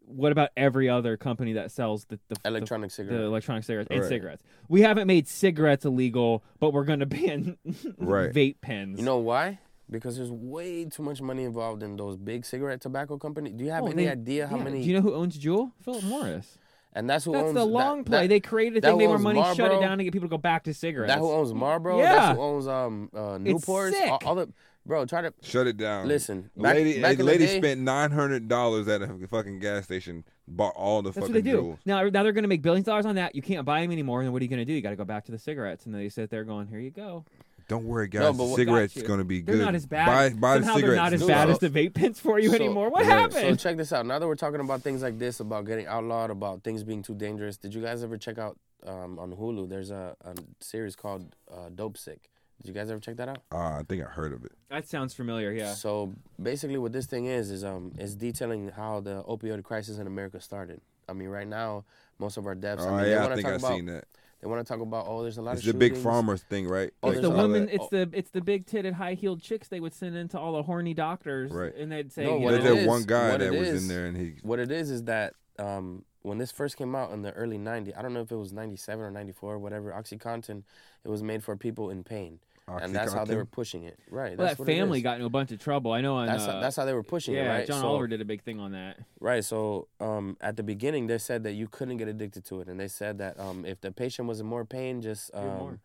Speaker 4: what about every other company that sells the, the the-
Speaker 3: Electronic
Speaker 4: the
Speaker 3: cigarette.
Speaker 4: electronic cigarettes and
Speaker 1: Right.
Speaker 4: cigarettes. We haven't made cigarettes illegal, but we're going to ban
Speaker 1: Right.
Speaker 4: vape pens.
Speaker 3: You know why? Because there's way too much money involved in those big cigarette tobacco companies. Do you have
Speaker 4: Well,
Speaker 3: any
Speaker 4: Oh, they-
Speaker 3: idea how
Speaker 4: yeah,
Speaker 3: many?
Speaker 4: Do you know who owns Juul? Philip Morris.
Speaker 3: and that's who
Speaker 4: That's
Speaker 3: owns
Speaker 4: the
Speaker 3: that-
Speaker 4: long
Speaker 3: that-
Speaker 4: play. they created a
Speaker 3: that
Speaker 4: thing, made
Speaker 3: who
Speaker 4: more
Speaker 3: owns
Speaker 4: money, shut it
Speaker 3: Marlboro?
Speaker 4: down to get people to go back to cigarettes.
Speaker 3: That who owns Marlboro.
Speaker 4: Yeah.
Speaker 3: That's who owns um uh, Newports. All,
Speaker 4: sick.
Speaker 3: all the bro, try to
Speaker 1: Shut it down.
Speaker 3: Listen,
Speaker 1: A
Speaker 3: back-
Speaker 1: lady,
Speaker 3: back in
Speaker 1: a
Speaker 3: the
Speaker 1: lady
Speaker 3: day-
Speaker 1: spent nine hundred dollars at a fucking gas station, bought all the
Speaker 4: That's what
Speaker 1: fucking
Speaker 4: they do.
Speaker 1: jewels.
Speaker 4: Now, now they're going to make billions of dollars on that. You can't buy them anymore. And what are you going to do? You got to go back to the cigarettes. And they sit there going, "Here you go."
Speaker 1: Don't worry,
Speaker 3: No,
Speaker 1: guys.
Speaker 3: but what-
Speaker 1: cigarettes
Speaker 4: Got you.
Speaker 1: gonna be
Speaker 4: They're
Speaker 1: good.
Speaker 4: not as bad.
Speaker 1: Buy, buy the
Speaker 4: Somehow
Speaker 1: cigarettes.
Speaker 4: they're not as
Speaker 1: No,
Speaker 4: bad
Speaker 1: no.
Speaker 4: as the vape pens for you
Speaker 3: So-
Speaker 4: anymore. What
Speaker 1: Right.
Speaker 3: So
Speaker 4: happened?
Speaker 3: check this out. Now that we're talking about things like this, about getting outlawed, about things being too dangerous, did you guys ever check out um, on Hulu? There's a, a series called uh, Dope Sick. Did you guys ever check that out?
Speaker 1: Ah, I think I heard of it.
Speaker 4: that sounds familiar. Yeah.
Speaker 3: So basically, what this thing is is um, it's detailing how the opioid crisis in America started. I mean, right now, most of our deaths.
Speaker 1: Oh
Speaker 3: I mean, they
Speaker 1: yeah,
Speaker 3: wanna
Speaker 1: I think
Speaker 3: talk
Speaker 1: I've
Speaker 3: about,
Speaker 1: seen that.
Speaker 3: They want to talk about oh, there's a lot
Speaker 1: It's
Speaker 3: of
Speaker 1: the big
Speaker 3: shootings.
Speaker 1: farmers thing, right?
Speaker 3: Oh,
Speaker 1: Like
Speaker 4: It's the
Speaker 3: there's
Speaker 1: all
Speaker 4: women.
Speaker 1: that-
Speaker 4: It's the it's the big titted high heeled chicks. They would send in to all the horny doctors,
Speaker 1: Right.
Speaker 4: And they'd say,
Speaker 3: No,
Speaker 4: you
Speaker 3: what
Speaker 4: know,
Speaker 1: There's
Speaker 3: it
Speaker 1: that
Speaker 3: is-
Speaker 1: one guy
Speaker 3: what
Speaker 1: that
Speaker 3: it
Speaker 1: was in
Speaker 3: is-
Speaker 1: there, and he
Speaker 3: What it is is that um, when this first came out in the early 90s, I don't know if it was 97 or 94 or whatever, OxyContin, it was made for people in pain. And that's how they were
Speaker 1: OxyContin?
Speaker 3: pushing it. Right.
Speaker 4: Well,
Speaker 3: that's
Speaker 4: that
Speaker 3: what it
Speaker 4: family
Speaker 3: is.
Speaker 4: got into a bunch of trouble. I know. On,
Speaker 3: That's,
Speaker 4: uh,
Speaker 3: how, that's how they were pushing
Speaker 4: yeah,
Speaker 3: it, right?
Speaker 4: John
Speaker 3: So-
Speaker 4: Oliver did a big thing on that.
Speaker 3: Right. So um, at the beginning, they said that you couldn't get addicted to it, and they said that um, if the patient was in more pain, just um,
Speaker 4: more.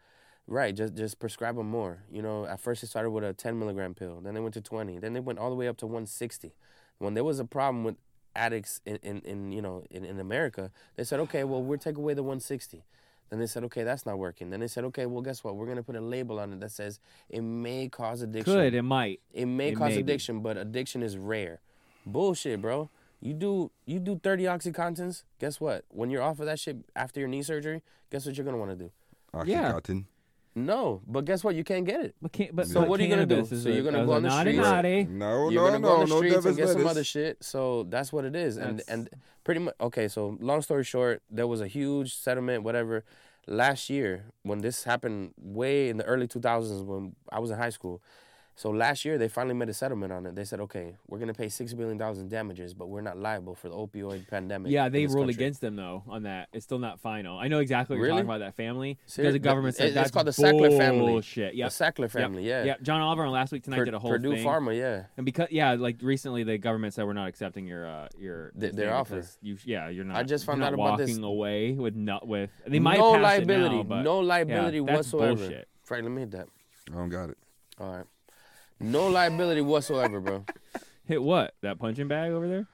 Speaker 3: right, just just prescribe them more. You know, at first they started with a 10 milligram pill, then they went to 20, then they went all the way up to 160. When there was a problem with addicts in, in, in you know in, in America, they said, okay, well we'll take away the 160. Then they said, okay, that's not working. Then they said, okay, well guess what? We're gonna put a label on it that says it may cause addiction.
Speaker 4: Could it might.
Speaker 3: It may
Speaker 4: It
Speaker 3: cause
Speaker 4: may be.
Speaker 3: addiction, but addiction is rare. Bullshit, bro. You do you do 30 oxycontins, guess what? When you're off of that shit after your knee surgery, guess what you're gonna wanna do?
Speaker 4: Yeah.
Speaker 1: OxyContin.
Speaker 3: No, but guess what? You can't get it.
Speaker 4: But, can't, but
Speaker 3: So
Speaker 4: but
Speaker 3: what are you gonna do?
Speaker 4: cannabis is
Speaker 3: So you're
Speaker 4: a-
Speaker 3: gonna
Speaker 4: is
Speaker 3: go
Speaker 4: a
Speaker 3: on the
Speaker 4: naughty,
Speaker 3: streets?
Speaker 4: naughty.
Speaker 1: No,
Speaker 3: you're
Speaker 1: Oh, no,
Speaker 3: gonna go
Speaker 1: no,
Speaker 3: on the
Speaker 1: no.
Speaker 3: streets and
Speaker 1: Devil's
Speaker 3: get some other
Speaker 1: lettuce.
Speaker 3: shit. So that's what it is. And
Speaker 4: That's-
Speaker 3: and pretty much okay, so long story short, there was a huge settlement, whatever. Last year, when this happened way in the early two thousands when I was in high school. So last year they finally made a settlement on it. They said, okay, we're gonna pay six billion dollars in damages, but we're not liable for the opioid pandemic.
Speaker 4: Yeah,
Speaker 3: in
Speaker 4: they
Speaker 3: this
Speaker 4: ruled
Speaker 3: country."
Speaker 4: against them though on that. It's still not final. I know exactly what you're
Speaker 3: Really?
Speaker 4: talking about that family because
Speaker 3: Seri-
Speaker 4: the government
Speaker 3: it-
Speaker 4: said that's
Speaker 3: it's called the Sackler family.
Speaker 4: bullshit. Yeah,
Speaker 3: The Sackler family, yeah.
Speaker 4: Yeah, John Oliver on last week tonight
Speaker 3: Pur-
Speaker 4: did a whole
Speaker 3: Purdue
Speaker 4: thing.
Speaker 3: Pharma, yeah.
Speaker 4: And because yeah, like recently the government said we're not accepting your uh your
Speaker 3: Th-
Speaker 4: this
Speaker 3: their
Speaker 4: thing
Speaker 3: offer.
Speaker 4: because You, yeah, you're not.
Speaker 3: I just found
Speaker 4: you're
Speaker 3: out
Speaker 4: not
Speaker 3: about
Speaker 4: walking
Speaker 3: this-
Speaker 4: away with not with. They might
Speaker 3: no
Speaker 4: pass it now,
Speaker 3: liability,
Speaker 4: but-
Speaker 3: no liability
Speaker 4: yeah, that's
Speaker 3: whatsoever.
Speaker 4: Bullshit.
Speaker 3: Frank, let me hit that.
Speaker 1: I don't got it.
Speaker 3: All right. No liability whatsoever, bro.
Speaker 4: Hit what? That punching bag over there?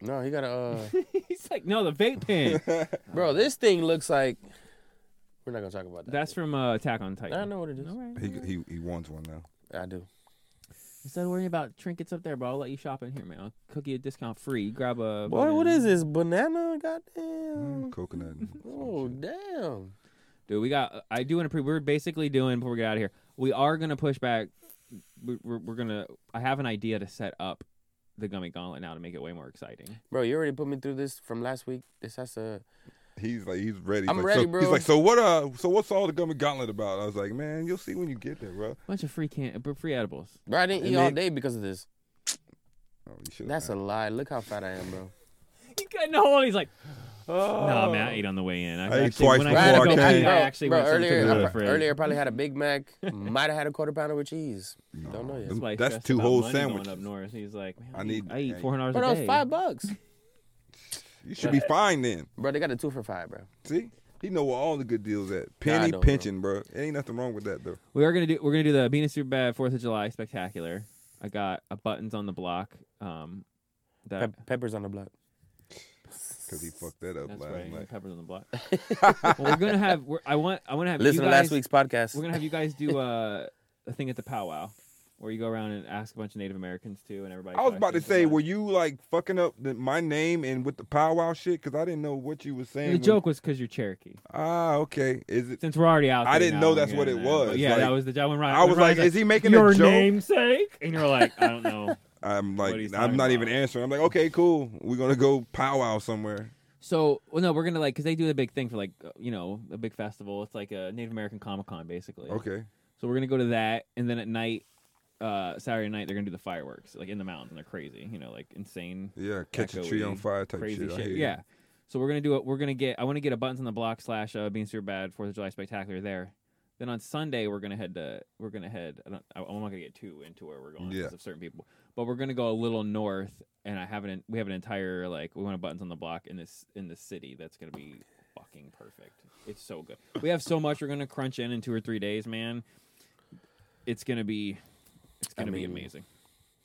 Speaker 3: No, he got a. Uh,
Speaker 4: He's like, no, the vape pen.
Speaker 3: bro, this thing looks like. We're not gonna talk about that.
Speaker 4: That's from uh, Attack on Titan.
Speaker 3: I know what it is.
Speaker 4: All right.
Speaker 1: He he he wants one now.
Speaker 3: I do.
Speaker 4: Instead of worrying about trinkets up there, bro, I'll let you shop in here, man. I'll cook you a discount free. You grab a.
Speaker 3: Boy, what
Speaker 4: banana.
Speaker 3: is this banana? Goddamn.
Speaker 1: Mm, Coconut.
Speaker 3: Oh damn.
Speaker 4: Dude, we got. I do want to. Pre- we're basically doing before we get out of here. We are gonna push back. We, we're, we're gonna. I have an idea to set up the gummy gauntlet now to make it way more exciting.
Speaker 3: Bro, you already put me through this from last week. This has to.
Speaker 1: He's like he's ready. He's
Speaker 3: I'm
Speaker 1: like,
Speaker 3: ready,
Speaker 1: so, He's
Speaker 3: bro.
Speaker 1: like, so what? Uh, so what's all the gummy gauntlet about? I was like, man, you'll see when you get there, bro.
Speaker 4: Bunch of free can, but free edibles.
Speaker 3: Bro, I didn't
Speaker 1: And
Speaker 3: eat all
Speaker 1: then-
Speaker 3: day because of this.
Speaker 1: Oh, you should.
Speaker 3: That's a lie. Look how fat I am, bro.
Speaker 4: You got no one. He's like, no, nah, man, I ate on the way in. I,
Speaker 1: Oh. I ate
Speaker 4: actually,
Speaker 1: twice
Speaker 4: when
Speaker 1: before
Speaker 4: I, had to
Speaker 1: I
Speaker 4: go
Speaker 1: came.
Speaker 4: pee,
Speaker 1: Bro,
Speaker 4: I actually
Speaker 3: bro,
Speaker 4: went some
Speaker 3: earlier,
Speaker 4: to
Speaker 3: I
Speaker 4: the
Speaker 3: pro-
Speaker 4: fridge.
Speaker 3: earlier I probably had a Big Mac. Might have had a quarter pounder with cheese. Don't know yet.
Speaker 4: That's why he
Speaker 1: That's
Speaker 4: stressed
Speaker 1: two
Speaker 4: about
Speaker 1: whole
Speaker 4: money going
Speaker 1: sandwiches.
Speaker 4: Up north, he's like, man,
Speaker 1: I
Speaker 4: I
Speaker 1: need-
Speaker 4: need, I eat
Speaker 1: hey.
Speaker 4: four
Speaker 3: Bro,
Speaker 4: hundred
Speaker 3: that
Speaker 4: dollars
Speaker 3: was
Speaker 4: a day.
Speaker 3: five bucks.
Speaker 1: You should be fine then.
Speaker 3: Bro, they got a two for five, bro.
Speaker 1: See, he know where all the good deals at. Penny
Speaker 3: don't, bro.
Speaker 1: pinching, bro. Ain't nothing wrong with that though.
Speaker 4: We are gonna do. We're gonna do the Venus Super Bad Fourth of July spectacular. I got a buttons on the block. Um, that
Speaker 3: Pep- peppers on the block.
Speaker 1: Cause he fucked that up
Speaker 4: that's
Speaker 1: last
Speaker 4: right.
Speaker 1: night.
Speaker 4: Peppers on the block. well, we're gonna have. We're, I want. I want to have.
Speaker 3: Listen
Speaker 4: you
Speaker 3: to
Speaker 4: guys,
Speaker 3: last week's podcast.
Speaker 4: We're gonna have you guys do uh, a thing at the powwow, where you go around and ask a bunch of Native Americans too, and everybody.
Speaker 1: I was about to
Speaker 4: questions
Speaker 1: say,
Speaker 4: about-
Speaker 1: were you like fucking up the, my name and with the powwow shit? Cause I didn't know what you were saying.
Speaker 4: The
Speaker 1: when-
Speaker 4: joke was because you're Cherokee.
Speaker 1: Ah, okay. Is it?
Speaker 4: Since we're already out,
Speaker 1: I
Speaker 4: there
Speaker 1: didn't
Speaker 4: now,
Speaker 1: know
Speaker 4: we're
Speaker 1: that's
Speaker 4: gonna
Speaker 1: what it
Speaker 4: know.
Speaker 1: was.
Speaker 4: But yeah,
Speaker 1: Like,
Speaker 4: that was the job when Ryan.
Speaker 1: I
Speaker 4: when
Speaker 1: was
Speaker 4: Ryan's
Speaker 1: like, is he making
Speaker 4: your
Speaker 1: a joke?
Speaker 4: namesake? And you're like, I don't know.
Speaker 1: I'm like,
Speaker 4: What he's
Speaker 1: I'm
Speaker 4: talking
Speaker 1: not
Speaker 4: about.
Speaker 1: even answering. I'm like, okay, cool. We're gonna go powwow somewhere.
Speaker 4: So, well, no, we're gonna like because they do the big thing for like uh, you know a big festival. It's like a Native American Comic Con basically.
Speaker 1: Okay.
Speaker 4: So we're gonna go to that, and then at night uh, Saturday night they're gonna do the fireworks like in the mountains and they're crazy, you know, like insane.
Speaker 1: Yeah, catch a tree on
Speaker 4: echoey,
Speaker 1: fire type
Speaker 4: crazy
Speaker 1: shit. I hear you.
Speaker 4: Yeah. So we're gonna do it. We're gonna get. I want to get a buttons on the block slash uh, being super bad Fourth of July spectacular there. Then on Sunday we're gonna head to. We're gonna head. I don't, I- I'm not gonna get too into where we're going
Speaker 1: Yeah.
Speaker 4: because of certain people, but we're gonna go a little north. And I have an. We have an entire like we want a buttons on the block in this in this city that's gonna be fucking perfect. It's so good. We have so much. We're gonna crunch in in two or three days, man. It's gonna be. It's
Speaker 3: I
Speaker 4: gonna be
Speaker 3: mean,
Speaker 4: amazing.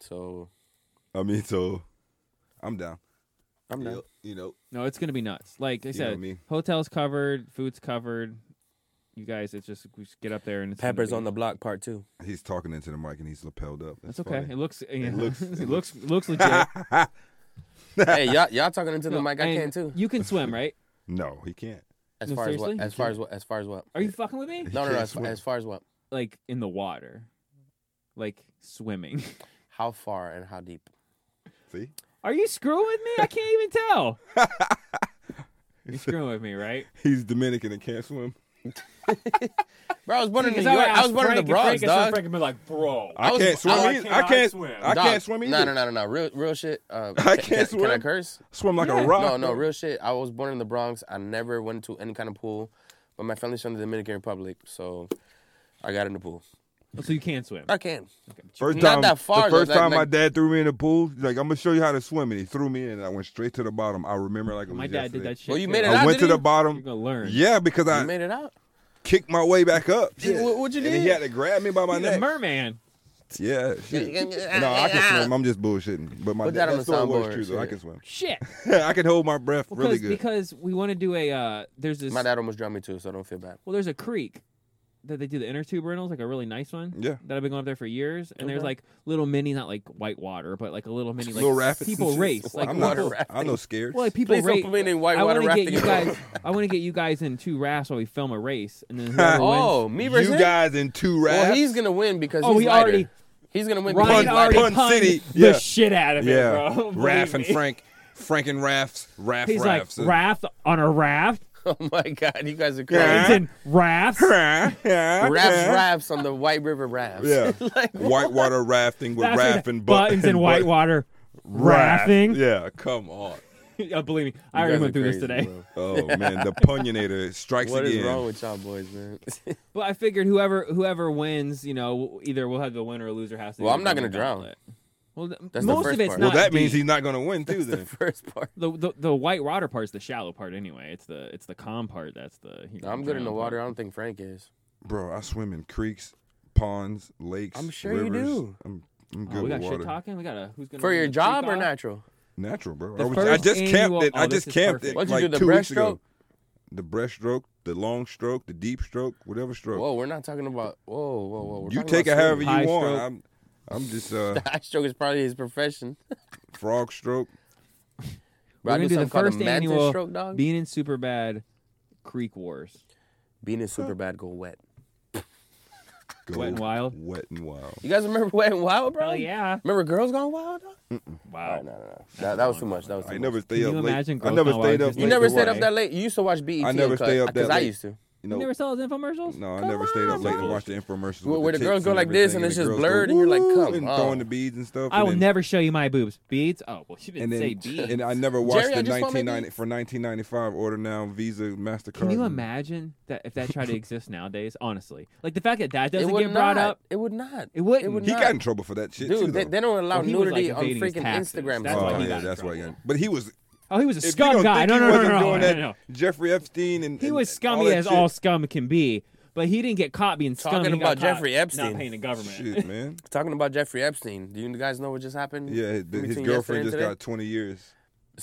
Speaker 3: So
Speaker 1: I mean, so I'm down.
Speaker 3: I'm not.
Speaker 1: You know,
Speaker 4: No, it's gonna be nuts. Like I
Speaker 1: You know
Speaker 4: said,
Speaker 1: me.
Speaker 4: hotels covered, food's covered. You guys, it's just we just get up there and it's gonna
Speaker 3: Peppers
Speaker 4: be-
Speaker 3: on the block part two.
Speaker 1: he's talking into the mic and he's lapelled up.
Speaker 4: That's
Speaker 1: That's,
Speaker 4: okay. It
Speaker 1: funny.
Speaker 4: looks. yeah.
Speaker 1: looks-
Speaker 4: it
Speaker 1: it
Speaker 4: looks. Looks legit.
Speaker 3: hey, y'all, y'all talking into the
Speaker 4: No,
Speaker 3: mic. I
Speaker 4: and
Speaker 3: can too.
Speaker 4: You can swim, right?
Speaker 1: No, he can't.
Speaker 3: As
Speaker 4: No,
Speaker 3: far as what?
Speaker 4: seriously?
Speaker 3: As far as what? As far as what?
Speaker 4: Are you fucking with me?
Speaker 3: No, no, no.
Speaker 1: can't
Speaker 3: As,
Speaker 1: swim.
Speaker 3: as far as what?
Speaker 4: Like in the water, like swimming.
Speaker 3: How far and how deep?
Speaker 1: See,
Speaker 4: Are you screwing with me? I can't even tell. You're screwing with me, right?
Speaker 1: he's Dominican and can't swim.
Speaker 3: Bro, I was born in New
Speaker 4: Because
Speaker 3: York.
Speaker 4: would
Speaker 3: I was
Speaker 4: ask
Speaker 3: born in the
Speaker 4: Frank, and
Speaker 3: Bronx,
Speaker 4: Frank is from
Speaker 3: dog.
Speaker 4: Frank and be like, bro.
Speaker 1: I,
Speaker 3: I was-
Speaker 1: can't swim.
Speaker 3: I
Speaker 1: either.
Speaker 4: cannot
Speaker 1: I can't
Speaker 4: swim.
Speaker 1: I
Speaker 3: Dog,
Speaker 1: can't swim either.
Speaker 3: No, no, no, no, no. Real, real shit. Uh,
Speaker 1: I
Speaker 3: can-
Speaker 1: can't
Speaker 3: can, can I
Speaker 1: swim.
Speaker 3: curse?
Speaker 1: Swim like
Speaker 4: Yeah.
Speaker 1: a rock.
Speaker 3: No, no,
Speaker 1: bro.
Speaker 3: real shit. I was born in the Bronx. I never went to any kind of pool, but my family's from the Dominican Republic, so I got in the pool.
Speaker 4: Oh, So you can swim.
Speaker 3: I can.
Speaker 1: First
Speaker 3: Not
Speaker 1: time,
Speaker 3: that far,
Speaker 1: The
Speaker 3: though.
Speaker 1: first
Speaker 3: Like-
Speaker 1: time my
Speaker 3: like-
Speaker 1: dad threw me in the pool, he's like I'm gonna show you how to swim, and he threw me in, and I went straight to the bottom. I remember like it was
Speaker 4: My dad
Speaker 1: yesterday.
Speaker 4: did that shit.
Speaker 3: Well, you
Speaker 4: too.
Speaker 3: made it
Speaker 1: I
Speaker 3: out,
Speaker 1: went to the
Speaker 3: didn't you?
Speaker 4: You're
Speaker 1: bottom.
Speaker 4: gonna learn.
Speaker 1: Yeah, because
Speaker 3: You
Speaker 1: I
Speaker 3: made it out.
Speaker 1: kicked my way back up.
Speaker 3: You-
Speaker 1: Yeah.
Speaker 3: what- what you
Speaker 1: And he
Speaker 3: did?
Speaker 1: had to grab me by my
Speaker 4: You're the
Speaker 1: neck.
Speaker 4: merman.
Speaker 1: Yeah. shit. no, I can swim. I'm just bullshitting. But my
Speaker 3: Put
Speaker 1: dad,
Speaker 3: that on
Speaker 1: that
Speaker 3: the
Speaker 1: story was
Speaker 3: soundboard,
Speaker 1: true, though. I
Speaker 3: shit.
Speaker 1: can swim.
Speaker 4: Shit.
Speaker 1: I can hold my breath
Speaker 4: Well,
Speaker 1: really
Speaker 4: 'cause-
Speaker 1: good.
Speaker 4: Because we want to do a. Uh, there's this.
Speaker 3: My dad almost drowned me too, so don't feel bad.
Speaker 4: Well, there's a creek that they do the inner tube rentals, like a really nice one.
Speaker 1: Yeah.
Speaker 4: That I've been going up there for years. And there's like little mini, not like white water, but like a little mini, like
Speaker 1: Little rapids. and
Speaker 4: people
Speaker 1: shit.
Speaker 4: race. Like
Speaker 1: I'm
Speaker 4: people,
Speaker 1: not.
Speaker 3: water
Speaker 1: I'm no scared.
Speaker 4: Well, like people
Speaker 3: Please don't
Speaker 4: race.
Speaker 3: put me in
Speaker 4: I
Speaker 3: whitewater
Speaker 4: wanna
Speaker 3: rafting.
Speaker 4: get you guys. I want to get you guys in two rafts while we film a race, and then whoever
Speaker 3: oh,
Speaker 4: wins.
Speaker 3: me versus
Speaker 1: you
Speaker 3: him?
Speaker 1: guys in two rafts.
Speaker 3: Well, he's gonna win because
Speaker 4: Oh,
Speaker 3: he's
Speaker 4: he
Speaker 3: lighter.
Speaker 4: already-
Speaker 3: He's gonna win. because
Speaker 1: Pun-
Speaker 4: Ryan
Speaker 3: he's
Speaker 4: already
Speaker 1: Pun
Speaker 4: punned
Speaker 1: City,
Speaker 4: the
Speaker 1: yeah.
Speaker 4: shit out of it,
Speaker 1: yeah.
Speaker 4: bro. Believe
Speaker 1: Raph and
Speaker 4: me.
Speaker 1: Frank. Frank and Raph's. Raph.
Speaker 4: He's like
Speaker 1: Raph's.
Speaker 4: raft on a raft.
Speaker 3: Oh my god, you guys are
Speaker 1: Yeah.
Speaker 4: It's
Speaker 3: crazy.
Speaker 4: in rafts.
Speaker 1: Raph.
Speaker 3: Rafts,
Speaker 1: Yeah.
Speaker 3: rafts on the White River rafts.
Speaker 1: Yeah. Whitewater rafting with
Speaker 4: That's
Speaker 1: Raph
Speaker 4: what-
Speaker 1: and bu-
Speaker 4: buttons and
Speaker 1: bu-
Speaker 4: white water
Speaker 1: Raph.
Speaker 4: rafting.
Speaker 1: Yeah. Come on.
Speaker 4: Yeah, believe me, I
Speaker 3: You
Speaker 4: already
Speaker 3: guys
Speaker 4: went
Speaker 3: are
Speaker 4: through this
Speaker 3: crazy,
Speaker 4: today.
Speaker 3: bro.
Speaker 1: Oh man, the punionator strikes
Speaker 3: What
Speaker 1: again.
Speaker 3: is wrong with y'all boys, man?
Speaker 4: Well, I figured whoever whoever wins, you know, either we'll have the winner or loser has to.
Speaker 3: Well,
Speaker 4: do
Speaker 3: I'm
Speaker 4: the
Speaker 3: not gonna
Speaker 4: gauntlet.
Speaker 3: drown.
Speaker 4: Well, th-
Speaker 3: That's the
Speaker 4: most
Speaker 3: first
Speaker 4: of it's
Speaker 3: part.
Speaker 4: not.
Speaker 1: well, that means
Speaker 4: deep.
Speaker 1: he's not going to win too.
Speaker 3: the
Speaker 1: Then
Speaker 3: first part.
Speaker 4: the, the the white water part's the shallow part anyway. It's the it's the calm part that's the. you're gonna
Speaker 3: I'm good in the
Speaker 4: drown
Speaker 3: water. I
Speaker 4: part.
Speaker 3: don't think Frank is.
Speaker 1: Bro, I swim in creeks, ponds, lakes.
Speaker 3: I'm sure you
Speaker 1: rivers.
Speaker 3: do.
Speaker 1: I'm, I'm
Speaker 4: Oh,
Speaker 1: good
Speaker 4: we
Speaker 1: with
Speaker 4: got
Speaker 1: water.
Speaker 4: shit talking. We got a who's gonna
Speaker 3: For
Speaker 4: win
Speaker 3: your
Speaker 4: the
Speaker 3: job or
Speaker 4: kickoff?
Speaker 3: natural?
Speaker 1: Natural, bro.
Speaker 4: The
Speaker 1: I, was, I
Speaker 4: first
Speaker 1: just
Speaker 4: annual-
Speaker 1: camped it.
Speaker 4: oh,
Speaker 1: I
Speaker 4: this
Speaker 1: just
Speaker 4: is
Speaker 1: camped
Speaker 4: perfect.
Speaker 1: it
Speaker 3: What'd you
Speaker 1: like
Speaker 3: do, the
Speaker 1: two weeks
Speaker 3: breaststroke?
Speaker 1: ago. The breaststroke, the long stroke, the deep stroke, whatever stroke.
Speaker 3: Whoa, we're not talking about. Whoa, whoa, whoa. We're
Speaker 1: you
Speaker 3: talking
Speaker 1: take it
Speaker 3: about
Speaker 1: however you
Speaker 4: High
Speaker 1: want.
Speaker 4: stroke.
Speaker 1: I'm, I'm just uh,
Speaker 3: High stroke is probably his profession.
Speaker 1: frog stroke.
Speaker 3: Bro, I
Speaker 4: We're
Speaker 3: do
Speaker 4: gonna do the
Speaker 3: something called a
Speaker 4: first
Speaker 3: Manson
Speaker 4: annual
Speaker 3: stroke, dog.
Speaker 4: being in super bad creek wars.
Speaker 3: Being in super bad, go wet.
Speaker 1: Go
Speaker 4: Wet and wild?
Speaker 1: Wet and wild.
Speaker 3: You guys remember Wet and Wild, bro?
Speaker 4: Hell yeah!
Speaker 3: Remember Girls Gone Wild? Dog?
Speaker 4: Wow.
Speaker 3: No, no, no. That, that was too much. That was too
Speaker 1: I
Speaker 3: much.
Speaker 1: never stay
Speaker 4: Can
Speaker 1: up
Speaker 4: you
Speaker 1: late.
Speaker 4: imagine
Speaker 1: I
Speaker 4: girls
Speaker 1: never
Speaker 4: gone
Speaker 1: stayed
Speaker 4: wild
Speaker 1: up
Speaker 4: just
Speaker 1: late.
Speaker 3: You
Speaker 4: like
Speaker 3: never
Speaker 1: to
Speaker 3: stayed
Speaker 1: watch-
Speaker 3: up that late. You used to watch BET.
Speaker 1: I never stay up that
Speaker 3: Because I
Speaker 1: late.
Speaker 3: used to.
Speaker 1: You
Speaker 4: You
Speaker 1: know,
Speaker 4: never saw those infomercials?
Speaker 1: No, I
Speaker 4: Come
Speaker 1: never stayed up late and
Speaker 4: on.
Speaker 1: watched the infomercials.
Speaker 3: Where-
Speaker 1: with
Speaker 3: where the girls
Speaker 1: tits
Speaker 3: go
Speaker 1: and
Speaker 3: like
Speaker 1: everything
Speaker 3: this and it's
Speaker 1: the
Speaker 3: just
Speaker 1: girls
Speaker 3: blurred and you're like,
Speaker 1: "Woo,"
Speaker 3: come
Speaker 1: and
Speaker 3: on.
Speaker 1: throwing the beads and stuff.
Speaker 4: I
Speaker 1: and
Speaker 4: will
Speaker 1: then-
Speaker 4: never show you my boobs. Beads? Oh well, she didn't
Speaker 1: And
Speaker 4: say
Speaker 1: then,
Speaker 4: beads.
Speaker 1: and I never watched
Speaker 3: Jerry, I
Speaker 1: the
Speaker 3: just want my
Speaker 1: 1990 for 1995 order now Visa Mastercard.
Speaker 4: Can you imagine that if that tried to exist nowadays? Honestly, like the fact that that doesn't
Speaker 3: it would
Speaker 4: get brought
Speaker 3: not.
Speaker 4: up.
Speaker 3: It would not.
Speaker 4: It wouldn't.
Speaker 3: would
Speaker 1: He
Speaker 3: not.
Speaker 1: got in trouble for that shit
Speaker 3: Dude,
Speaker 1: too.
Speaker 3: they,
Speaker 1: though.
Speaker 3: they don't allow
Speaker 4: Well, he was, like,
Speaker 3: nudity on
Speaker 4: evading his
Speaker 3: freaking
Speaker 4: taxes.
Speaker 3: Instagram.
Speaker 4: That's
Speaker 1: oh
Speaker 3: bro.
Speaker 4: why he
Speaker 1: yeah,
Speaker 4: got in
Speaker 1: that's why he got.
Speaker 4: trouble.
Speaker 1: But he was.
Speaker 4: Oh, he was a
Speaker 1: If you don't
Speaker 4: scum guy.
Speaker 1: think
Speaker 4: No,
Speaker 1: he
Speaker 4: no, no, no,
Speaker 1: wasn't
Speaker 4: no, no,
Speaker 1: doing
Speaker 4: no,
Speaker 1: that,
Speaker 4: no.
Speaker 1: Jeffrey Epstein and
Speaker 4: He
Speaker 1: and
Speaker 4: was
Speaker 1: all
Speaker 4: scummy
Speaker 1: that
Speaker 4: as
Speaker 1: shit.
Speaker 4: all scum can be, but he didn't get caught being
Speaker 3: Talking
Speaker 4: scummy. He got
Speaker 3: about
Speaker 4: caught
Speaker 3: Jeffrey Epstein.
Speaker 4: not paying the government.
Speaker 1: shit, man.
Speaker 3: Talking about Jeffrey Epstein. Do you guys know what just happened?
Speaker 1: Yeah, his,
Speaker 3: in
Speaker 1: his
Speaker 3: between
Speaker 1: girlfriend just
Speaker 3: yesterday
Speaker 1: got
Speaker 3: and
Speaker 1: 20 years.
Speaker 3: today?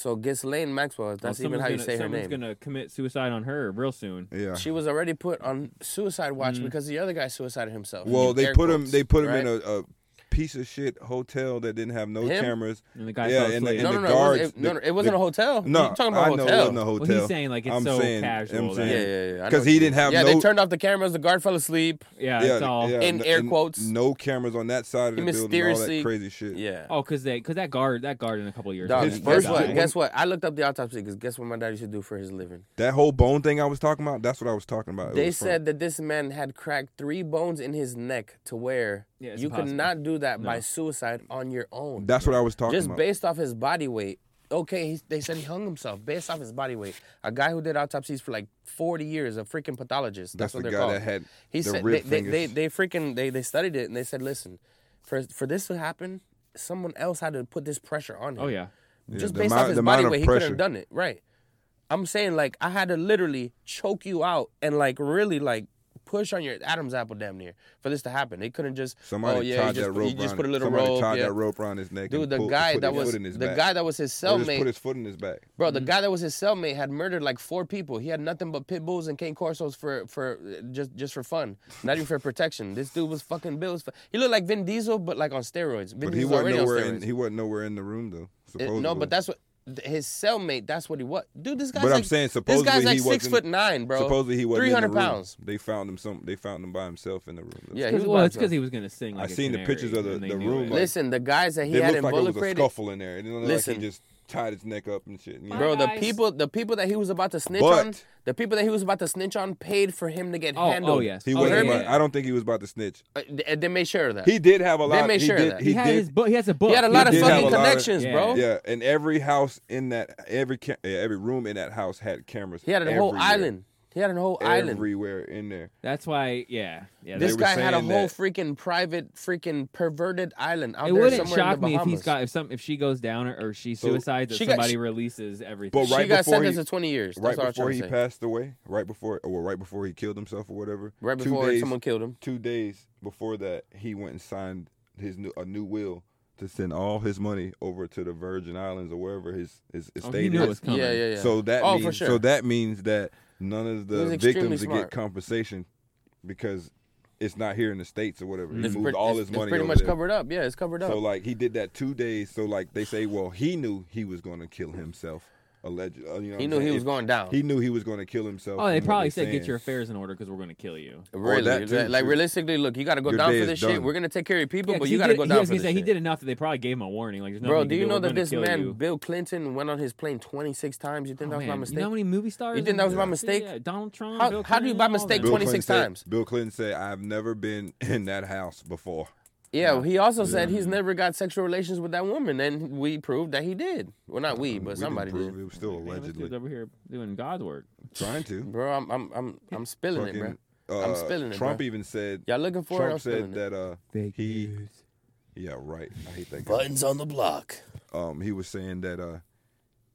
Speaker 3: So Ghislaine Maxwell. if
Speaker 4: Well,
Speaker 3: That's even how you
Speaker 4: someone's
Speaker 3: say
Speaker 4: gonna-
Speaker 3: her name.
Speaker 4: Someone's gonna commit suicide on her real soon.
Speaker 1: Yeah.
Speaker 3: She was already put on suicide watch because the other guy suicided himself.
Speaker 1: Well, they
Speaker 3: Air
Speaker 1: put him.
Speaker 3: quotes,
Speaker 1: They put him in
Speaker 3: right?
Speaker 1: a, a piece of shit hotel that didn't have no
Speaker 3: Him?
Speaker 1: cameras.
Speaker 4: And the guy
Speaker 1: yeah,
Speaker 4: fell
Speaker 1: and the,
Speaker 4: asleep.
Speaker 1: and
Speaker 3: No,
Speaker 1: the
Speaker 3: no, no,
Speaker 1: guards.
Speaker 3: it wasn't, it, no, no,
Speaker 1: the-
Speaker 3: it wasn't a hotel.
Speaker 1: No,
Speaker 3: You're talking about
Speaker 1: I
Speaker 3: a
Speaker 1: know
Speaker 3: hotel.
Speaker 1: it wasn't a hotel.
Speaker 4: saying, like, it's
Speaker 1: I'm
Speaker 4: so
Speaker 1: saying,
Speaker 4: casual
Speaker 1: I'm
Speaker 4: that-
Speaker 1: saying,
Speaker 3: Yeah, yeah, yeah. I know what
Speaker 1: Because
Speaker 3: you
Speaker 1: he didn't
Speaker 3: mean.
Speaker 1: have
Speaker 3: Yeah,
Speaker 1: no.
Speaker 3: they turned off the cameras. The guard fell asleep.
Speaker 4: Yeah,
Speaker 1: yeah,
Speaker 4: it's all.
Speaker 1: yeah,
Speaker 3: In
Speaker 1: no-
Speaker 3: air quotes.
Speaker 1: No cameras on that side of the
Speaker 3: He
Speaker 1: building. and All that
Speaker 3: mysteriously-
Speaker 1: crazy shit.
Speaker 3: Yeah.
Speaker 4: Oh, cause they, cause that guard, that guard in a couple of years.
Speaker 3: Dog,
Speaker 1: His
Speaker 4: that
Speaker 1: first
Speaker 3: guess
Speaker 4: guy.
Speaker 3: what?
Speaker 1: one-
Speaker 3: Guess what? I looked up the autopsy because guess what my dad used to do for his living.
Speaker 1: That whole bone thing I was talking about. That's what I was talking about. It
Speaker 3: They
Speaker 1: was from-
Speaker 3: said that this man had cracked three bones in his neck to where
Speaker 4: Yeah, it's
Speaker 3: you
Speaker 4: impossible.
Speaker 3: cannot do that by
Speaker 4: No.
Speaker 3: suicide on your own.
Speaker 1: That's what I was talking
Speaker 3: just
Speaker 1: about.
Speaker 3: based off his body weight. Okay, he, they said he hung himself based off his body weight. A guy who did autopsies for like 40 years, a freaking pathologist.
Speaker 1: That's
Speaker 3: That's, what
Speaker 1: the
Speaker 3: they're
Speaker 1: guy
Speaker 3: called.
Speaker 1: that had
Speaker 3: he
Speaker 1: the
Speaker 3: said
Speaker 1: rib
Speaker 3: they, they, they,
Speaker 1: fingers.
Speaker 3: they freaking they, they studied it and they said, listen, for for this to happen, someone else had to put this pressure on him.
Speaker 4: Oh yeah.
Speaker 3: just
Speaker 1: the amount-
Speaker 3: based off
Speaker 1: the
Speaker 3: his
Speaker 1: amount
Speaker 3: body
Speaker 1: of
Speaker 3: weight, he could
Speaker 1: pressure.
Speaker 3: have done it. Right. I'm saying like I had to literally choke you out and like really like push on your Adam's apple damn near for this to happen. They couldn't just
Speaker 1: Somebody
Speaker 3: oh yeah,
Speaker 1: tied
Speaker 3: you just,
Speaker 1: that
Speaker 3: put-
Speaker 1: rope
Speaker 3: you just
Speaker 1: around
Speaker 3: put a
Speaker 1: it.
Speaker 3: little
Speaker 1: Somebody
Speaker 3: rope.
Speaker 1: tied
Speaker 3: yeah.
Speaker 1: that rope around his neck.
Speaker 3: Dude,
Speaker 1: and
Speaker 3: the
Speaker 1: pulled-
Speaker 3: guy
Speaker 1: put
Speaker 3: that
Speaker 1: his
Speaker 3: was
Speaker 1: foot in his
Speaker 3: the
Speaker 1: back.
Speaker 3: guy that was his
Speaker 1: Or just
Speaker 3: cellmate.
Speaker 1: put his Mm-hmm. foot in his back.
Speaker 3: Bro, the guy that was his cellmate had murdered like four people. He had nothing but pit bulls and cane corsos for for uh, just just for fun, not even for protection. This dude was fucking bills. He looked like Vin Diesel, but like on steroids. Vin
Speaker 1: But he
Speaker 3: Diesel's
Speaker 1: wasn't
Speaker 3: already on
Speaker 1: nowhere.
Speaker 3: steroids.
Speaker 1: In, he wasn't nowhere in the room though.
Speaker 3: It-
Speaker 1: Supposedly.
Speaker 3: no, but that's what th- his cellmate. That's what he was. Dude, this guy's
Speaker 1: But I'm
Speaker 3: like,
Speaker 1: saying
Speaker 3: this
Speaker 1: supposedly
Speaker 3: guy's like
Speaker 1: he
Speaker 3: six
Speaker 1: wasn't-
Speaker 3: foot nine, bro.
Speaker 1: Supposedly he wasn't.
Speaker 3: three
Speaker 1: in the
Speaker 3: hundred
Speaker 1: room.
Speaker 3: pounds.
Speaker 1: They found him. Some. They found him by himself in the room. though.
Speaker 3: Yeah, he was
Speaker 4: Cause, well,
Speaker 3: by
Speaker 4: it's because
Speaker 3: himself.
Speaker 4: he was gonna sing.
Speaker 1: I
Speaker 4: Like a
Speaker 1: seen the
Speaker 4: canary,
Speaker 1: pictures of the-
Speaker 4: and they
Speaker 1: the
Speaker 4: knew
Speaker 1: room,
Speaker 4: it.
Speaker 1: like-
Speaker 3: Listen, the guys that he
Speaker 1: It
Speaker 3: had
Speaker 1: looked
Speaker 3: in
Speaker 1: like it
Speaker 3: Bullet
Speaker 1: was a
Speaker 3: Parade,
Speaker 1: scuffle in there. It looked like
Speaker 3: Listen.
Speaker 1: he just tied his neck up and shit. you know?
Speaker 3: bro. The
Speaker 8: guys-
Speaker 3: people, the people that he was about to snitch
Speaker 1: But-
Speaker 3: on, the people that he was about to snitch on, paid for him to get
Speaker 4: Oh,
Speaker 3: handled.
Speaker 4: oh yes.
Speaker 1: He
Speaker 4: oh,
Speaker 1: wasn't.
Speaker 4: yeah,
Speaker 1: about-
Speaker 4: yeah.
Speaker 1: I don't think he was about to snitch.
Speaker 3: Uh, they, they made sure of that.
Speaker 1: He did have a lot.
Speaker 3: made
Speaker 1: he
Speaker 3: sure of
Speaker 1: did,
Speaker 3: that.
Speaker 1: He,
Speaker 4: He had
Speaker 1: did,
Speaker 4: his book. He has a book.
Speaker 3: He had a
Speaker 1: he
Speaker 3: lot of
Speaker 1: did have
Speaker 3: fucking
Speaker 1: a lot of-
Speaker 3: connections,
Speaker 4: Yeah.
Speaker 3: bro.
Speaker 1: Yeah, and every house in that, every ca- eh, every room in that house had cameras.
Speaker 3: He had a whole
Speaker 1: everywhere.
Speaker 3: island. He had a whole island.
Speaker 1: everywhere in there.
Speaker 4: That's why. Yeah. Yeah.
Speaker 3: This
Speaker 1: were
Speaker 3: guy had a
Speaker 1: saying
Speaker 3: whole
Speaker 1: that-
Speaker 3: freaking private, frereaking perverted island out
Speaker 4: It
Speaker 3: there
Speaker 4: wouldn't
Speaker 3: somewhere
Speaker 4: shock
Speaker 3: in the
Speaker 4: me if
Speaker 3: Bahamas.
Speaker 4: he's got if some if she goes down or, or she suicides
Speaker 3: She
Speaker 4: that
Speaker 3: got-
Speaker 4: somebody
Speaker 3: she-
Speaker 4: releases everything.
Speaker 1: right
Speaker 3: she got
Speaker 1: before
Speaker 3: sentenced
Speaker 1: he-
Speaker 3: to twenty years. That's
Speaker 1: right
Speaker 3: what I was
Speaker 1: before
Speaker 3: trying
Speaker 1: he
Speaker 3: to say.
Speaker 1: passed away, right before, or right before he killed himself or whatever.
Speaker 3: Right
Speaker 1: two
Speaker 3: before
Speaker 1: days-
Speaker 3: someone killed him.
Speaker 1: Two days before that, he went and signed his new a new will to send all his money over to the Virgin Islands or wherever his his
Speaker 4: Oh,
Speaker 1: estate
Speaker 4: he knew
Speaker 1: is.
Speaker 4: it was coming.
Speaker 3: Yeah, yeah, yeah.
Speaker 1: So that
Speaker 3: oh,
Speaker 1: means
Speaker 3: for sure.
Speaker 1: so that means that none of
Speaker 3: He
Speaker 1: the
Speaker 3: was extremely
Speaker 1: victims would get
Speaker 3: smart.
Speaker 1: compensation because it's not here in the states or whatever. He
Speaker 3: It's
Speaker 1: moved
Speaker 3: pre-
Speaker 1: all
Speaker 3: it's-
Speaker 1: his
Speaker 3: it's
Speaker 1: money
Speaker 3: pretty
Speaker 1: over
Speaker 3: much
Speaker 1: there.
Speaker 3: covered up. Yeah, it's covered up.
Speaker 1: So like he did that two days. So like they say, well, he knew he was going to kill himself. Alleged, uh, you know what
Speaker 3: He
Speaker 1: I'm
Speaker 3: knew he
Speaker 1: saying?
Speaker 3: was
Speaker 1: If-
Speaker 3: going down.
Speaker 1: He knew he was going to kill himself.
Speaker 4: Oh, they
Speaker 1: from what
Speaker 4: probably
Speaker 1: they're
Speaker 4: said get
Speaker 1: saying."
Speaker 4: your affairs in order because we're gonna kill you.
Speaker 3: Really?
Speaker 1: oh, that too,
Speaker 3: like
Speaker 1: too.
Speaker 3: realistically, look, you gotta go
Speaker 1: Your
Speaker 3: down
Speaker 1: day
Speaker 3: for
Speaker 1: is
Speaker 3: this
Speaker 1: done.
Speaker 3: shit. We're gonna take care of your people,
Speaker 4: Yeah,
Speaker 3: but
Speaker 4: 'cause
Speaker 3: you
Speaker 4: he
Speaker 3: gotta
Speaker 4: did,
Speaker 3: go
Speaker 4: he-
Speaker 3: down
Speaker 4: as
Speaker 3: for
Speaker 4: he
Speaker 3: this
Speaker 4: said, He
Speaker 3: shit.
Speaker 4: did enough that they probably gave him a warning. Like, there's nothing
Speaker 3: Bro,
Speaker 4: you
Speaker 3: do
Speaker 4: can
Speaker 3: you know
Speaker 4: We're
Speaker 3: that
Speaker 4: gonna
Speaker 3: this
Speaker 4: kill
Speaker 3: man
Speaker 4: you.
Speaker 3: Bill Clinton went on his plane 26 times? You think that
Speaker 4: Oh,
Speaker 3: was by
Speaker 4: man,
Speaker 3: mistake?
Speaker 4: You know how many movie stars?
Speaker 3: think
Speaker 4: and-
Speaker 3: that was by
Speaker 4: Yeah.
Speaker 3: mistake?
Speaker 4: Yeah, Donald Trump.
Speaker 3: How-
Speaker 4: Bill
Speaker 3: how do you
Speaker 4: Clinton,
Speaker 3: by
Speaker 4: all
Speaker 3: mistake
Speaker 4: them.
Speaker 1: Bill Clinton
Speaker 3: 26
Speaker 1: said-
Speaker 3: times.
Speaker 1: Bill Clinton said, "I've never been in that house before."
Speaker 3: yeah, he also said
Speaker 1: Mm-hmm.
Speaker 3: he's never got sexual relations with that woman, and we proved that he did. Well, not we, but
Speaker 1: Mm-hmm. We didn't
Speaker 3: somebody
Speaker 1: prove
Speaker 3: did.
Speaker 1: it was still
Speaker 4: Damn, this dude's
Speaker 1: allegedly
Speaker 4: over here doing God's work.
Speaker 1: trying to.
Speaker 3: Bro, I'm, I'm, I'm, I'm spilling it, bro.
Speaker 1: Fucking, uh,
Speaker 3: I'm spilling it,
Speaker 1: Trump
Speaker 3: bro.
Speaker 1: even said.
Speaker 3: Y'all looking for it? I'm
Speaker 1: Trump
Speaker 3: spilling
Speaker 1: said
Speaker 3: it.
Speaker 1: that uh he. Yeah, right. I hate that guy.
Speaker 3: Buttons on the block.
Speaker 1: um, he was saying that uh,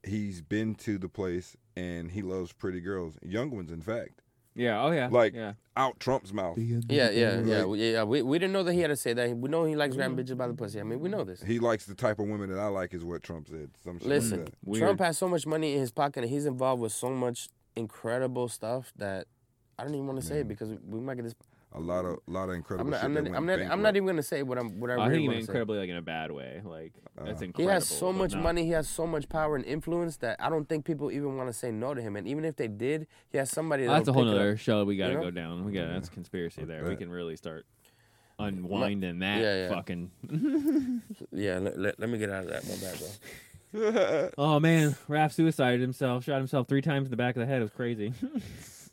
Speaker 1: he's been to the place and he loves pretty girls, young ones, in fact.
Speaker 4: Yeah. Oh yeah.
Speaker 1: Like
Speaker 4: yeah.
Speaker 1: out Trump's mouth,
Speaker 3: Yeah, yeah, yeah,
Speaker 1: Right.
Speaker 3: we- yeah. We, we didn't know that he had to say that. We know he likes grabbing bitches by the pussy. I mean, we know this.
Speaker 1: he likes the type of women that I like, is what Trump said. Some shit like
Speaker 3: Listen,
Speaker 1: that.
Speaker 4: Weird.
Speaker 3: Trump has so much money in his pocket, and he's involved with so much incredible stuff that I don't even want to say it because we might get this.
Speaker 1: a lot of a lot of Mm. incredible.
Speaker 3: I'm not.
Speaker 1: shit
Speaker 3: I'm
Speaker 1: that
Speaker 3: not.
Speaker 1: went
Speaker 3: I'm not, I'm not
Speaker 1: bankrupt.
Speaker 3: even gonna say what I'm. What I
Speaker 4: Oh, I think
Speaker 3: really
Speaker 4: he
Speaker 3: want
Speaker 4: meant
Speaker 3: to say.
Speaker 4: incredibly like in a bad way. Like that's
Speaker 3: He
Speaker 4: incredible.
Speaker 3: has so
Speaker 4: but
Speaker 3: much
Speaker 4: no.
Speaker 3: money. He has so much power and influence that I don't think people even want to say no to him. And even if they did, he has somebody.
Speaker 4: Oh, that's
Speaker 3: that'll
Speaker 4: a whole
Speaker 3: pick it up.
Speaker 4: nother show. We gotta
Speaker 3: know?
Speaker 4: go down. We got to that's conspiracy there. We
Speaker 1: that.
Speaker 4: can really start unwinding that
Speaker 3: yeah, yeah.
Speaker 4: fucking.
Speaker 3: Yeah. Let, let, let me get out of that. My bad, bro.
Speaker 4: Oh man, Raph suicided himself. Shot himself three times in the back of the head. It was crazy.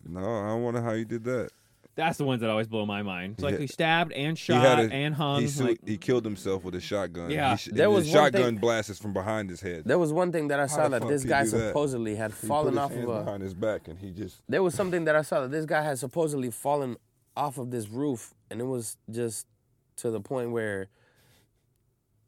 Speaker 1: No, I don't wonder how he did that.
Speaker 4: that's the ones that always blow my mind. It's like
Speaker 1: Yeah.
Speaker 4: he stabbed and
Speaker 1: He
Speaker 4: shot
Speaker 1: had a-
Speaker 4: and hung.
Speaker 1: He, sui-
Speaker 4: like,
Speaker 1: he killed himself with a shotgun.
Speaker 4: Yeah.
Speaker 1: he sh-
Speaker 3: There
Speaker 1: his
Speaker 3: was one
Speaker 1: shotgun
Speaker 3: thing-
Speaker 1: blasts from behind his head.
Speaker 3: There was one thing that I saw
Speaker 1: the
Speaker 3: that
Speaker 1: fuck
Speaker 3: this
Speaker 1: he
Speaker 3: guy
Speaker 1: do that?
Speaker 3: supposedly had
Speaker 1: He
Speaker 3: fallen
Speaker 1: put his
Speaker 3: off
Speaker 1: hands
Speaker 3: of a.
Speaker 1: behind his back, and he just
Speaker 3: There was something that I saw that this guy had supposedly fallen off of this roof, and it was just to the point where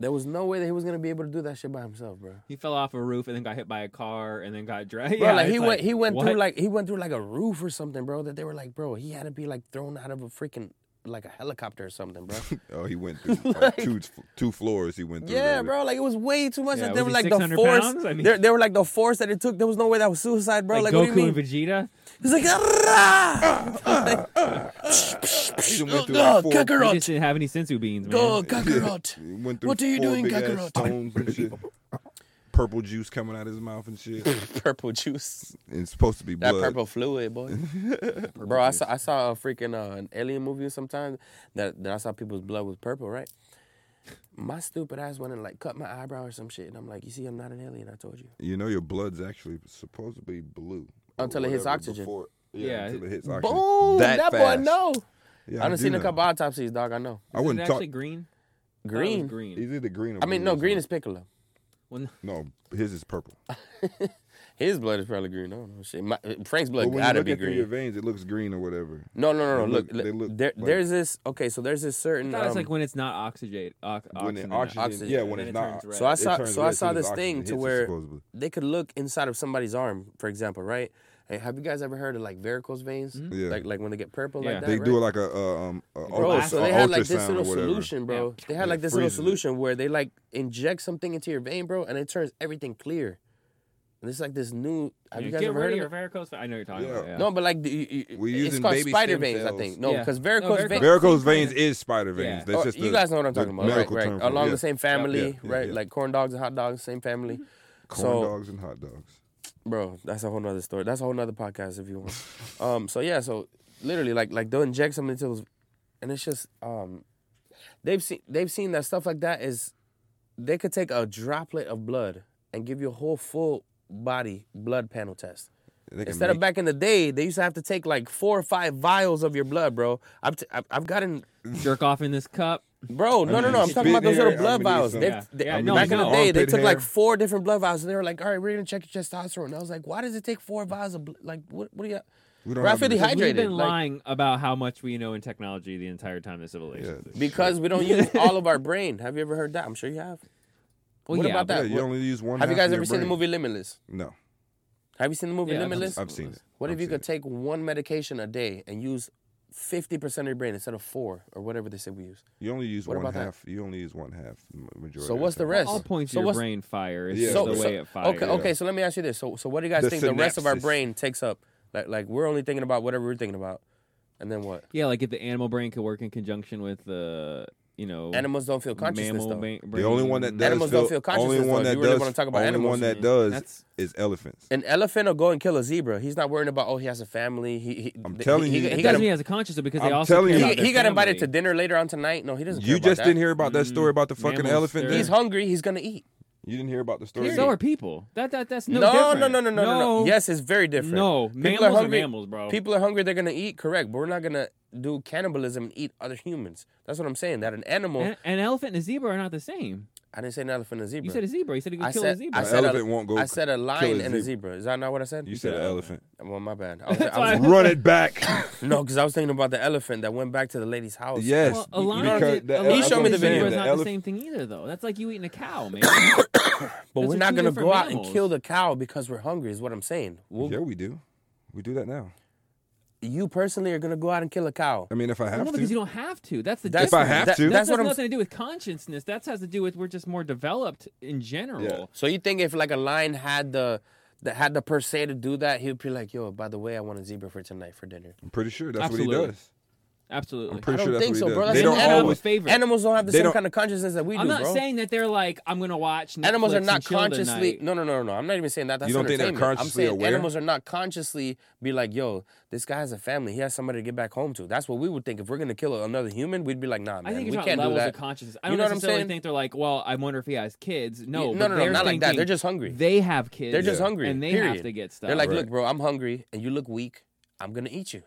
Speaker 3: there was no way that he was gonna be able to do that shit by himself, bro.
Speaker 4: He fell off a roof and then got hit by a car and then got dragged.
Speaker 3: Bro,
Speaker 4: yeah,
Speaker 3: like he
Speaker 4: it's
Speaker 3: went, he went
Speaker 4: what?
Speaker 3: through like he went through like a roof or something, bro. That they were like, bro, he had to be like thrown out of a freaking like a helicopter or something, bro.
Speaker 1: oh he went through like, two two floors. He went through.
Speaker 3: yeah,
Speaker 1: there.
Speaker 3: bro, like it was way too much.
Speaker 4: Yeah,
Speaker 3: like, they
Speaker 4: was
Speaker 3: were
Speaker 4: he
Speaker 3: like the
Speaker 4: 600
Speaker 3: force,
Speaker 4: pounds? I mean-
Speaker 3: they, they were like the force that it took. There was no way that was suicide, bro.
Speaker 4: like
Speaker 3: Like, what do
Speaker 4: Goku
Speaker 3: you
Speaker 4: and
Speaker 3: mean?
Speaker 4: Vegeta.
Speaker 3: He's like, ah,
Speaker 1: He done
Speaker 3: oh,
Speaker 1: went through like four
Speaker 4: He
Speaker 3: Kakarot.
Speaker 4: just didn't have any sensu beans, man.
Speaker 3: Go, Kakarot.
Speaker 1: He went through
Speaker 3: What are you
Speaker 1: four
Speaker 3: doing,
Speaker 1: big-ass
Speaker 3: Kakarot?
Speaker 1: stones and shit. Purple juice coming out of his mouth and shit. and
Speaker 3: purple juice.
Speaker 1: it's supposed to be
Speaker 3: That
Speaker 1: blood.
Speaker 3: purple fluid, boy. Bro, I saw, I saw a freaking uh, an alien movie sometimes that, that I saw people's blood was purple, right? My stupid ass went and like cut my eyebrow or some shit, and I'm like, you see, I'm not an alien. I told you.
Speaker 1: You know your blood's actually supposed to be blue or
Speaker 3: Until it hits
Speaker 1: whatever
Speaker 3: oxygen.
Speaker 1: before- yeah,
Speaker 4: Yeah.
Speaker 1: until it hits oxygen.
Speaker 3: Boom! That, boy
Speaker 1: fast.
Speaker 3: no.
Speaker 1: Yeah,
Speaker 3: I done
Speaker 1: do
Speaker 3: seen a
Speaker 1: know.
Speaker 3: couple autopsies, dog. I know.
Speaker 4: Is
Speaker 1: I wouldn't
Speaker 4: it
Speaker 1: talk.
Speaker 4: actually green? I thought it was
Speaker 3: Green.
Speaker 4: Green.
Speaker 1: He's either green. Or
Speaker 3: I mean,
Speaker 1: blue
Speaker 3: no,
Speaker 1: or
Speaker 3: green is
Speaker 1: something.
Speaker 3: Piccolo.
Speaker 4: When-
Speaker 1: No, his is purple.
Speaker 3: His blood is probably green. I don't know. Shit. My, Frank's
Speaker 1: But
Speaker 3: blood
Speaker 1: when you
Speaker 3: gotta
Speaker 1: look
Speaker 3: be
Speaker 1: at through your
Speaker 3: green.
Speaker 1: veins, it looks green or whatever.
Speaker 3: No, no, no, no.
Speaker 1: They
Speaker 3: Look,
Speaker 1: look- they
Speaker 3: look,
Speaker 1: look
Speaker 3: there,
Speaker 1: like-
Speaker 3: there's this. Okay, so there's this
Speaker 4: I
Speaker 3: certain.
Speaker 4: thought it's
Speaker 3: um,
Speaker 4: like when it's not oxygenated. Ox-
Speaker 1: When it
Speaker 4: oxygenated.
Speaker 1: oxygen,
Speaker 3: Oxygen.
Speaker 1: yeah, when it's
Speaker 4: Then it
Speaker 1: not.
Speaker 4: turns red.
Speaker 3: So I
Speaker 1: it
Speaker 3: saw,
Speaker 1: turns
Speaker 3: so
Speaker 1: red
Speaker 3: I
Speaker 1: as
Speaker 3: saw
Speaker 1: soon as
Speaker 3: this
Speaker 1: oxygen
Speaker 3: thing
Speaker 1: hits
Speaker 3: to
Speaker 1: it,
Speaker 3: where
Speaker 1: supposedly.
Speaker 3: they could look inside of somebody's arm, for example, right? Hey, have you guys ever heard of like varicose veins?
Speaker 1: Yeah.
Speaker 3: Like like when they get purple
Speaker 4: Mm-hmm. Yeah.
Speaker 3: like that.
Speaker 1: they
Speaker 3: right?
Speaker 1: do it like a uh, um a,
Speaker 3: Bro,
Speaker 1: ultra-
Speaker 3: so they
Speaker 1: a
Speaker 3: had like
Speaker 1: ultrasound
Speaker 3: this
Speaker 1: or
Speaker 3: little
Speaker 1: whatever.
Speaker 3: solution, bro. They had
Speaker 1: Yeah,
Speaker 3: like this
Speaker 1: freezes
Speaker 3: little
Speaker 1: it.
Speaker 3: solution where they like inject something into your vein, bro, and it turns everything clear. And it's like this new. Have you, guys
Speaker 4: get
Speaker 3: ever
Speaker 4: rid
Speaker 3: heard
Speaker 4: of
Speaker 3: of
Speaker 4: your
Speaker 3: it?
Speaker 4: varicose. I know you're talking
Speaker 1: Yeah.
Speaker 4: about. Yeah.
Speaker 3: No, but like the, you, you-
Speaker 1: We're
Speaker 3: it's
Speaker 1: using
Speaker 3: called
Speaker 1: baby
Speaker 3: spider
Speaker 1: stem
Speaker 3: veins, I
Speaker 1: cells.
Speaker 3: think. No,
Speaker 4: Yeah.
Speaker 3: because
Speaker 4: No,
Speaker 3: varicose
Speaker 4: varicose-
Speaker 3: veins.
Speaker 1: Varicose veins is spider veins.
Speaker 4: Yeah.
Speaker 1: That's
Speaker 3: Oh,
Speaker 1: just
Speaker 3: you
Speaker 1: a
Speaker 3: guys know what I'm
Speaker 1: the
Speaker 3: talking about, right?
Speaker 1: medical
Speaker 3: Right.
Speaker 1: term for it.
Speaker 3: Along
Speaker 1: Yeah.
Speaker 3: the same family,
Speaker 1: Yeah, yeah,
Speaker 3: right?
Speaker 1: yeah.
Speaker 3: Like corn dogs and hot dogs, same family.
Speaker 4: Mm-hmm.
Speaker 1: corn
Speaker 3: so-
Speaker 1: dogs and hot dogs.
Speaker 3: bro that's a whole nother story that's a whole nother podcast if you want um so yeah so literally like like they'll inject something into those and it's just um they've seen they've seen that stuff like that is they could take a droplet of blood and give you a whole full body blood panel test
Speaker 1: They can
Speaker 3: instead of
Speaker 1: make-
Speaker 3: back in the day they used to have to take like four or five vials of your blood bro i've, t- I've, I've gotten
Speaker 4: Jerk off in this cup.
Speaker 3: Bro, no, no, no. I'm
Speaker 1: just
Speaker 3: talking about those
Speaker 1: spitting
Speaker 3: little
Speaker 1: here, I'm
Speaker 3: blood
Speaker 1: gonna eat
Speaker 3: vials.
Speaker 1: some-
Speaker 3: They,
Speaker 4: Yeah.
Speaker 3: they-
Speaker 4: Yeah, I know,
Speaker 3: back
Speaker 4: I
Speaker 3: in the
Speaker 4: know.
Speaker 3: day, they
Speaker 1: Armpit
Speaker 3: took like
Speaker 1: hair.
Speaker 3: four different blood vials, and they were like, "All right, we're gonna check your testosterone." I was like, "Why does it take four vials of bl- like what? What do you?"
Speaker 1: We
Speaker 3: Bro, I
Speaker 1: have
Speaker 3: feel
Speaker 1: the-
Speaker 3: dehydrated.
Speaker 4: We've been
Speaker 3: like-
Speaker 4: lying about how much we know in technology the entire time of
Speaker 1: Yeah.
Speaker 4: civilization.
Speaker 3: Because we don't use all of our brain. Have you ever heard that? I'm sure you have.
Speaker 4: Well,
Speaker 3: what
Speaker 4: yeah,
Speaker 3: about
Speaker 4: but-
Speaker 1: Yeah,
Speaker 3: that?
Speaker 1: you
Speaker 3: What-
Speaker 1: only use one.
Speaker 3: have you
Speaker 1: half
Speaker 3: guys
Speaker 1: of
Speaker 3: ever
Speaker 1: your
Speaker 3: seen the
Speaker 1: brain.
Speaker 3: movie Limitless?
Speaker 1: No,
Speaker 3: Have you seen the movie
Speaker 4: Yeah, I've-
Speaker 3: Limitless?
Speaker 1: I've seen it.
Speaker 3: What
Speaker 1: I've
Speaker 3: if you
Speaker 1: seen
Speaker 3: could
Speaker 1: it.
Speaker 3: take one medication a day and use fifty percent of your brain instead of four or whatever they said we use?
Speaker 1: You only use
Speaker 3: What
Speaker 1: one
Speaker 3: about that?
Speaker 1: half. You only use one half m- majority.
Speaker 3: So
Speaker 1: of
Speaker 3: what's the
Speaker 1: time.
Speaker 3: rest?
Speaker 4: all points
Speaker 3: So
Speaker 4: of your
Speaker 3: what's-
Speaker 4: brain fire. It's
Speaker 1: Yeah.
Speaker 4: just
Speaker 1: So-
Speaker 4: the
Speaker 1: so-
Speaker 4: way it fires.
Speaker 3: Okay, okay. So let me ask you this: so, so what do you guys
Speaker 1: The
Speaker 3: think the rest of our
Speaker 1: synapses.
Speaker 3: brain takes up? Like, like we're only thinking about whatever we're thinking about, and then what?
Speaker 4: Yeah, like if the animal brain could work in conjunction with the, you know,
Speaker 3: Animals don't feel consciousness
Speaker 4: mammal
Speaker 3: though.
Speaker 4: ba- brain.
Speaker 1: The only one that does
Speaker 3: Animals
Speaker 1: feel,
Speaker 3: don't feel consciousness,
Speaker 1: Only one
Speaker 3: though,
Speaker 1: that
Speaker 3: if you really
Speaker 1: does.
Speaker 3: wanna talk about
Speaker 1: only
Speaker 3: animals.
Speaker 1: one that does
Speaker 4: That's-
Speaker 1: is elephants.
Speaker 3: An elephant will go and kill a zebra. He's not worried about oh he has a family. He, he
Speaker 1: I'm
Speaker 3: he-
Speaker 1: telling
Speaker 3: he,
Speaker 1: you-
Speaker 3: he,
Speaker 4: It
Speaker 3: got,
Speaker 4: doesn't
Speaker 3: he,
Speaker 4: mean as a conscious though, because
Speaker 1: I'm
Speaker 4: they also
Speaker 1: telling
Speaker 4: care
Speaker 1: you-
Speaker 4: about their
Speaker 3: he got invited to
Speaker 4: family.
Speaker 3: dinner later on tonight. No, he doesn't. care
Speaker 1: You
Speaker 3: about
Speaker 1: just
Speaker 3: that.
Speaker 1: didn't hear about that story about the fucking
Speaker 4: Mammals,
Speaker 1: elephant.
Speaker 4: they're-
Speaker 1: dinner?
Speaker 3: He's hungry. He's gonna eat.
Speaker 1: You didn't hear about the story.
Speaker 4: So are people. That that that's no.
Speaker 3: no,
Speaker 4: different.
Speaker 3: no, no, no, no, no, no. Yes, it's very different.
Speaker 4: No,
Speaker 3: people
Speaker 4: mammals
Speaker 3: are
Speaker 4: are
Speaker 3: hungry.
Speaker 4: mammals, bro.
Speaker 3: People are hungry. They're gonna eat. Correct, but we're not gonna do cannibalism and eat other humans. That's what I'm saying. That an animal.
Speaker 4: An, an elephant and a zebra are not the same.
Speaker 3: I didn't say an elephant and a zebra.
Speaker 4: Eh. You said a zebra. You said he could
Speaker 3: I
Speaker 4: kill
Speaker 3: said,
Speaker 4: a zebra.
Speaker 3: I
Speaker 1: An
Speaker 3: said a,
Speaker 1: elephant won't go
Speaker 3: I said a
Speaker 1: kill a
Speaker 3: lion and a
Speaker 1: zebra.
Speaker 3: zebra. Is that not what I said?
Speaker 1: You said an elephant.
Speaker 3: Well, my bad. I was, I was-
Speaker 1: Run it back.
Speaker 3: no, because I was thinking about the elephant that went back to the lady's house.
Speaker 1: Yes.
Speaker 4: well, a
Speaker 1: be-
Speaker 4: lion,
Speaker 1: because
Speaker 4: and-
Speaker 1: the
Speaker 4: a
Speaker 1: ele-
Speaker 4: lion
Speaker 3: He showed me the
Speaker 4: and a zebra
Speaker 3: video.
Speaker 4: is
Speaker 1: The
Speaker 4: not
Speaker 1: elef-
Speaker 4: the same thing either, though. That's like you eating a cow, man.
Speaker 3: but
Speaker 4: those
Speaker 3: we're
Speaker 4: are
Speaker 3: not
Speaker 4: two
Speaker 3: gonna
Speaker 4: different
Speaker 3: go out and
Speaker 4: mammals.
Speaker 3: kill the cow because we're hungry. Is what I'm saying. Well,
Speaker 1: Yeah, we do. We do that now.
Speaker 3: You personally are gonna go out and kill a cow.
Speaker 1: I mean, if I
Speaker 4: Well,
Speaker 1: have
Speaker 4: no,
Speaker 1: to.
Speaker 4: because you don't have to. That's the
Speaker 3: That's-
Speaker 1: If I
Speaker 4: difference.
Speaker 1: have
Speaker 3: that-
Speaker 1: to.
Speaker 4: That
Speaker 3: that's
Speaker 4: has
Speaker 3: what I'm.
Speaker 4: nothing to do with consciousness. That has to do with we're just more developed in general.
Speaker 1: Yeah.
Speaker 3: So you think if like a lion had the, the had the per se to do that, he'd be like, "Yo, by the way, I want a zebra for tonight for dinner."
Speaker 1: I'm pretty sure that's what
Speaker 4: Absolutely.
Speaker 1: he does.
Speaker 4: Absolutely.
Speaker 1: I'm pretty
Speaker 3: I
Speaker 1: sure
Speaker 3: don't
Speaker 1: that's
Speaker 3: think so,
Speaker 1: what he
Speaker 3: bro.
Speaker 1: does.
Speaker 3: That's
Speaker 1: They
Speaker 3: an
Speaker 1: don't
Speaker 3: animal's
Speaker 1: always.
Speaker 4: favorite.
Speaker 3: Animals don't have the
Speaker 1: They
Speaker 3: same
Speaker 1: don't-
Speaker 3: kind of consciousness that we
Speaker 4: I'm
Speaker 3: do,
Speaker 4: not
Speaker 3: bro.
Speaker 4: saying that they're like I'm gonna watch. Netflix
Speaker 3: animals are
Speaker 4: and
Speaker 3: not
Speaker 4: chill
Speaker 3: consciously.
Speaker 4: tonight.
Speaker 3: No, no, no, no, no. I'm not even saying that. That's
Speaker 1: You don't think they're
Speaker 3: entertainment.
Speaker 1: consciously
Speaker 3: I'm saying
Speaker 1: aware?
Speaker 3: animals are not consciously be like, "Yo, this guy has a family. He has somebody to get back home to." That's what we would think. If we're gonna kill another human, we'd be like, "Nah, man,
Speaker 4: I think
Speaker 3: we
Speaker 4: it's not
Speaker 3: can't do
Speaker 4: levels
Speaker 3: that."
Speaker 4: of consciousness. I
Speaker 3: You
Speaker 4: don't
Speaker 3: know what I'm
Speaker 4: necessarily
Speaker 3: saying?
Speaker 4: think they're like, well, I wonder if he has kids.
Speaker 3: no,
Speaker 4: No, but
Speaker 3: no, no,
Speaker 4: they're
Speaker 3: not like that. They're
Speaker 4: thinking
Speaker 3: just hungry.
Speaker 4: They have kids.
Speaker 3: They're just hungry.
Speaker 4: and they
Speaker 3: period.
Speaker 4: have to get stuff.
Speaker 3: They're like,
Speaker 1: Right.
Speaker 3: "Look, bro, I'm hungry, and you look weak. I'm gonna eat you."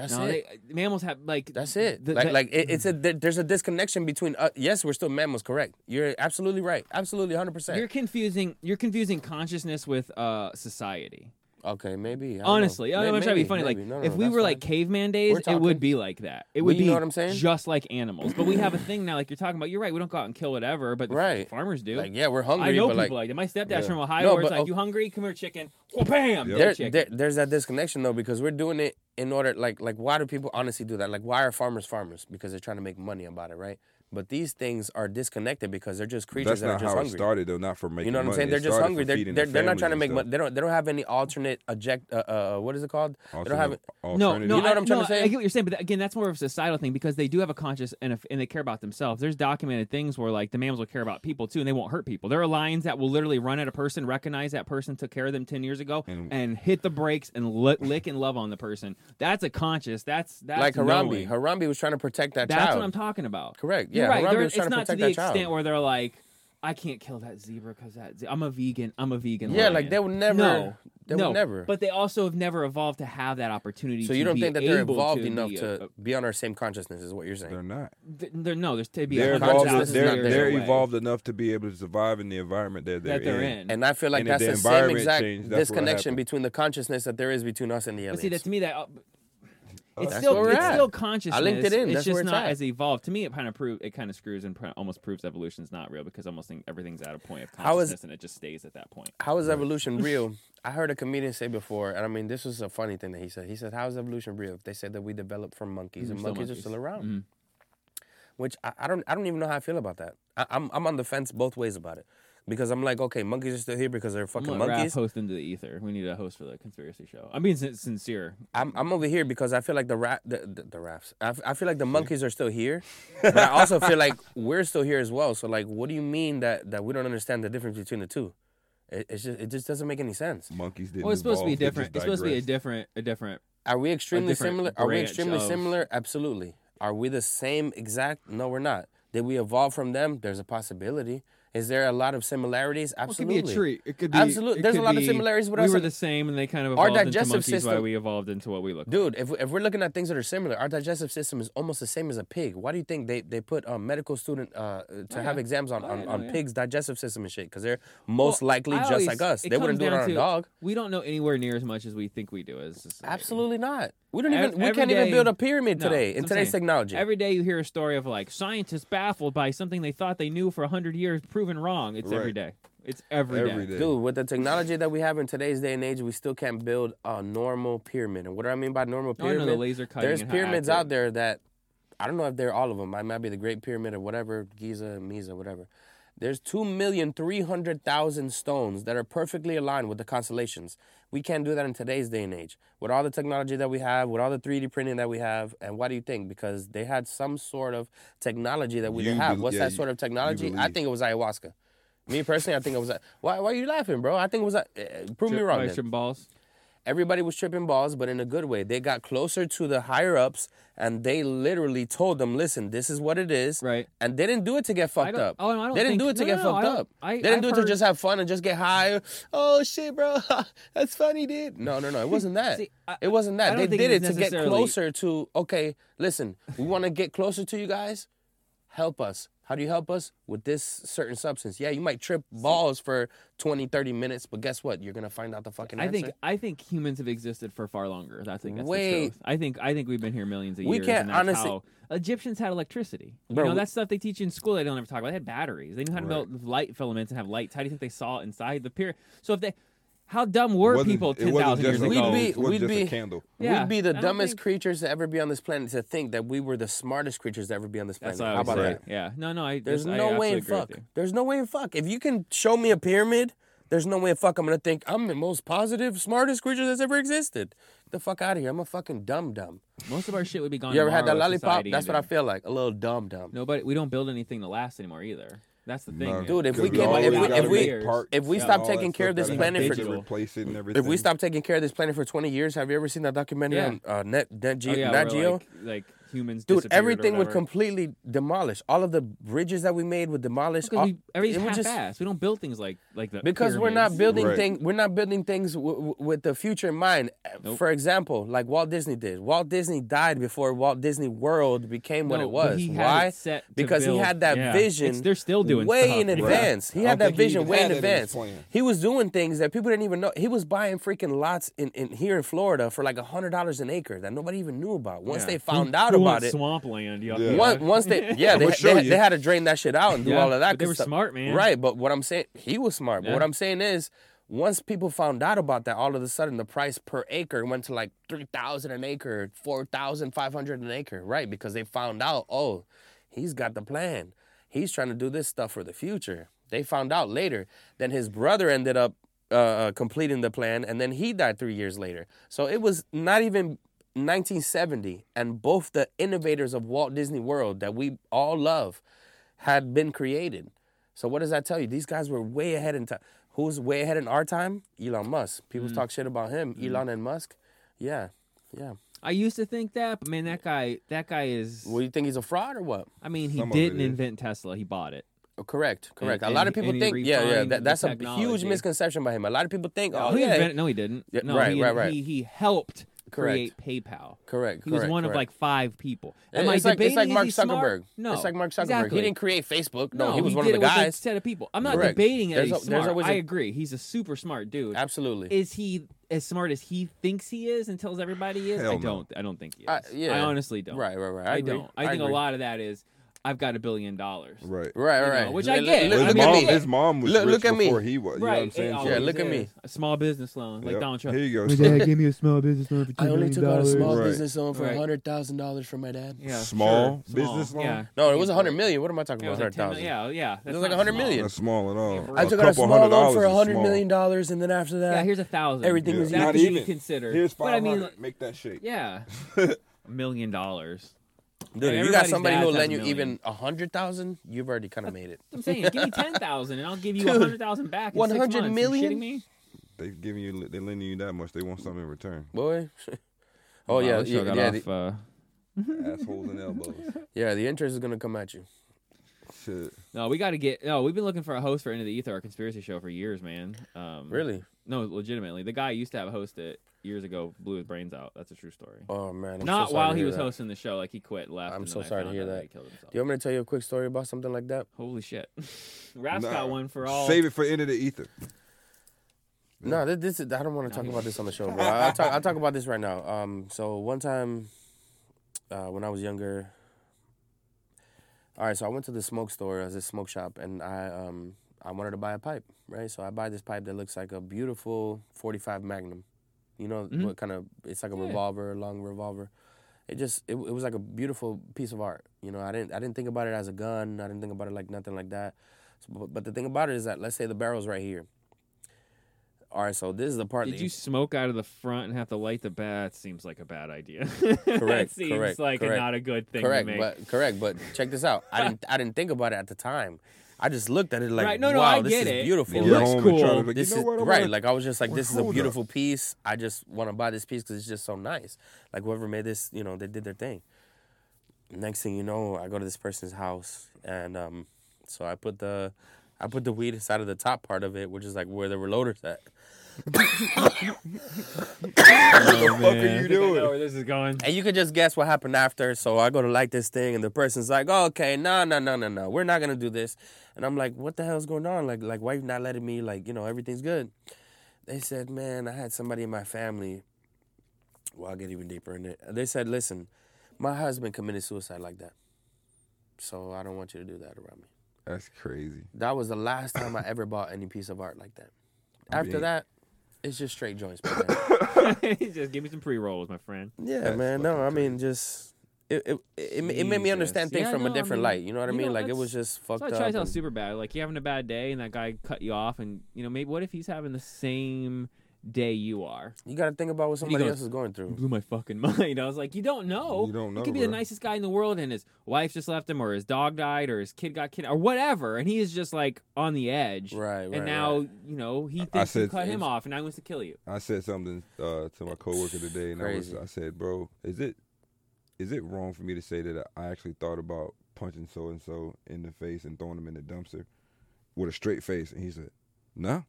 Speaker 3: That's
Speaker 4: no,
Speaker 3: it.
Speaker 4: they, mammals have like
Speaker 3: That's it.
Speaker 4: the-
Speaker 3: like,
Speaker 4: the- Mm.
Speaker 3: like it, it's a there- there's a disconnection between. Uh, yes, we're still mammals, correct? You're absolutely right. Absolutely, hundred
Speaker 4: you're
Speaker 3: percent.
Speaker 4: confusing. You're confusing consciousness with uh society.
Speaker 3: Okay, maybe. I don't know.
Speaker 4: Honestly, I
Speaker 3: May-
Speaker 4: don't know, I'm trying to be
Speaker 3: maybe,
Speaker 4: funny. Like,
Speaker 3: maybe. No, no,
Speaker 4: if
Speaker 3: no,
Speaker 4: we
Speaker 3: that's
Speaker 4: were like
Speaker 3: fine.
Speaker 4: caveman days, it
Speaker 3: talking.
Speaker 4: would be like that. It
Speaker 3: Well,
Speaker 4: would
Speaker 3: you
Speaker 4: be
Speaker 3: know what I'm saying?
Speaker 4: just like animals. But we have a thing now, like you're talking about. You're right. We don't go out and kill whatever, but the
Speaker 3: Right.
Speaker 4: farmers do.
Speaker 3: Like, yeah, we're hungry,
Speaker 4: I know
Speaker 3: but,
Speaker 4: people
Speaker 3: like-
Speaker 4: like, that. My stepdad's from Ohio.
Speaker 3: No,
Speaker 4: where it's
Speaker 3: but,
Speaker 4: like,
Speaker 3: oh-
Speaker 4: you hungry? Come here, chicken. Wha- Bam! dead
Speaker 3: there,
Speaker 4: chicken.
Speaker 3: there- there's that disconnection though because we're doing it in order like like why do people honestly do that like why are farmers farmers because they're trying to make money about it right but these things are disconnected because they're just
Speaker 1: That's
Speaker 3: creatures that are
Speaker 1: not
Speaker 3: just
Speaker 1: how it
Speaker 3: hungry
Speaker 1: started, though. Not for making.
Speaker 3: you know what i'm
Speaker 1: money.
Speaker 3: saying
Speaker 1: It
Speaker 3: they're just
Speaker 1: started for
Speaker 3: hungry they're,
Speaker 1: feeding
Speaker 3: they're,
Speaker 1: their
Speaker 3: they're not
Speaker 1: families
Speaker 3: trying to
Speaker 1: and
Speaker 3: make
Speaker 1: stuff.
Speaker 3: money they don't they don't have any alternate eject uh, uh what is it called they don't have
Speaker 1: Alternate-
Speaker 4: No,
Speaker 1: alternative-
Speaker 4: no,
Speaker 3: You know what
Speaker 4: I-
Speaker 3: I'm trying to
Speaker 4: no,
Speaker 3: say?
Speaker 4: I get what you're saying, but again, that's more of a societal thing because they do have a conscience and if and they care about themselves. There's documented things where like the mammals will care about people too, and they won't hurt people. There are lions that will literally run at a person, recognize that person took care of them ten years ago, and,
Speaker 1: And-
Speaker 4: hit the brakes and li- lick and love on the person. That's a conscious. That's that's
Speaker 3: like
Speaker 4: knowing.
Speaker 3: harambe harambe was trying to protect that
Speaker 4: That's
Speaker 3: child
Speaker 4: what I'm talking about.
Speaker 3: Correct.
Speaker 4: You're
Speaker 3: Yeah,
Speaker 4: right.
Speaker 3: Harambe
Speaker 4: They're-
Speaker 3: was
Speaker 4: it's
Speaker 3: trying to
Speaker 4: not to
Speaker 3: protect
Speaker 4: the
Speaker 3: that
Speaker 4: extent
Speaker 3: child.
Speaker 4: where they're like, I can't kill that zebra because that. Ze- I'm a vegan. I'm a vegan.
Speaker 3: yeah
Speaker 4: lion."
Speaker 3: like they would never
Speaker 4: No.
Speaker 3: They
Speaker 4: no,
Speaker 3: would never.
Speaker 4: But they also have never evolved to have that opportunity.
Speaker 3: so
Speaker 4: to
Speaker 3: you don't
Speaker 4: be
Speaker 3: think that they're
Speaker 4: able
Speaker 3: evolved
Speaker 4: to
Speaker 3: enough
Speaker 4: be a-
Speaker 3: to
Speaker 4: a-
Speaker 3: be on our same consciousness is what you're saying.
Speaker 1: They're not.
Speaker 4: th- they're, no, there's to be a
Speaker 1: They're
Speaker 4: hundred
Speaker 1: evolved.
Speaker 4: thousand
Speaker 3: they're-
Speaker 1: They're,
Speaker 4: years
Speaker 1: they're
Speaker 4: away
Speaker 1: evolved enough to be able to survive in the environment that they're,
Speaker 4: that they're in.
Speaker 3: And I feel like
Speaker 1: And if
Speaker 3: that's
Speaker 1: the
Speaker 3: the, same
Speaker 1: environment
Speaker 3: exact
Speaker 1: changed, that's what
Speaker 3: disconnection
Speaker 1: happened.
Speaker 3: between the consciousness that there is between us and the
Speaker 4: but
Speaker 3: aliens.
Speaker 4: see, that to me, that uh, it's
Speaker 3: Oh, That's where
Speaker 4: still
Speaker 3: we're
Speaker 4: it's
Speaker 3: at.
Speaker 4: still consciousness.
Speaker 3: I linked it in.
Speaker 4: It's
Speaker 3: That's
Speaker 4: just
Speaker 3: where it's
Speaker 4: not
Speaker 3: at.
Speaker 4: as evolved. To me, it kind of prove it kind of screws and pro- almost proves evolution's not real because almost think everything's at a point of
Speaker 3: How is-
Speaker 4: consciousness and it just stays at that point.
Speaker 3: How is evolution real? I heard a comedian say before, and I mean, this was a funny thing that he said. He said, "How is evolution real?" If they said that we developed from monkeys,
Speaker 4: We're
Speaker 3: and
Speaker 4: still
Speaker 3: monkeys,
Speaker 4: monkeys.
Speaker 3: are still around, which I, I don't, I don't even know how I feel about that. I, I'm, I'm on the fence both ways about it because I'm like, okay, monkeys are still here because they're
Speaker 4: I'm
Speaker 3: fucking
Speaker 4: gonna wrap
Speaker 3: monkeys.
Speaker 4: host into the ether. We need a host for the conspiracy show. I'm being sin- sincere.
Speaker 3: I'm, I'm over here because I feel like the rat, the, the, the rafts. I, f- I feel like the monkeys are still here, but I also feel like we're still here as well. So like, what do you mean that that we don't understand the difference between the two? It, it's just, it just doesn't make any sense.
Speaker 1: Monkeys didn't.
Speaker 4: Well, it's supposed to be
Speaker 1: evolve, they
Speaker 4: different.
Speaker 1: just
Speaker 4: It's supposed to be a
Speaker 1: digressed.
Speaker 4: different a different
Speaker 3: Are we extremely
Speaker 4: different
Speaker 3: similar? Are we
Speaker 4: branch
Speaker 3: extremely
Speaker 4: of-
Speaker 3: similar? Absolutely. Are we the same exact? No, we're not. Did we evolve from them? There's a possibility. Is there a lot of similarities? Absolutely.
Speaker 4: It could be a tree. It could be
Speaker 3: Absolutely.
Speaker 4: it
Speaker 3: There's a
Speaker 4: could
Speaker 3: lot of
Speaker 4: be-
Speaker 3: similarities with
Speaker 4: we
Speaker 3: us.
Speaker 4: were the same, and they kind of
Speaker 3: Our
Speaker 4: evolved
Speaker 3: digestive
Speaker 4: into monkeys. Why
Speaker 3: system-
Speaker 4: we evolved into what we look.
Speaker 3: Dude, if, if we're looking at things that are similar, our digestive system is almost the same as a pig. Why do you think they, they put um, medical student uh, to have exams on,
Speaker 4: Oh,
Speaker 3: on,
Speaker 4: yeah, no,
Speaker 3: on
Speaker 4: yeah.
Speaker 3: pigs' digestive system and shit? Because they're most
Speaker 4: Well,
Speaker 3: likely
Speaker 4: I
Speaker 3: just
Speaker 4: always-
Speaker 3: like us.
Speaker 4: it
Speaker 3: They wouldn't do
Speaker 4: comes
Speaker 3: it
Speaker 4: down
Speaker 3: on a
Speaker 4: to e-,
Speaker 3: dog.
Speaker 4: We don't know anywhere near as much as we think we do. As a society.
Speaker 3: Absolutely not. We don't
Speaker 4: Ev-
Speaker 3: even. We
Speaker 4: every
Speaker 3: can't even
Speaker 4: day-
Speaker 3: build a pyramid
Speaker 4: No,
Speaker 3: today
Speaker 4: that's
Speaker 3: in
Speaker 4: what I'm
Speaker 3: today's
Speaker 4: saying.
Speaker 3: technology.
Speaker 4: Every day you hear a story of like scientists baffled by something they thought they knew for hundred years, proven wrong. It's every
Speaker 1: Right.
Speaker 4: day. It's every
Speaker 1: Every
Speaker 4: day.
Speaker 1: day.
Speaker 3: Dude, with the technology that we have in today's day and age, we still can't build a normal pyramid. And what do I mean by normal
Speaker 4: Oh, I know,
Speaker 3: pyramid?
Speaker 4: the laser cutting
Speaker 3: There's
Speaker 4: and how
Speaker 3: pyramids
Speaker 4: accurate.
Speaker 3: out there that I don't know if they're all of them. I might be the Great Pyramid or whatever, Giza, Misa, whatever. There's two million three hundred thousand stones that are perfectly aligned with the constellations. We can't do that in today's day and age with all the technology that we have, with all the 3D printing that we have. And why do you think? Because they had some sort of technology that we
Speaker 1: You
Speaker 3: didn't have.
Speaker 1: bel-
Speaker 3: What's
Speaker 1: yeah,
Speaker 3: that
Speaker 1: you-
Speaker 3: sort of
Speaker 1: you
Speaker 3: technology? I
Speaker 1: believe.
Speaker 3: think it was ayahuasca. Me personally, I think it was. Why? Why are you laughing, bro? I think it was. Uh, prove me
Speaker 4: Trip-
Speaker 3: wrong.
Speaker 4: like
Speaker 3: then.
Speaker 4: some balls.
Speaker 3: Everybody was tripping balls, but in a good way. They got closer to the higher ups, and they literally told them, "Listen, this is what it is."
Speaker 4: Right.
Speaker 3: And they didn't do it to get
Speaker 4: I
Speaker 3: fucked
Speaker 4: don't-
Speaker 3: up.
Speaker 4: oh, and I don't
Speaker 3: they didn't
Speaker 4: think-
Speaker 3: do it to
Speaker 4: no,
Speaker 3: get
Speaker 4: no, no,
Speaker 3: fucked
Speaker 4: I don't-
Speaker 3: up.
Speaker 4: I-
Speaker 3: they didn't
Speaker 4: I've
Speaker 3: do it to
Speaker 4: heard-
Speaker 3: just have fun and just get high. Oh shit, bro, that's funny, dude. No, no, no, it wasn't that.
Speaker 4: See, I-
Speaker 3: it wasn't
Speaker 4: I
Speaker 3: that.
Speaker 4: don't
Speaker 3: They
Speaker 4: think
Speaker 3: did
Speaker 4: it
Speaker 3: it
Speaker 4: was
Speaker 3: to get
Speaker 4: necessarily-
Speaker 3: closer to. Okay, listen, we want to get closer to you guys help us. How do you help us? With this certain substance. Yeah, you might trip balls for 20, 30 minutes, but guess what? You're going to find out the fucking
Speaker 4: I
Speaker 3: answer.
Speaker 4: think I think humans have existed for far longer. I think that's the
Speaker 3: Wait.
Speaker 4: truth. I think I think we've been here millions of
Speaker 3: We
Speaker 4: years.
Speaker 3: can't-
Speaker 4: and that's
Speaker 3: honestly-
Speaker 4: how- Egyptians had electricity. You
Speaker 3: Bro,
Speaker 4: know
Speaker 3: we-
Speaker 4: that stuff they teach you in school. They don't ever talk about. They had batteries. They knew how to build light filaments and have lights. How do you think they saw inside the pyramid? So if they, how dumb were
Speaker 1: Wasn't-
Speaker 4: people
Speaker 1: it wasn't
Speaker 4: ten thousand years
Speaker 1: just a-
Speaker 3: We'd
Speaker 4: ago?
Speaker 1: it
Speaker 3: be-
Speaker 1: wasn't
Speaker 3: we'd
Speaker 1: just
Speaker 3: be-
Speaker 1: a candle.
Speaker 4: Yeah,
Speaker 3: We'd be
Speaker 4: I
Speaker 3: the
Speaker 4: don't
Speaker 3: dumbest
Speaker 4: think-
Speaker 3: creatures to ever be on this planet to think that we were the smartest creatures to ever be on this planet.
Speaker 4: That's what I
Speaker 3: How
Speaker 4: would
Speaker 3: about that?
Speaker 4: say. Yeah. No, no. I,
Speaker 3: There's
Speaker 4: that's- I
Speaker 3: no way
Speaker 4: absolutely
Speaker 3: in
Speaker 4: agree with
Speaker 3: fuck.
Speaker 4: you.
Speaker 3: There's no way in fuck. If you can show me a pyramid, there's no way in fuck I'm going to think I'm the most positive, smartest creature that's ever existed. Get the fuck out of here. I'm a fucking dumb dumb.
Speaker 4: Most of our shit would be gone.
Speaker 3: You ever had that
Speaker 4: tomorrow if
Speaker 3: lollipop?
Speaker 4: society
Speaker 3: That's what I
Speaker 4: ended.
Speaker 3: feel like. A little dumb dumb.
Speaker 4: Nobody. We don't build anything to last anymore either. That's the thing.
Speaker 1: No,
Speaker 4: here.
Speaker 3: Dude, if
Speaker 1: 'cause
Speaker 3: we can't-
Speaker 1: always
Speaker 3: if we-
Speaker 1: gotta
Speaker 3: if we-
Speaker 1: make parks
Speaker 3: if we
Speaker 1: and
Speaker 3: stop
Speaker 1: all
Speaker 3: taking
Speaker 1: that
Speaker 3: care of
Speaker 1: stuff
Speaker 3: this
Speaker 1: that
Speaker 4: planet
Speaker 1: we
Speaker 4: for-
Speaker 1: can replace it and everything.
Speaker 3: If we stop taking care of this planet for 20 years, have you ever seen that documentary
Speaker 4: Yeah.
Speaker 3: on uh, Net, Net Geo?
Speaker 4: Oh, yeah,
Speaker 3: Nat
Speaker 4: where,
Speaker 3: Geo?
Speaker 4: Like, like humans.
Speaker 3: Dude,
Speaker 4: disappeared or
Speaker 3: everything would
Speaker 4: whatever.
Speaker 3: completely demolish. All of the bridges that we made would demolish.
Speaker 4: because
Speaker 3: all-
Speaker 4: we everything's
Speaker 3: it would
Speaker 4: half-assed.
Speaker 3: just-
Speaker 4: we don't build things like like that
Speaker 3: because we're not building
Speaker 1: Right.
Speaker 3: things. We're not building things w- w- with the future in mind. For example, like Walt Disney did. Walt Disney died before Walt Disney World became what
Speaker 4: No,
Speaker 3: it
Speaker 4: but
Speaker 3: was.
Speaker 4: he had
Speaker 3: Why?
Speaker 4: it set to
Speaker 3: because he
Speaker 4: build-
Speaker 3: had that
Speaker 4: yeah.
Speaker 3: vision.
Speaker 4: It's- they're still doing
Speaker 3: way
Speaker 4: stuff,
Speaker 3: in
Speaker 4: right?
Speaker 3: advance. He
Speaker 1: I don't
Speaker 3: had that
Speaker 1: think he
Speaker 3: vision
Speaker 1: even
Speaker 3: way in
Speaker 1: had that in his
Speaker 3: advance.
Speaker 1: plan.
Speaker 3: He was doing things that people didn't even know. He was buying freaking lots in, in here in Florida for like hundred dollars an acre that nobody even knew about. Once they found out about it,
Speaker 4: swampland yeah.
Speaker 1: Yeah.
Speaker 3: once, once they, yeah, they,
Speaker 1: show
Speaker 3: they,
Speaker 1: you.
Speaker 3: they had to drain that shit out and do
Speaker 4: Yeah,
Speaker 3: all of that.
Speaker 4: but they
Speaker 3: good
Speaker 4: were
Speaker 3: stuff.
Speaker 4: smart, man.
Speaker 3: Right, but what I'm saying, he was smart. But what
Speaker 4: Yeah.
Speaker 3: I'm saying is, once people found out about that, all of a sudden the price per acre went to like three thousand an acre, four thousand five hundred an acre, right? Because they found out, oh, he's got the plan. He's trying to do this stuff for the future. They found out later. Then his brother ended up uh, uh, completing the plan, and then he died three years later. So it was not even 1970, and both the innovators of Walt Disney World that we all love had been created. So what does that tell you? These guys were way ahead in time. Who's way ahead in our time? Elon Musk.
Speaker 4: Mm.
Speaker 3: People talk shit about him.
Speaker 4: Mm-hmm.
Speaker 3: Elon and Musk. Yeah, yeah.
Speaker 4: i used to think that but man that guy that guy is
Speaker 3: Well, you think he's a fraud or what? Oh,
Speaker 4: i mean he
Speaker 1: Some of it
Speaker 4: didn't
Speaker 1: is.
Speaker 4: invent tesla he bought it
Speaker 3: Correct, correct. a
Speaker 4: and
Speaker 3: lot of
Speaker 4: he-
Speaker 3: people
Speaker 4: and he
Speaker 3: think, yeah, yeah,
Speaker 4: refined
Speaker 3: that,
Speaker 4: the
Speaker 3: that's a huge
Speaker 4: technology.
Speaker 3: misconception by him. A lot of people think, oh,
Speaker 4: he
Speaker 3: yeah,
Speaker 4: invented, no, he didn't.
Speaker 3: Yeah,
Speaker 4: no,
Speaker 3: right,
Speaker 4: he,
Speaker 3: right, right.
Speaker 4: He, he helped
Speaker 3: Correct.
Speaker 4: create PayPal.
Speaker 3: correct.
Speaker 4: He was
Speaker 3: correct,
Speaker 4: one of
Speaker 3: correct.
Speaker 4: like five people.
Speaker 3: It-
Speaker 4: Am I
Speaker 3: it's like, it's
Speaker 4: debating
Speaker 3: like
Speaker 4: is
Speaker 3: Mark
Speaker 4: he
Speaker 3: Zuckerberg.
Speaker 4: smart? No,
Speaker 3: it's like Mark Zuckerberg.
Speaker 4: exactly.
Speaker 3: He didn't create Facebook. No, he was one
Speaker 4: did
Speaker 3: of the
Speaker 4: it with a
Speaker 3: guys.
Speaker 4: set of people. I'm not
Speaker 3: Correct.
Speaker 4: debating that
Speaker 3: There's
Speaker 4: he's
Speaker 3: al- there's
Speaker 4: smart.
Speaker 3: always
Speaker 4: I
Speaker 3: a-
Speaker 4: agree. He's a super smart dude.
Speaker 3: Absolutely.
Speaker 4: Is he as smart as he thinks he is and tells everybody he is?
Speaker 1: Hell
Speaker 4: I
Speaker 1: no.
Speaker 4: don't. I don't think he is.
Speaker 3: I- Uh, yeah.
Speaker 4: I honestly don't.
Speaker 3: Right, right, right. I
Speaker 4: I,
Speaker 3: agree.
Speaker 4: don't. I,
Speaker 3: I
Speaker 4: think a
Speaker 3: agree.
Speaker 4: lot of that is I've got a billion dollars.
Speaker 1: Right.
Speaker 3: Right,
Speaker 4: you
Speaker 3: right,
Speaker 4: know,
Speaker 3: right.
Speaker 4: which I
Speaker 3: Look-
Speaker 4: get.
Speaker 3: Look,
Speaker 1: His
Speaker 3: look
Speaker 1: mom,
Speaker 3: at me.
Speaker 1: his mom was
Speaker 3: Look-
Speaker 1: rich
Speaker 3: look at me.
Speaker 1: before he was. You know what I'm
Speaker 4: Right.
Speaker 1: saying?
Speaker 4: it
Speaker 1: So-
Speaker 3: Yeah,
Speaker 4: always
Speaker 3: look at
Speaker 4: is.
Speaker 3: me.
Speaker 4: A small business loan, like
Speaker 1: Yep.
Speaker 4: Donald Trump.
Speaker 1: Here you go.
Speaker 8: My dad gave me a small business loan for
Speaker 3: I
Speaker 8: two
Speaker 3: only
Speaker 8: million
Speaker 3: took out a
Speaker 8: dollars.
Speaker 3: small
Speaker 1: Right.
Speaker 3: business loan for
Speaker 4: Right.
Speaker 3: hundred thousand dollars from my dad.
Speaker 4: Yeah,
Speaker 1: Small
Speaker 4: sure,
Speaker 1: business loan?
Speaker 4: Yeah.
Speaker 3: No, it was a hundred million. What am I talking
Speaker 4: Yeah, it
Speaker 3: about?
Speaker 4: was
Speaker 3: Hundred
Speaker 4: like 10
Speaker 3: thousand.
Speaker 4: million. Yeah, yeah.
Speaker 3: It
Speaker 4: That's
Speaker 3: was like
Speaker 4: not
Speaker 3: a hundred
Speaker 4: small.
Speaker 3: million.
Speaker 1: That's small and all.
Speaker 3: I took out a
Speaker 1: couple
Speaker 3: small
Speaker 1: hundred
Speaker 3: loan for
Speaker 1: dollars is
Speaker 3: hundred
Speaker 1: small.
Speaker 3: million dollars, and then after that,
Speaker 4: Yeah, here's a thousand.
Speaker 3: Everything
Speaker 1: Yeah.
Speaker 3: is
Speaker 4: that
Speaker 1: Not
Speaker 4: could be
Speaker 1: even.
Speaker 4: considered.
Speaker 1: Here's
Speaker 4: but I mean,
Speaker 1: 500. Make that shake.
Speaker 4: yeah, a million dollars.
Speaker 3: dude, if you got
Speaker 4: Everybody's
Speaker 3: somebody
Speaker 4: dad's
Speaker 3: who'll
Speaker 4: has
Speaker 3: lend
Speaker 4: a
Speaker 3: you
Speaker 4: million.
Speaker 3: even a hundred thousand, you've already kind of made it.
Speaker 4: I'm saying, give me ten thousand, and I'll give you a hundred thousand back. in six
Speaker 3: 100
Speaker 4: months. You
Speaker 3: million?
Speaker 4: shitting me?
Speaker 1: They giving you, they lending you that much. They want something in return.
Speaker 3: Boy. Oh yeah, yeah, yeah, the,
Speaker 4: uh,
Speaker 1: Assholes and elbows.
Speaker 3: yeah. The interest is gonna come at you.
Speaker 1: Shit.
Speaker 4: no, we got to get. No, we've been looking for a host for Into the Ether, our conspiracy show, for years, man. Um,
Speaker 3: Really?
Speaker 4: No, legitimately, the guy used to have a host it years ago. Blew his brains out. That's a true story.
Speaker 3: Oh man. I'm
Speaker 4: Not
Speaker 3: so sorry
Speaker 4: while
Speaker 3: to
Speaker 4: he
Speaker 3: hear
Speaker 4: was
Speaker 3: that.
Speaker 4: hosting the show. Like he quit, left.
Speaker 3: I'm
Speaker 4: and
Speaker 3: so
Speaker 4: then I
Speaker 3: sorry to
Speaker 4: found
Speaker 3: hear
Speaker 4: out
Speaker 3: that.
Speaker 4: He killed himself.
Speaker 3: Do you want me to tell you a quick story about something like that?
Speaker 4: Holy shit! Raph's
Speaker 1: Nah.
Speaker 4: got one for all.
Speaker 1: Save it for end of the ether.
Speaker 3: No, this, this is, I don't want to talk about this on the show, bro. I'll talk, I'll talk about this right now. Um, so one time, uh, when I was younger, all right, so I went to the smoke store, it was this smoke shop, and I um I wanted to buy a pipe, right? So I buy this pipe that looks like a beautiful 45 Magnum. You know what kind of? It's like a revolver, a long revolver. It just it, it was like a beautiful piece of art. You know, I didn't I didn't think about it as a gun. I didn't think about it like nothing like that. So, but, but the thing about it is that let's say the barrel's right here. All right, so this is the part
Speaker 4: Did
Speaker 3: that
Speaker 4: you smoke out of the front and have to light the bat? Seems like a bad idea. that
Speaker 3: Correct,
Speaker 4: seems
Speaker 3: correct,
Speaker 4: like A
Speaker 3: correct.
Speaker 4: not a good thing
Speaker 3: correct,
Speaker 4: to make.
Speaker 3: but correct, but check this out. I didn't I didn't think about it at the time. I just looked at it like,
Speaker 4: right? No, no,
Speaker 3: wow,
Speaker 4: I
Speaker 3: this
Speaker 4: get
Speaker 3: is
Speaker 4: it.
Speaker 3: beautiful.
Speaker 4: It
Speaker 1: Yeah,
Speaker 4: looks
Speaker 1: home and
Speaker 4: cool.
Speaker 1: try to like-
Speaker 3: this
Speaker 1: You know
Speaker 3: is
Speaker 1: what, I
Speaker 3: right.
Speaker 1: wanna-
Speaker 3: Like I was just like,
Speaker 1: Well,
Speaker 3: this is a
Speaker 1: hold up.
Speaker 3: beautiful piece. I just want to buy this piece because it's just so nice. Like whoever made this, you know, they did their thing. Next thing you know, I go to this person's house, and um, so I put the, I put the weed inside of the top part of it, which is like where the reloaders at.
Speaker 1: What the fuck are
Speaker 4: I
Speaker 1: you
Speaker 4: think I know
Speaker 1: doing?
Speaker 4: where this is going.
Speaker 3: And you could just guess what happened after. So I go to light this thing, and the person's like, oh, "Okay, no, no, no, no, no, we're not gonna do this." And I'm like, "What the hell's going on? Like, like why you not letting me? Like, you know, everything's good." They said, "Man, I had somebody in my family." Well, I'll get even deeper in it. They said, "Listen, my husband committed suicide like that, so I don't want you to do that around me."
Speaker 1: That's crazy.
Speaker 3: That was the last time I ever bought any piece of art like that. After
Speaker 1: Big.
Speaker 3: that, it's just straight joints. my man.
Speaker 4: Just give me some pre rolls, my friend.
Speaker 3: Yeah,
Speaker 1: That's
Speaker 3: man. No,
Speaker 1: fucking
Speaker 3: I mean, just it it, it, ma- it made me understand
Speaker 4: Jesus.
Speaker 3: things
Speaker 4: Yeah,
Speaker 3: from
Speaker 4: no,
Speaker 3: a
Speaker 4: I
Speaker 3: different
Speaker 4: mean,
Speaker 3: light. You know what I
Speaker 4: you
Speaker 3: mean?
Speaker 4: know,
Speaker 3: like it
Speaker 4: that's-
Speaker 3: was just fucked
Speaker 4: So I
Speaker 3: up.
Speaker 4: try to sound
Speaker 3: and-
Speaker 4: super bad. Like you're having a bad day, and that guy cut you off, and you know maybe what if he's having the same day you are?
Speaker 3: you got to think about what somebody
Speaker 4: goes-
Speaker 3: else is going through.
Speaker 4: Blew my fucking mind. I was like, you don't know.
Speaker 1: You don't
Speaker 4: He could
Speaker 1: know,
Speaker 4: be the
Speaker 1: bro.
Speaker 4: nicest guy in the world, and his wife just left him, or his dog died, or his kid got kidnapped, or whatever, and he is just like on the edge.
Speaker 3: Right, right,
Speaker 4: And now
Speaker 3: right.
Speaker 4: you know he thinks you
Speaker 1: said
Speaker 4: cut him
Speaker 1: it's-
Speaker 4: off, and I wants to kill you.
Speaker 1: I said something uh, to my coworker today, and I was,
Speaker 3: crazy.
Speaker 1: I said, bro, is it, is it wrong for me to say that I actually thought about punching so and so in the face and throwing him in the dumpster with a straight face? And he said, no.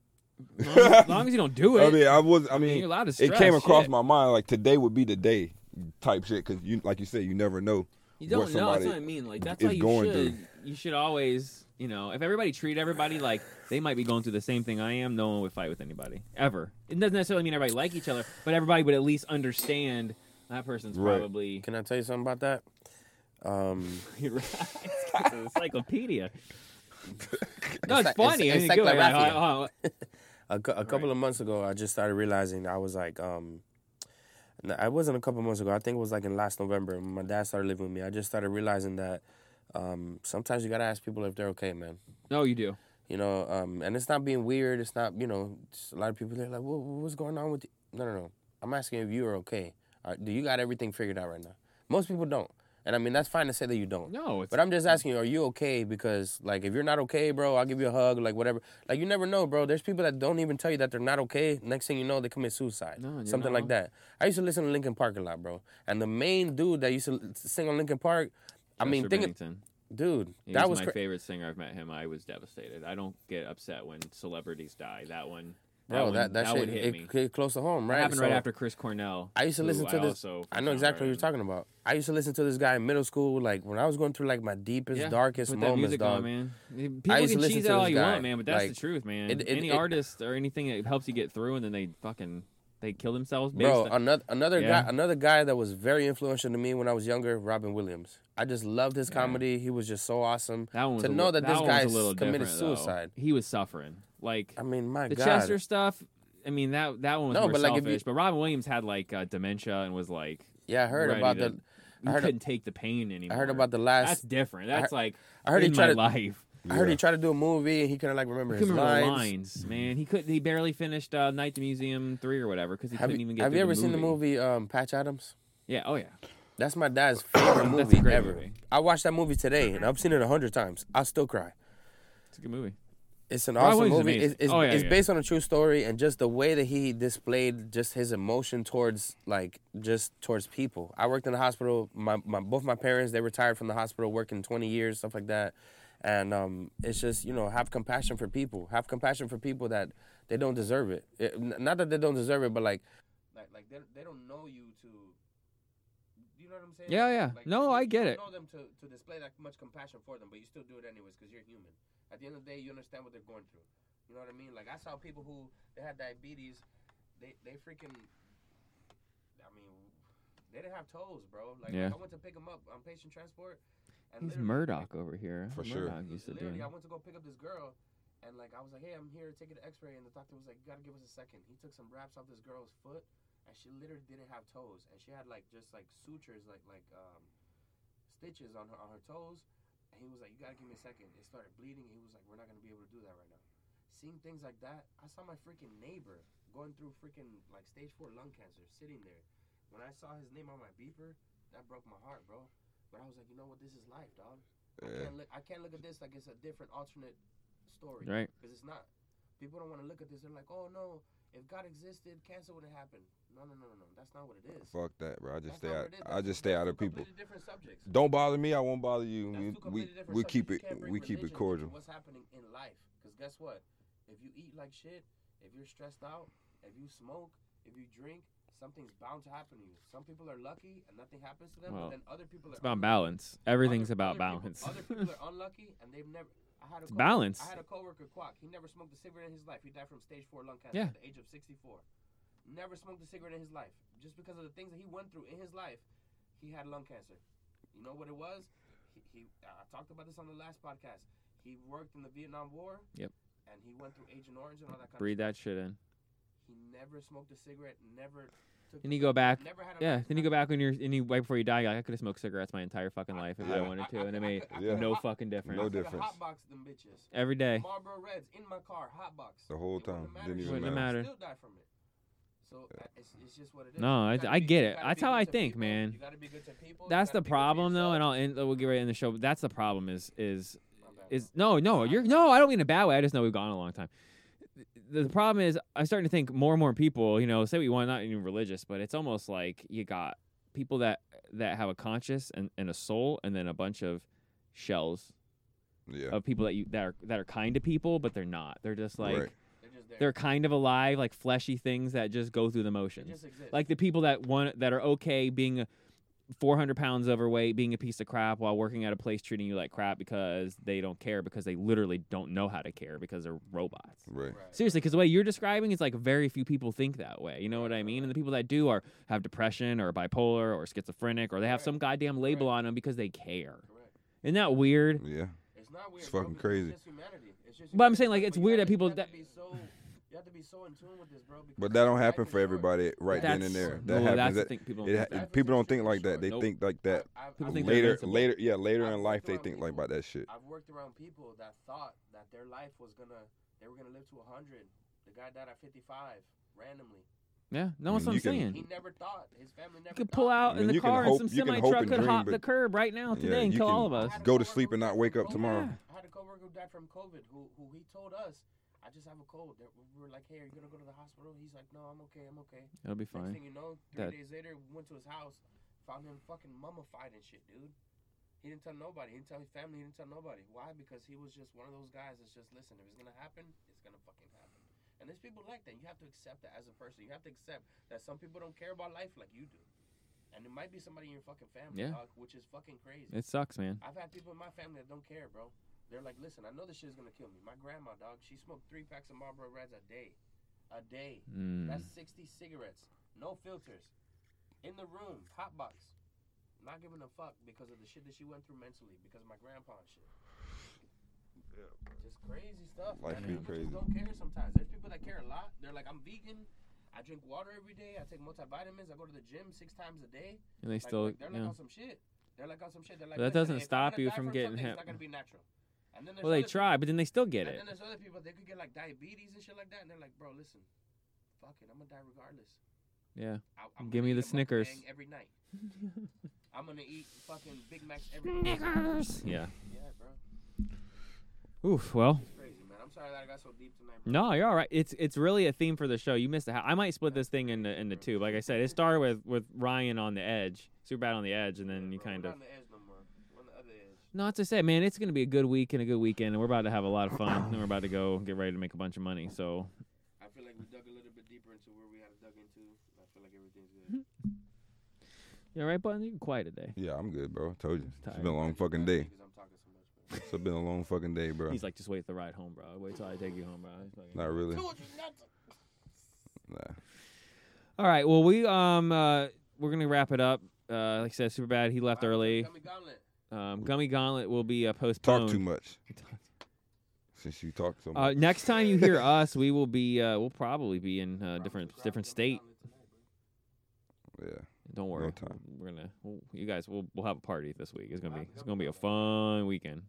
Speaker 4: As long as, as long as you don't do it.
Speaker 1: I mean, I was. I mean,
Speaker 4: you're allowed to
Speaker 1: it
Speaker 4: stress
Speaker 1: came across
Speaker 4: shit.
Speaker 1: my mind like today would be the day, type shit. Because you, like you said, you never know.
Speaker 4: You don't
Speaker 1: what
Speaker 4: know. That's
Speaker 1: somebody-
Speaker 4: what I mean. Like that's
Speaker 1: is
Speaker 4: why you
Speaker 1: going
Speaker 4: should.
Speaker 1: through.
Speaker 4: You should always, you know, if everybody treated everybody like they might be going through the same thing I am, no one would fight with anybody ever. It doesn't necessarily mean everybody like each other, but everybody would at least understand that person's
Speaker 1: Right.
Speaker 4: probably
Speaker 3: Can I tell you something about that? Um,
Speaker 4: it's an encyclopedia. no,
Speaker 3: It's
Speaker 4: it's
Speaker 3: like-
Speaker 4: funny.
Speaker 3: it's-
Speaker 4: I mean,
Speaker 3: it's
Speaker 4: go ahead.
Speaker 3: encyclopedia.
Speaker 4: Uh, uh,
Speaker 3: a, cou- a couple of months ago, I just started realizing I was like, um, no, I wasn't a couple months ago. I think it was like in last November when my dad started living with me. I just started realizing that um, sometimes you gotta ask people if they're okay, man.
Speaker 4: no, you do.
Speaker 3: You know, um, and it's not being weird. It's not, you know, just a lot of people they're like, "What what's going on with you?" No, no, no. I'm asking if you are okay. Are, do you got everything figured out right now? Most people don't, and I mean that's fine to say that you don't.
Speaker 4: No, it's
Speaker 3: But I'm just asking, are you okay? Because like, if you're not okay, bro, I'll give you a hug, like whatever. Like you never know, bro. There's people that don't even tell you that they're not okay. Next thing you know, they commit suicide,
Speaker 4: No, and you're
Speaker 3: something
Speaker 4: not
Speaker 3: like
Speaker 4: wrong.
Speaker 3: that. I used to listen to Linkin Park a lot, bro. And the main dude that used to l- sing on Linkin Park, I mean,
Speaker 4: Chester
Speaker 3: think
Speaker 4: Bennington.
Speaker 3: dude,
Speaker 4: He
Speaker 3: that
Speaker 4: was,
Speaker 3: was
Speaker 4: my
Speaker 3: cra-
Speaker 4: favorite singer. I've met him. I was devastated. I don't get upset when celebrities die. That one, that
Speaker 3: bro.
Speaker 4: one,
Speaker 3: That that,
Speaker 4: one
Speaker 3: shit
Speaker 4: hit
Speaker 3: it
Speaker 4: me.
Speaker 3: hit close to home, right?
Speaker 4: Happened right
Speaker 3: So,
Speaker 4: after Chris Cornell.
Speaker 3: I used to
Speaker 4: who
Speaker 3: listen to
Speaker 4: I
Speaker 3: this.
Speaker 4: also
Speaker 3: I know
Speaker 4: found
Speaker 3: exactly what
Speaker 4: right
Speaker 3: you're
Speaker 4: on.
Speaker 3: talking about. I used to listen to this guy in middle school, like when I was going through like my deepest,
Speaker 4: Yeah,
Speaker 3: darkest
Speaker 4: put that
Speaker 3: moments,
Speaker 4: music
Speaker 3: dog.
Speaker 4: on, man. People
Speaker 3: used to
Speaker 4: can
Speaker 3: listen
Speaker 4: cheese
Speaker 3: to
Speaker 4: out all
Speaker 3: this
Speaker 4: you
Speaker 3: guy.
Speaker 4: want, man, but that's
Speaker 3: Like,
Speaker 4: the truth, man.
Speaker 3: it- it-
Speaker 4: Any
Speaker 3: it-
Speaker 4: artist or anything that helps you get through, and then they fucking they kill themselves. Based
Speaker 3: Bro,
Speaker 4: on-
Speaker 3: another another
Speaker 4: Yeah.
Speaker 3: guy another guy that was very influential to me when I was younger, Robin Williams. I just loved his comedy. He was just so awesome.
Speaker 4: that one was
Speaker 3: to
Speaker 4: a,
Speaker 3: know
Speaker 4: li-
Speaker 3: that this
Speaker 4: one
Speaker 3: guy
Speaker 4: was a little
Speaker 3: committed
Speaker 4: different, though.
Speaker 3: suicide.
Speaker 4: He was suffering. Like
Speaker 3: I mean, my
Speaker 4: the
Speaker 3: God.
Speaker 4: Chester stuff. I mean that that one was
Speaker 3: No,
Speaker 4: more
Speaker 3: but, like, if
Speaker 4: selfish.
Speaker 3: you-
Speaker 4: but Robin Williams had like uh, dementia and was like
Speaker 3: yeah, I heard
Speaker 4: ready
Speaker 3: about the.
Speaker 4: to- You
Speaker 3: I heard-
Speaker 4: couldn't take the pain anymore.
Speaker 3: I heard about the last.
Speaker 4: That's different.
Speaker 3: I
Speaker 4: That's
Speaker 3: heard-
Speaker 4: like
Speaker 3: I heard he
Speaker 4: in my
Speaker 3: tried to-
Speaker 4: life.
Speaker 3: I heard
Speaker 1: Yeah.
Speaker 3: he tried to do a movie and he couldn't like remember
Speaker 4: He
Speaker 3: his
Speaker 4: couldn't remember
Speaker 3: lines.
Speaker 4: lines, man. He could. He barely finished uh, Night at the Museum three or whatever because he
Speaker 3: Have
Speaker 4: couldn't
Speaker 3: you,
Speaker 4: even get.
Speaker 3: have you
Speaker 4: through
Speaker 3: ever seen the movie um, Patch Adams?
Speaker 4: Yeah. Oh yeah.
Speaker 3: That's my dad's favorite movie
Speaker 4: a great
Speaker 3: ever.
Speaker 4: movie.
Speaker 3: I watched that movie today and I've seen it a hundred times. I still cry.
Speaker 4: It's a good movie.
Speaker 3: It's an
Speaker 4: Robin
Speaker 3: awesome
Speaker 4: Williams is
Speaker 3: movie. It's,
Speaker 4: amazing.
Speaker 3: it's,
Speaker 4: Oh, yeah,
Speaker 3: it's
Speaker 4: yeah.
Speaker 3: based on a true story, and just the way that he displayed just his emotion towards like just towards people. I worked in the hospital. My, my both my parents they retired from the hospital, working twenty years, stuff like that. And um, it's just you know have compassion for people. Have compassion for people that they don't deserve it. It- n- not that they don't deserve it, but like like like they, they don't know you to. You know what I'm saying?
Speaker 4: Yeah, yeah. No, I get it.
Speaker 3: know them to, to display that much compassion for them, but you still do it anyways because you're human. At the end of the day, you understand what they're going through. You know what I mean? Like I saw people who they had diabetes, they they freaking, I mean, they didn't have toes, bro. Like,
Speaker 4: Yeah.
Speaker 3: I went to pick them up on patient transport. And
Speaker 4: He's
Speaker 3: literally,
Speaker 4: Murdoch over here.
Speaker 1: For sure.
Speaker 4: Murdoch used to do
Speaker 3: Literally,
Speaker 4: it.
Speaker 3: I went to go pick up this girl, and like I was like, hey, I'm here, take an X-ray, and the doctor was like, you gotta give us a second. He took some wraps off this girl's foot, and she literally didn't have toes, and she had like just like sutures, like like um, stitches on her on her toes. And he was like, you gotta give me a second. It started bleeding. And he was like, we're not gonna be able to do that right now. Seeing things like that, I saw my freaking neighbor going through freaking like stage four lung cancer, sitting there. When I saw his name on my beeper, that broke my heart, bro. But I was like, you know what? This is life, dog. I
Speaker 1: Yeah.
Speaker 3: can't look. I can't look at this like it's a different alternate story.
Speaker 4: Right.
Speaker 3: Because it's not. People don't want to look at this. They're like, oh no, if God existed, cancer wouldn't happen. No, no, no, no, no. That's not what it is.
Speaker 1: Fuck that, bro. I just
Speaker 3: That's
Speaker 1: stay
Speaker 3: not
Speaker 1: out.
Speaker 3: what it is.
Speaker 1: I
Speaker 3: That's-
Speaker 1: just stay
Speaker 3: that's
Speaker 1: out
Speaker 3: two
Speaker 1: of people.
Speaker 3: completely different subjects.
Speaker 1: Don't bother me. I won't bother
Speaker 3: That's
Speaker 1: you.
Speaker 3: two
Speaker 1: We we,
Speaker 3: completely
Speaker 1: we
Speaker 3: different subjects.
Speaker 1: keep
Speaker 3: You
Speaker 1: it
Speaker 3: can't bring
Speaker 1: we keep
Speaker 3: religion
Speaker 1: it
Speaker 3: into
Speaker 1: cordial.
Speaker 3: What's happening in life? Because guess what? If you eat like shit, if you're stressed out, if you smoke, if you drink, something's bound to happen to you. Some people are lucky and nothing happens to them,
Speaker 4: Well,
Speaker 3: but then other people are
Speaker 4: It's about
Speaker 3: unlucky.
Speaker 4: balance. Everything's
Speaker 3: Other-
Speaker 4: about
Speaker 3: other people-
Speaker 4: balance.
Speaker 3: other people are unlucky and they've never. I had a
Speaker 4: It's
Speaker 3: coworker-
Speaker 4: balance.
Speaker 3: I had a coworker, Quack. He never smoked a cigarette in his life. He died from stage four lung cancer
Speaker 4: Yeah.
Speaker 3: at the age of 64. Never smoked a cigarette in his life. Just because of the things that he went through in his life, he had lung cancer. You know what it was? He, he I talked about this on the last podcast. He worked in the Vietnam War.
Speaker 4: Yep.
Speaker 3: And he went through Agent Orange and all that kind
Speaker 4: Breathe
Speaker 3: of
Speaker 4: that shit in.
Speaker 3: stuff. He never smoked a cigarette. Never. Took
Speaker 4: Then you go back.
Speaker 3: Never had a
Speaker 4: Yeah.
Speaker 3: lung-
Speaker 4: Then you go back when you're and you right before you die. You're like I could have smoked cigarettes my entire fucking life if I
Speaker 1: yeah.
Speaker 4: wanted
Speaker 3: I- I-
Speaker 4: to, and it
Speaker 3: I-
Speaker 4: made
Speaker 3: I- I-
Speaker 1: Yeah.
Speaker 4: no
Speaker 3: I-
Speaker 4: fucking difference.
Speaker 1: No
Speaker 3: I could've
Speaker 1: difference.
Speaker 3: hotboxed them bitches.
Speaker 4: Every day.
Speaker 3: Marlboro Reds in my car, hot box.
Speaker 1: The whole
Speaker 3: It wouldn't
Speaker 1: time.
Speaker 3: matter.
Speaker 1: Didn't
Speaker 3: She
Speaker 1: even
Speaker 4: Wouldn't
Speaker 1: matter.
Speaker 4: matter.
Speaker 3: Still die from it. So uh, it's, it's just what it is.
Speaker 4: No,
Speaker 3: You
Speaker 4: I-
Speaker 3: gotta
Speaker 4: I
Speaker 3: be-
Speaker 4: get
Speaker 3: you
Speaker 4: it.
Speaker 3: gotta
Speaker 4: That's
Speaker 3: be
Speaker 4: how
Speaker 3: good
Speaker 4: I
Speaker 3: to
Speaker 4: think,
Speaker 3: people.
Speaker 4: man.
Speaker 3: You gotta be good to people. You
Speaker 4: That's
Speaker 3: gotta
Speaker 4: the
Speaker 3: be good to
Speaker 4: problem, though,
Speaker 3: yourself.
Speaker 4: and I'll end. We'll get right in the show. But that's the problem. Is is
Speaker 3: My bad,
Speaker 4: is
Speaker 3: bro.
Speaker 4: no, no. You're no. I don't mean in a bad way. I just know we've gone a long time. The, the problem is, I'm starting to think more and more people. You know, say what you want, not even religious, but it's almost like you got people that that have a conscience and, and a soul, and then a bunch of shells
Speaker 1: Yeah.
Speaker 4: of people that you that are that are kind to people, but they're not. They're just like
Speaker 1: Right.
Speaker 3: They're just there.
Speaker 4: they're kind of alive, like fleshy things that just go through the
Speaker 3: They
Speaker 4: motions
Speaker 3: just exist.
Speaker 4: like the people that want that are okay being 400 pounds overweight being a piece of crap while working at a place treating you like crap because they don't care because they literally don't know how to care because they're robots
Speaker 1: Right.
Speaker 3: Right.
Speaker 4: seriously because the way you're describing is like very few people think that way you know what i mean and the people that do are have depression or bipolar or schizophrenic or they have some goddamn label on them because they care
Speaker 3: Correct.
Speaker 4: isn't that weird
Speaker 1: Yeah.
Speaker 3: It's not weird.
Speaker 1: It's
Speaker 3: bro,
Speaker 1: fucking
Speaker 3: because
Speaker 1: crazy.
Speaker 3: It's just humanity. It's just
Speaker 4: But I'm saying, like,
Speaker 3: humanity,
Speaker 4: it's
Speaker 3: but you
Speaker 4: weird
Speaker 3: gotta-
Speaker 4: that people
Speaker 3: you have
Speaker 4: that-
Speaker 3: to be so- You have to be so in tune with this, bro. because
Speaker 1: But that don't
Speaker 3: life
Speaker 1: happen
Speaker 3: is
Speaker 1: for
Speaker 3: short.
Speaker 1: everybody right then
Speaker 4: That's-
Speaker 1: and there.
Speaker 4: no,
Speaker 1: That happens.
Speaker 4: that's the
Speaker 1: at-
Speaker 4: thing people don't
Speaker 1: it
Speaker 4: think
Speaker 1: ha-
Speaker 4: that.
Speaker 1: people don't think like that. They
Speaker 4: Nope.
Speaker 1: think like that
Speaker 3: I've- I've-
Speaker 4: People
Speaker 3: I've
Speaker 4: think they're
Speaker 1: later.
Speaker 4: invincible.
Speaker 1: Later. Yeah. Later
Speaker 3: I've
Speaker 1: in life,
Speaker 3: worked
Speaker 1: they
Speaker 3: around
Speaker 1: think like
Speaker 3: people-
Speaker 1: about that shit.
Speaker 3: I've worked around people that thought that their life was gonna, they were gonna live to hundred. The guy died at fifty-five randomly.
Speaker 4: yeah
Speaker 1: I
Speaker 4: no
Speaker 1: mean,
Speaker 4: that's what i'm
Speaker 1: Mm-hmm. you can-
Speaker 4: saying
Speaker 3: He never thought. His family never.
Speaker 4: you could pull out
Speaker 1: mean,
Speaker 4: in the
Speaker 1: you can
Speaker 4: car
Speaker 1: hope-
Speaker 4: and some
Speaker 1: you can
Speaker 4: semi
Speaker 1: hope
Speaker 4: truck
Speaker 1: and
Speaker 4: could
Speaker 1: dream,
Speaker 4: hop
Speaker 1: but-
Speaker 4: the curb right now
Speaker 1: Yeah,
Speaker 4: today and
Speaker 1: you
Speaker 4: kill
Speaker 1: can-
Speaker 4: all of us.
Speaker 1: Go to sleep and not wake up
Speaker 3: Yeah.
Speaker 1: tomorrow.
Speaker 3: I had a coworker who died from COVID. Who who he told us, I just have a cold. That- We were like, hey, are you gonna go to the hospital? He's like, no, I'm okay. I'm okay.
Speaker 4: It'll be
Speaker 3: Next
Speaker 4: fine.
Speaker 3: thing you know, three
Speaker 4: That-
Speaker 3: days later, we went to his house, found him fucking mummified and shit, dude. He didn't tell nobody. He didn't tell his family. He didn't tell nobody. Why? Because he was just one of those guys that's just listen. If it's gonna happen, it's gonna fucking happen. And there's people like that. You have to accept that as a person. You have to accept that some people don't care about life like you do, and it might be somebody in your fucking family,
Speaker 4: Yeah.
Speaker 3: dog, which is fucking crazy.
Speaker 4: It sucks, man.
Speaker 3: I've had people in my family that don't care, bro. They're like, listen, I know this shit's gonna kill me. My grandma, dog, she smoked three packs of Marlboro Reds a day, a day.
Speaker 1: Mm.
Speaker 3: That's sixty cigarettes, no filters, in the room, hot box. Not giving a fuck because of the shit that she went through mentally, because of my grandpa and shit. Just crazy stuff.
Speaker 1: Life
Speaker 3: man.
Speaker 1: be
Speaker 3: People just
Speaker 1: crazy.
Speaker 3: don't care sometimes. There's people that care a lot. They're like, I'm vegan. I drink water every day. I take multivitamins. I go to the gym six times a day.
Speaker 4: And they
Speaker 3: Like,
Speaker 4: still,
Speaker 3: like, they're like
Speaker 4: yeah.
Speaker 3: on some shit. They're like on some shit. They're like,
Speaker 4: But that
Speaker 3: "Listen,
Speaker 4: doesn't
Speaker 3: if I'm
Speaker 4: stop
Speaker 3: gonna
Speaker 4: you
Speaker 3: die
Speaker 4: from getting
Speaker 3: something,
Speaker 4: hit."
Speaker 3: It's not gonna be natural. And then there's
Speaker 4: Well, they
Speaker 3: other-
Speaker 4: try, but then they still get
Speaker 3: And
Speaker 4: it.
Speaker 3: then there's other people they could get like diabetes and shit like that, and they're like, bro, listen, fuck it, I'm gonna die regardless.
Speaker 4: Yeah.
Speaker 3: I, I'm
Speaker 4: Give
Speaker 3: gonna eat
Speaker 4: me the
Speaker 3: a
Speaker 4: Snickers.
Speaker 3: mukbang every night. I'm gonna eat fucking Big Macs every night.
Speaker 4: Yeah.
Speaker 3: Yeah, bro,
Speaker 4: Oof. Well.
Speaker 3: crazy man. I'm sorry that I got so deep tonight. Bro.
Speaker 4: No, you're all right. It's it's really a theme for the show. You missed the. Ha- I might split this thing into into two. Like I said, it started with with Ryan on the edge, super bad on the edge, and then you
Speaker 3: Bro,
Speaker 4: kind
Speaker 3: we're
Speaker 4: of.
Speaker 3: not on the edge no more. We're on the other edge.
Speaker 4: Not to say, man, it's gonna be a good week and a good weekend, and we're about to have a lot of fun, and we're about to go get ready to make a bunch of money. So
Speaker 3: I feel like we dug a little bit deeper into where we had dug into. I feel like everything's good.
Speaker 4: you all right, button? You quiet today.
Speaker 1: Yeah, I'm good, bro. Told you. It's
Speaker 4: tired.
Speaker 1: been a long fucking day.
Speaker 3: Because I'm talking so much. Bro.
Speaker 1: It's been a long fucking day, bro.
Speaker 4: He's like, just wait for the ride home, bro. Wait till I take you home, bro. It's like-
Speaker 1: Not really.
Speaker 3: Told you not to.
Speaker 1: Nah.
Speaker 4: All right. Well, we um uh we're gonna wrap it up. Uh, like I said, super bad. He left early.
Speaker 3: Gummy gauntlet.
Speaker 4: Um, Gummy Gauntlet will be uh, postponed.
Speaker 1: Talk too much. Since you talk so
Speaker 4: Uh,
Speaker 1: much.
Speaker 4: next time you hear us, we will be uh, we'll probably be in uh, different different state.
Speaker 1: yeah.
Speaker 4: Don't worry,
Speaker 1: time.
Speaker 4: we're gonna we'll, you guys we'll we'll have a party this week. It's gonna be it's gonna be a fun weekend.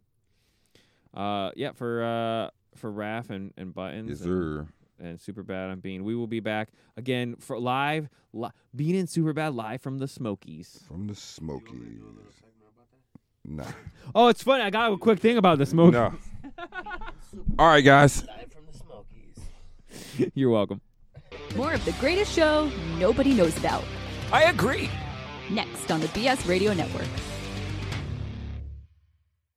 Speaker 4: Uh, yeah, for uh for Raph and and Buttons
Speaker 1: Yes,
Speaker 4: and-
Speaker 1: sir.
Speaker 4: and Super Bad on Bean. We will be back again for live li- Bean and Super Bad live from the Smokies.
Speaker 1: From the
Speaker 3: You want me to
Speaker 1: Smokies.
Speaker 3: do a little segment about that?
Speaker 1: Nah.
Speaker 4: Oh, it's funny. I got a quick thing about the Smokies.
Speaker 1: No. All right, guys.
Speaker 3: Live from the Smokies.
Speaker 4: You're welcome.
Speaker 6: More of the greatest show nobody knows about
Speaker 8: I agree.
Speaker 6: next on the BS Radio Network.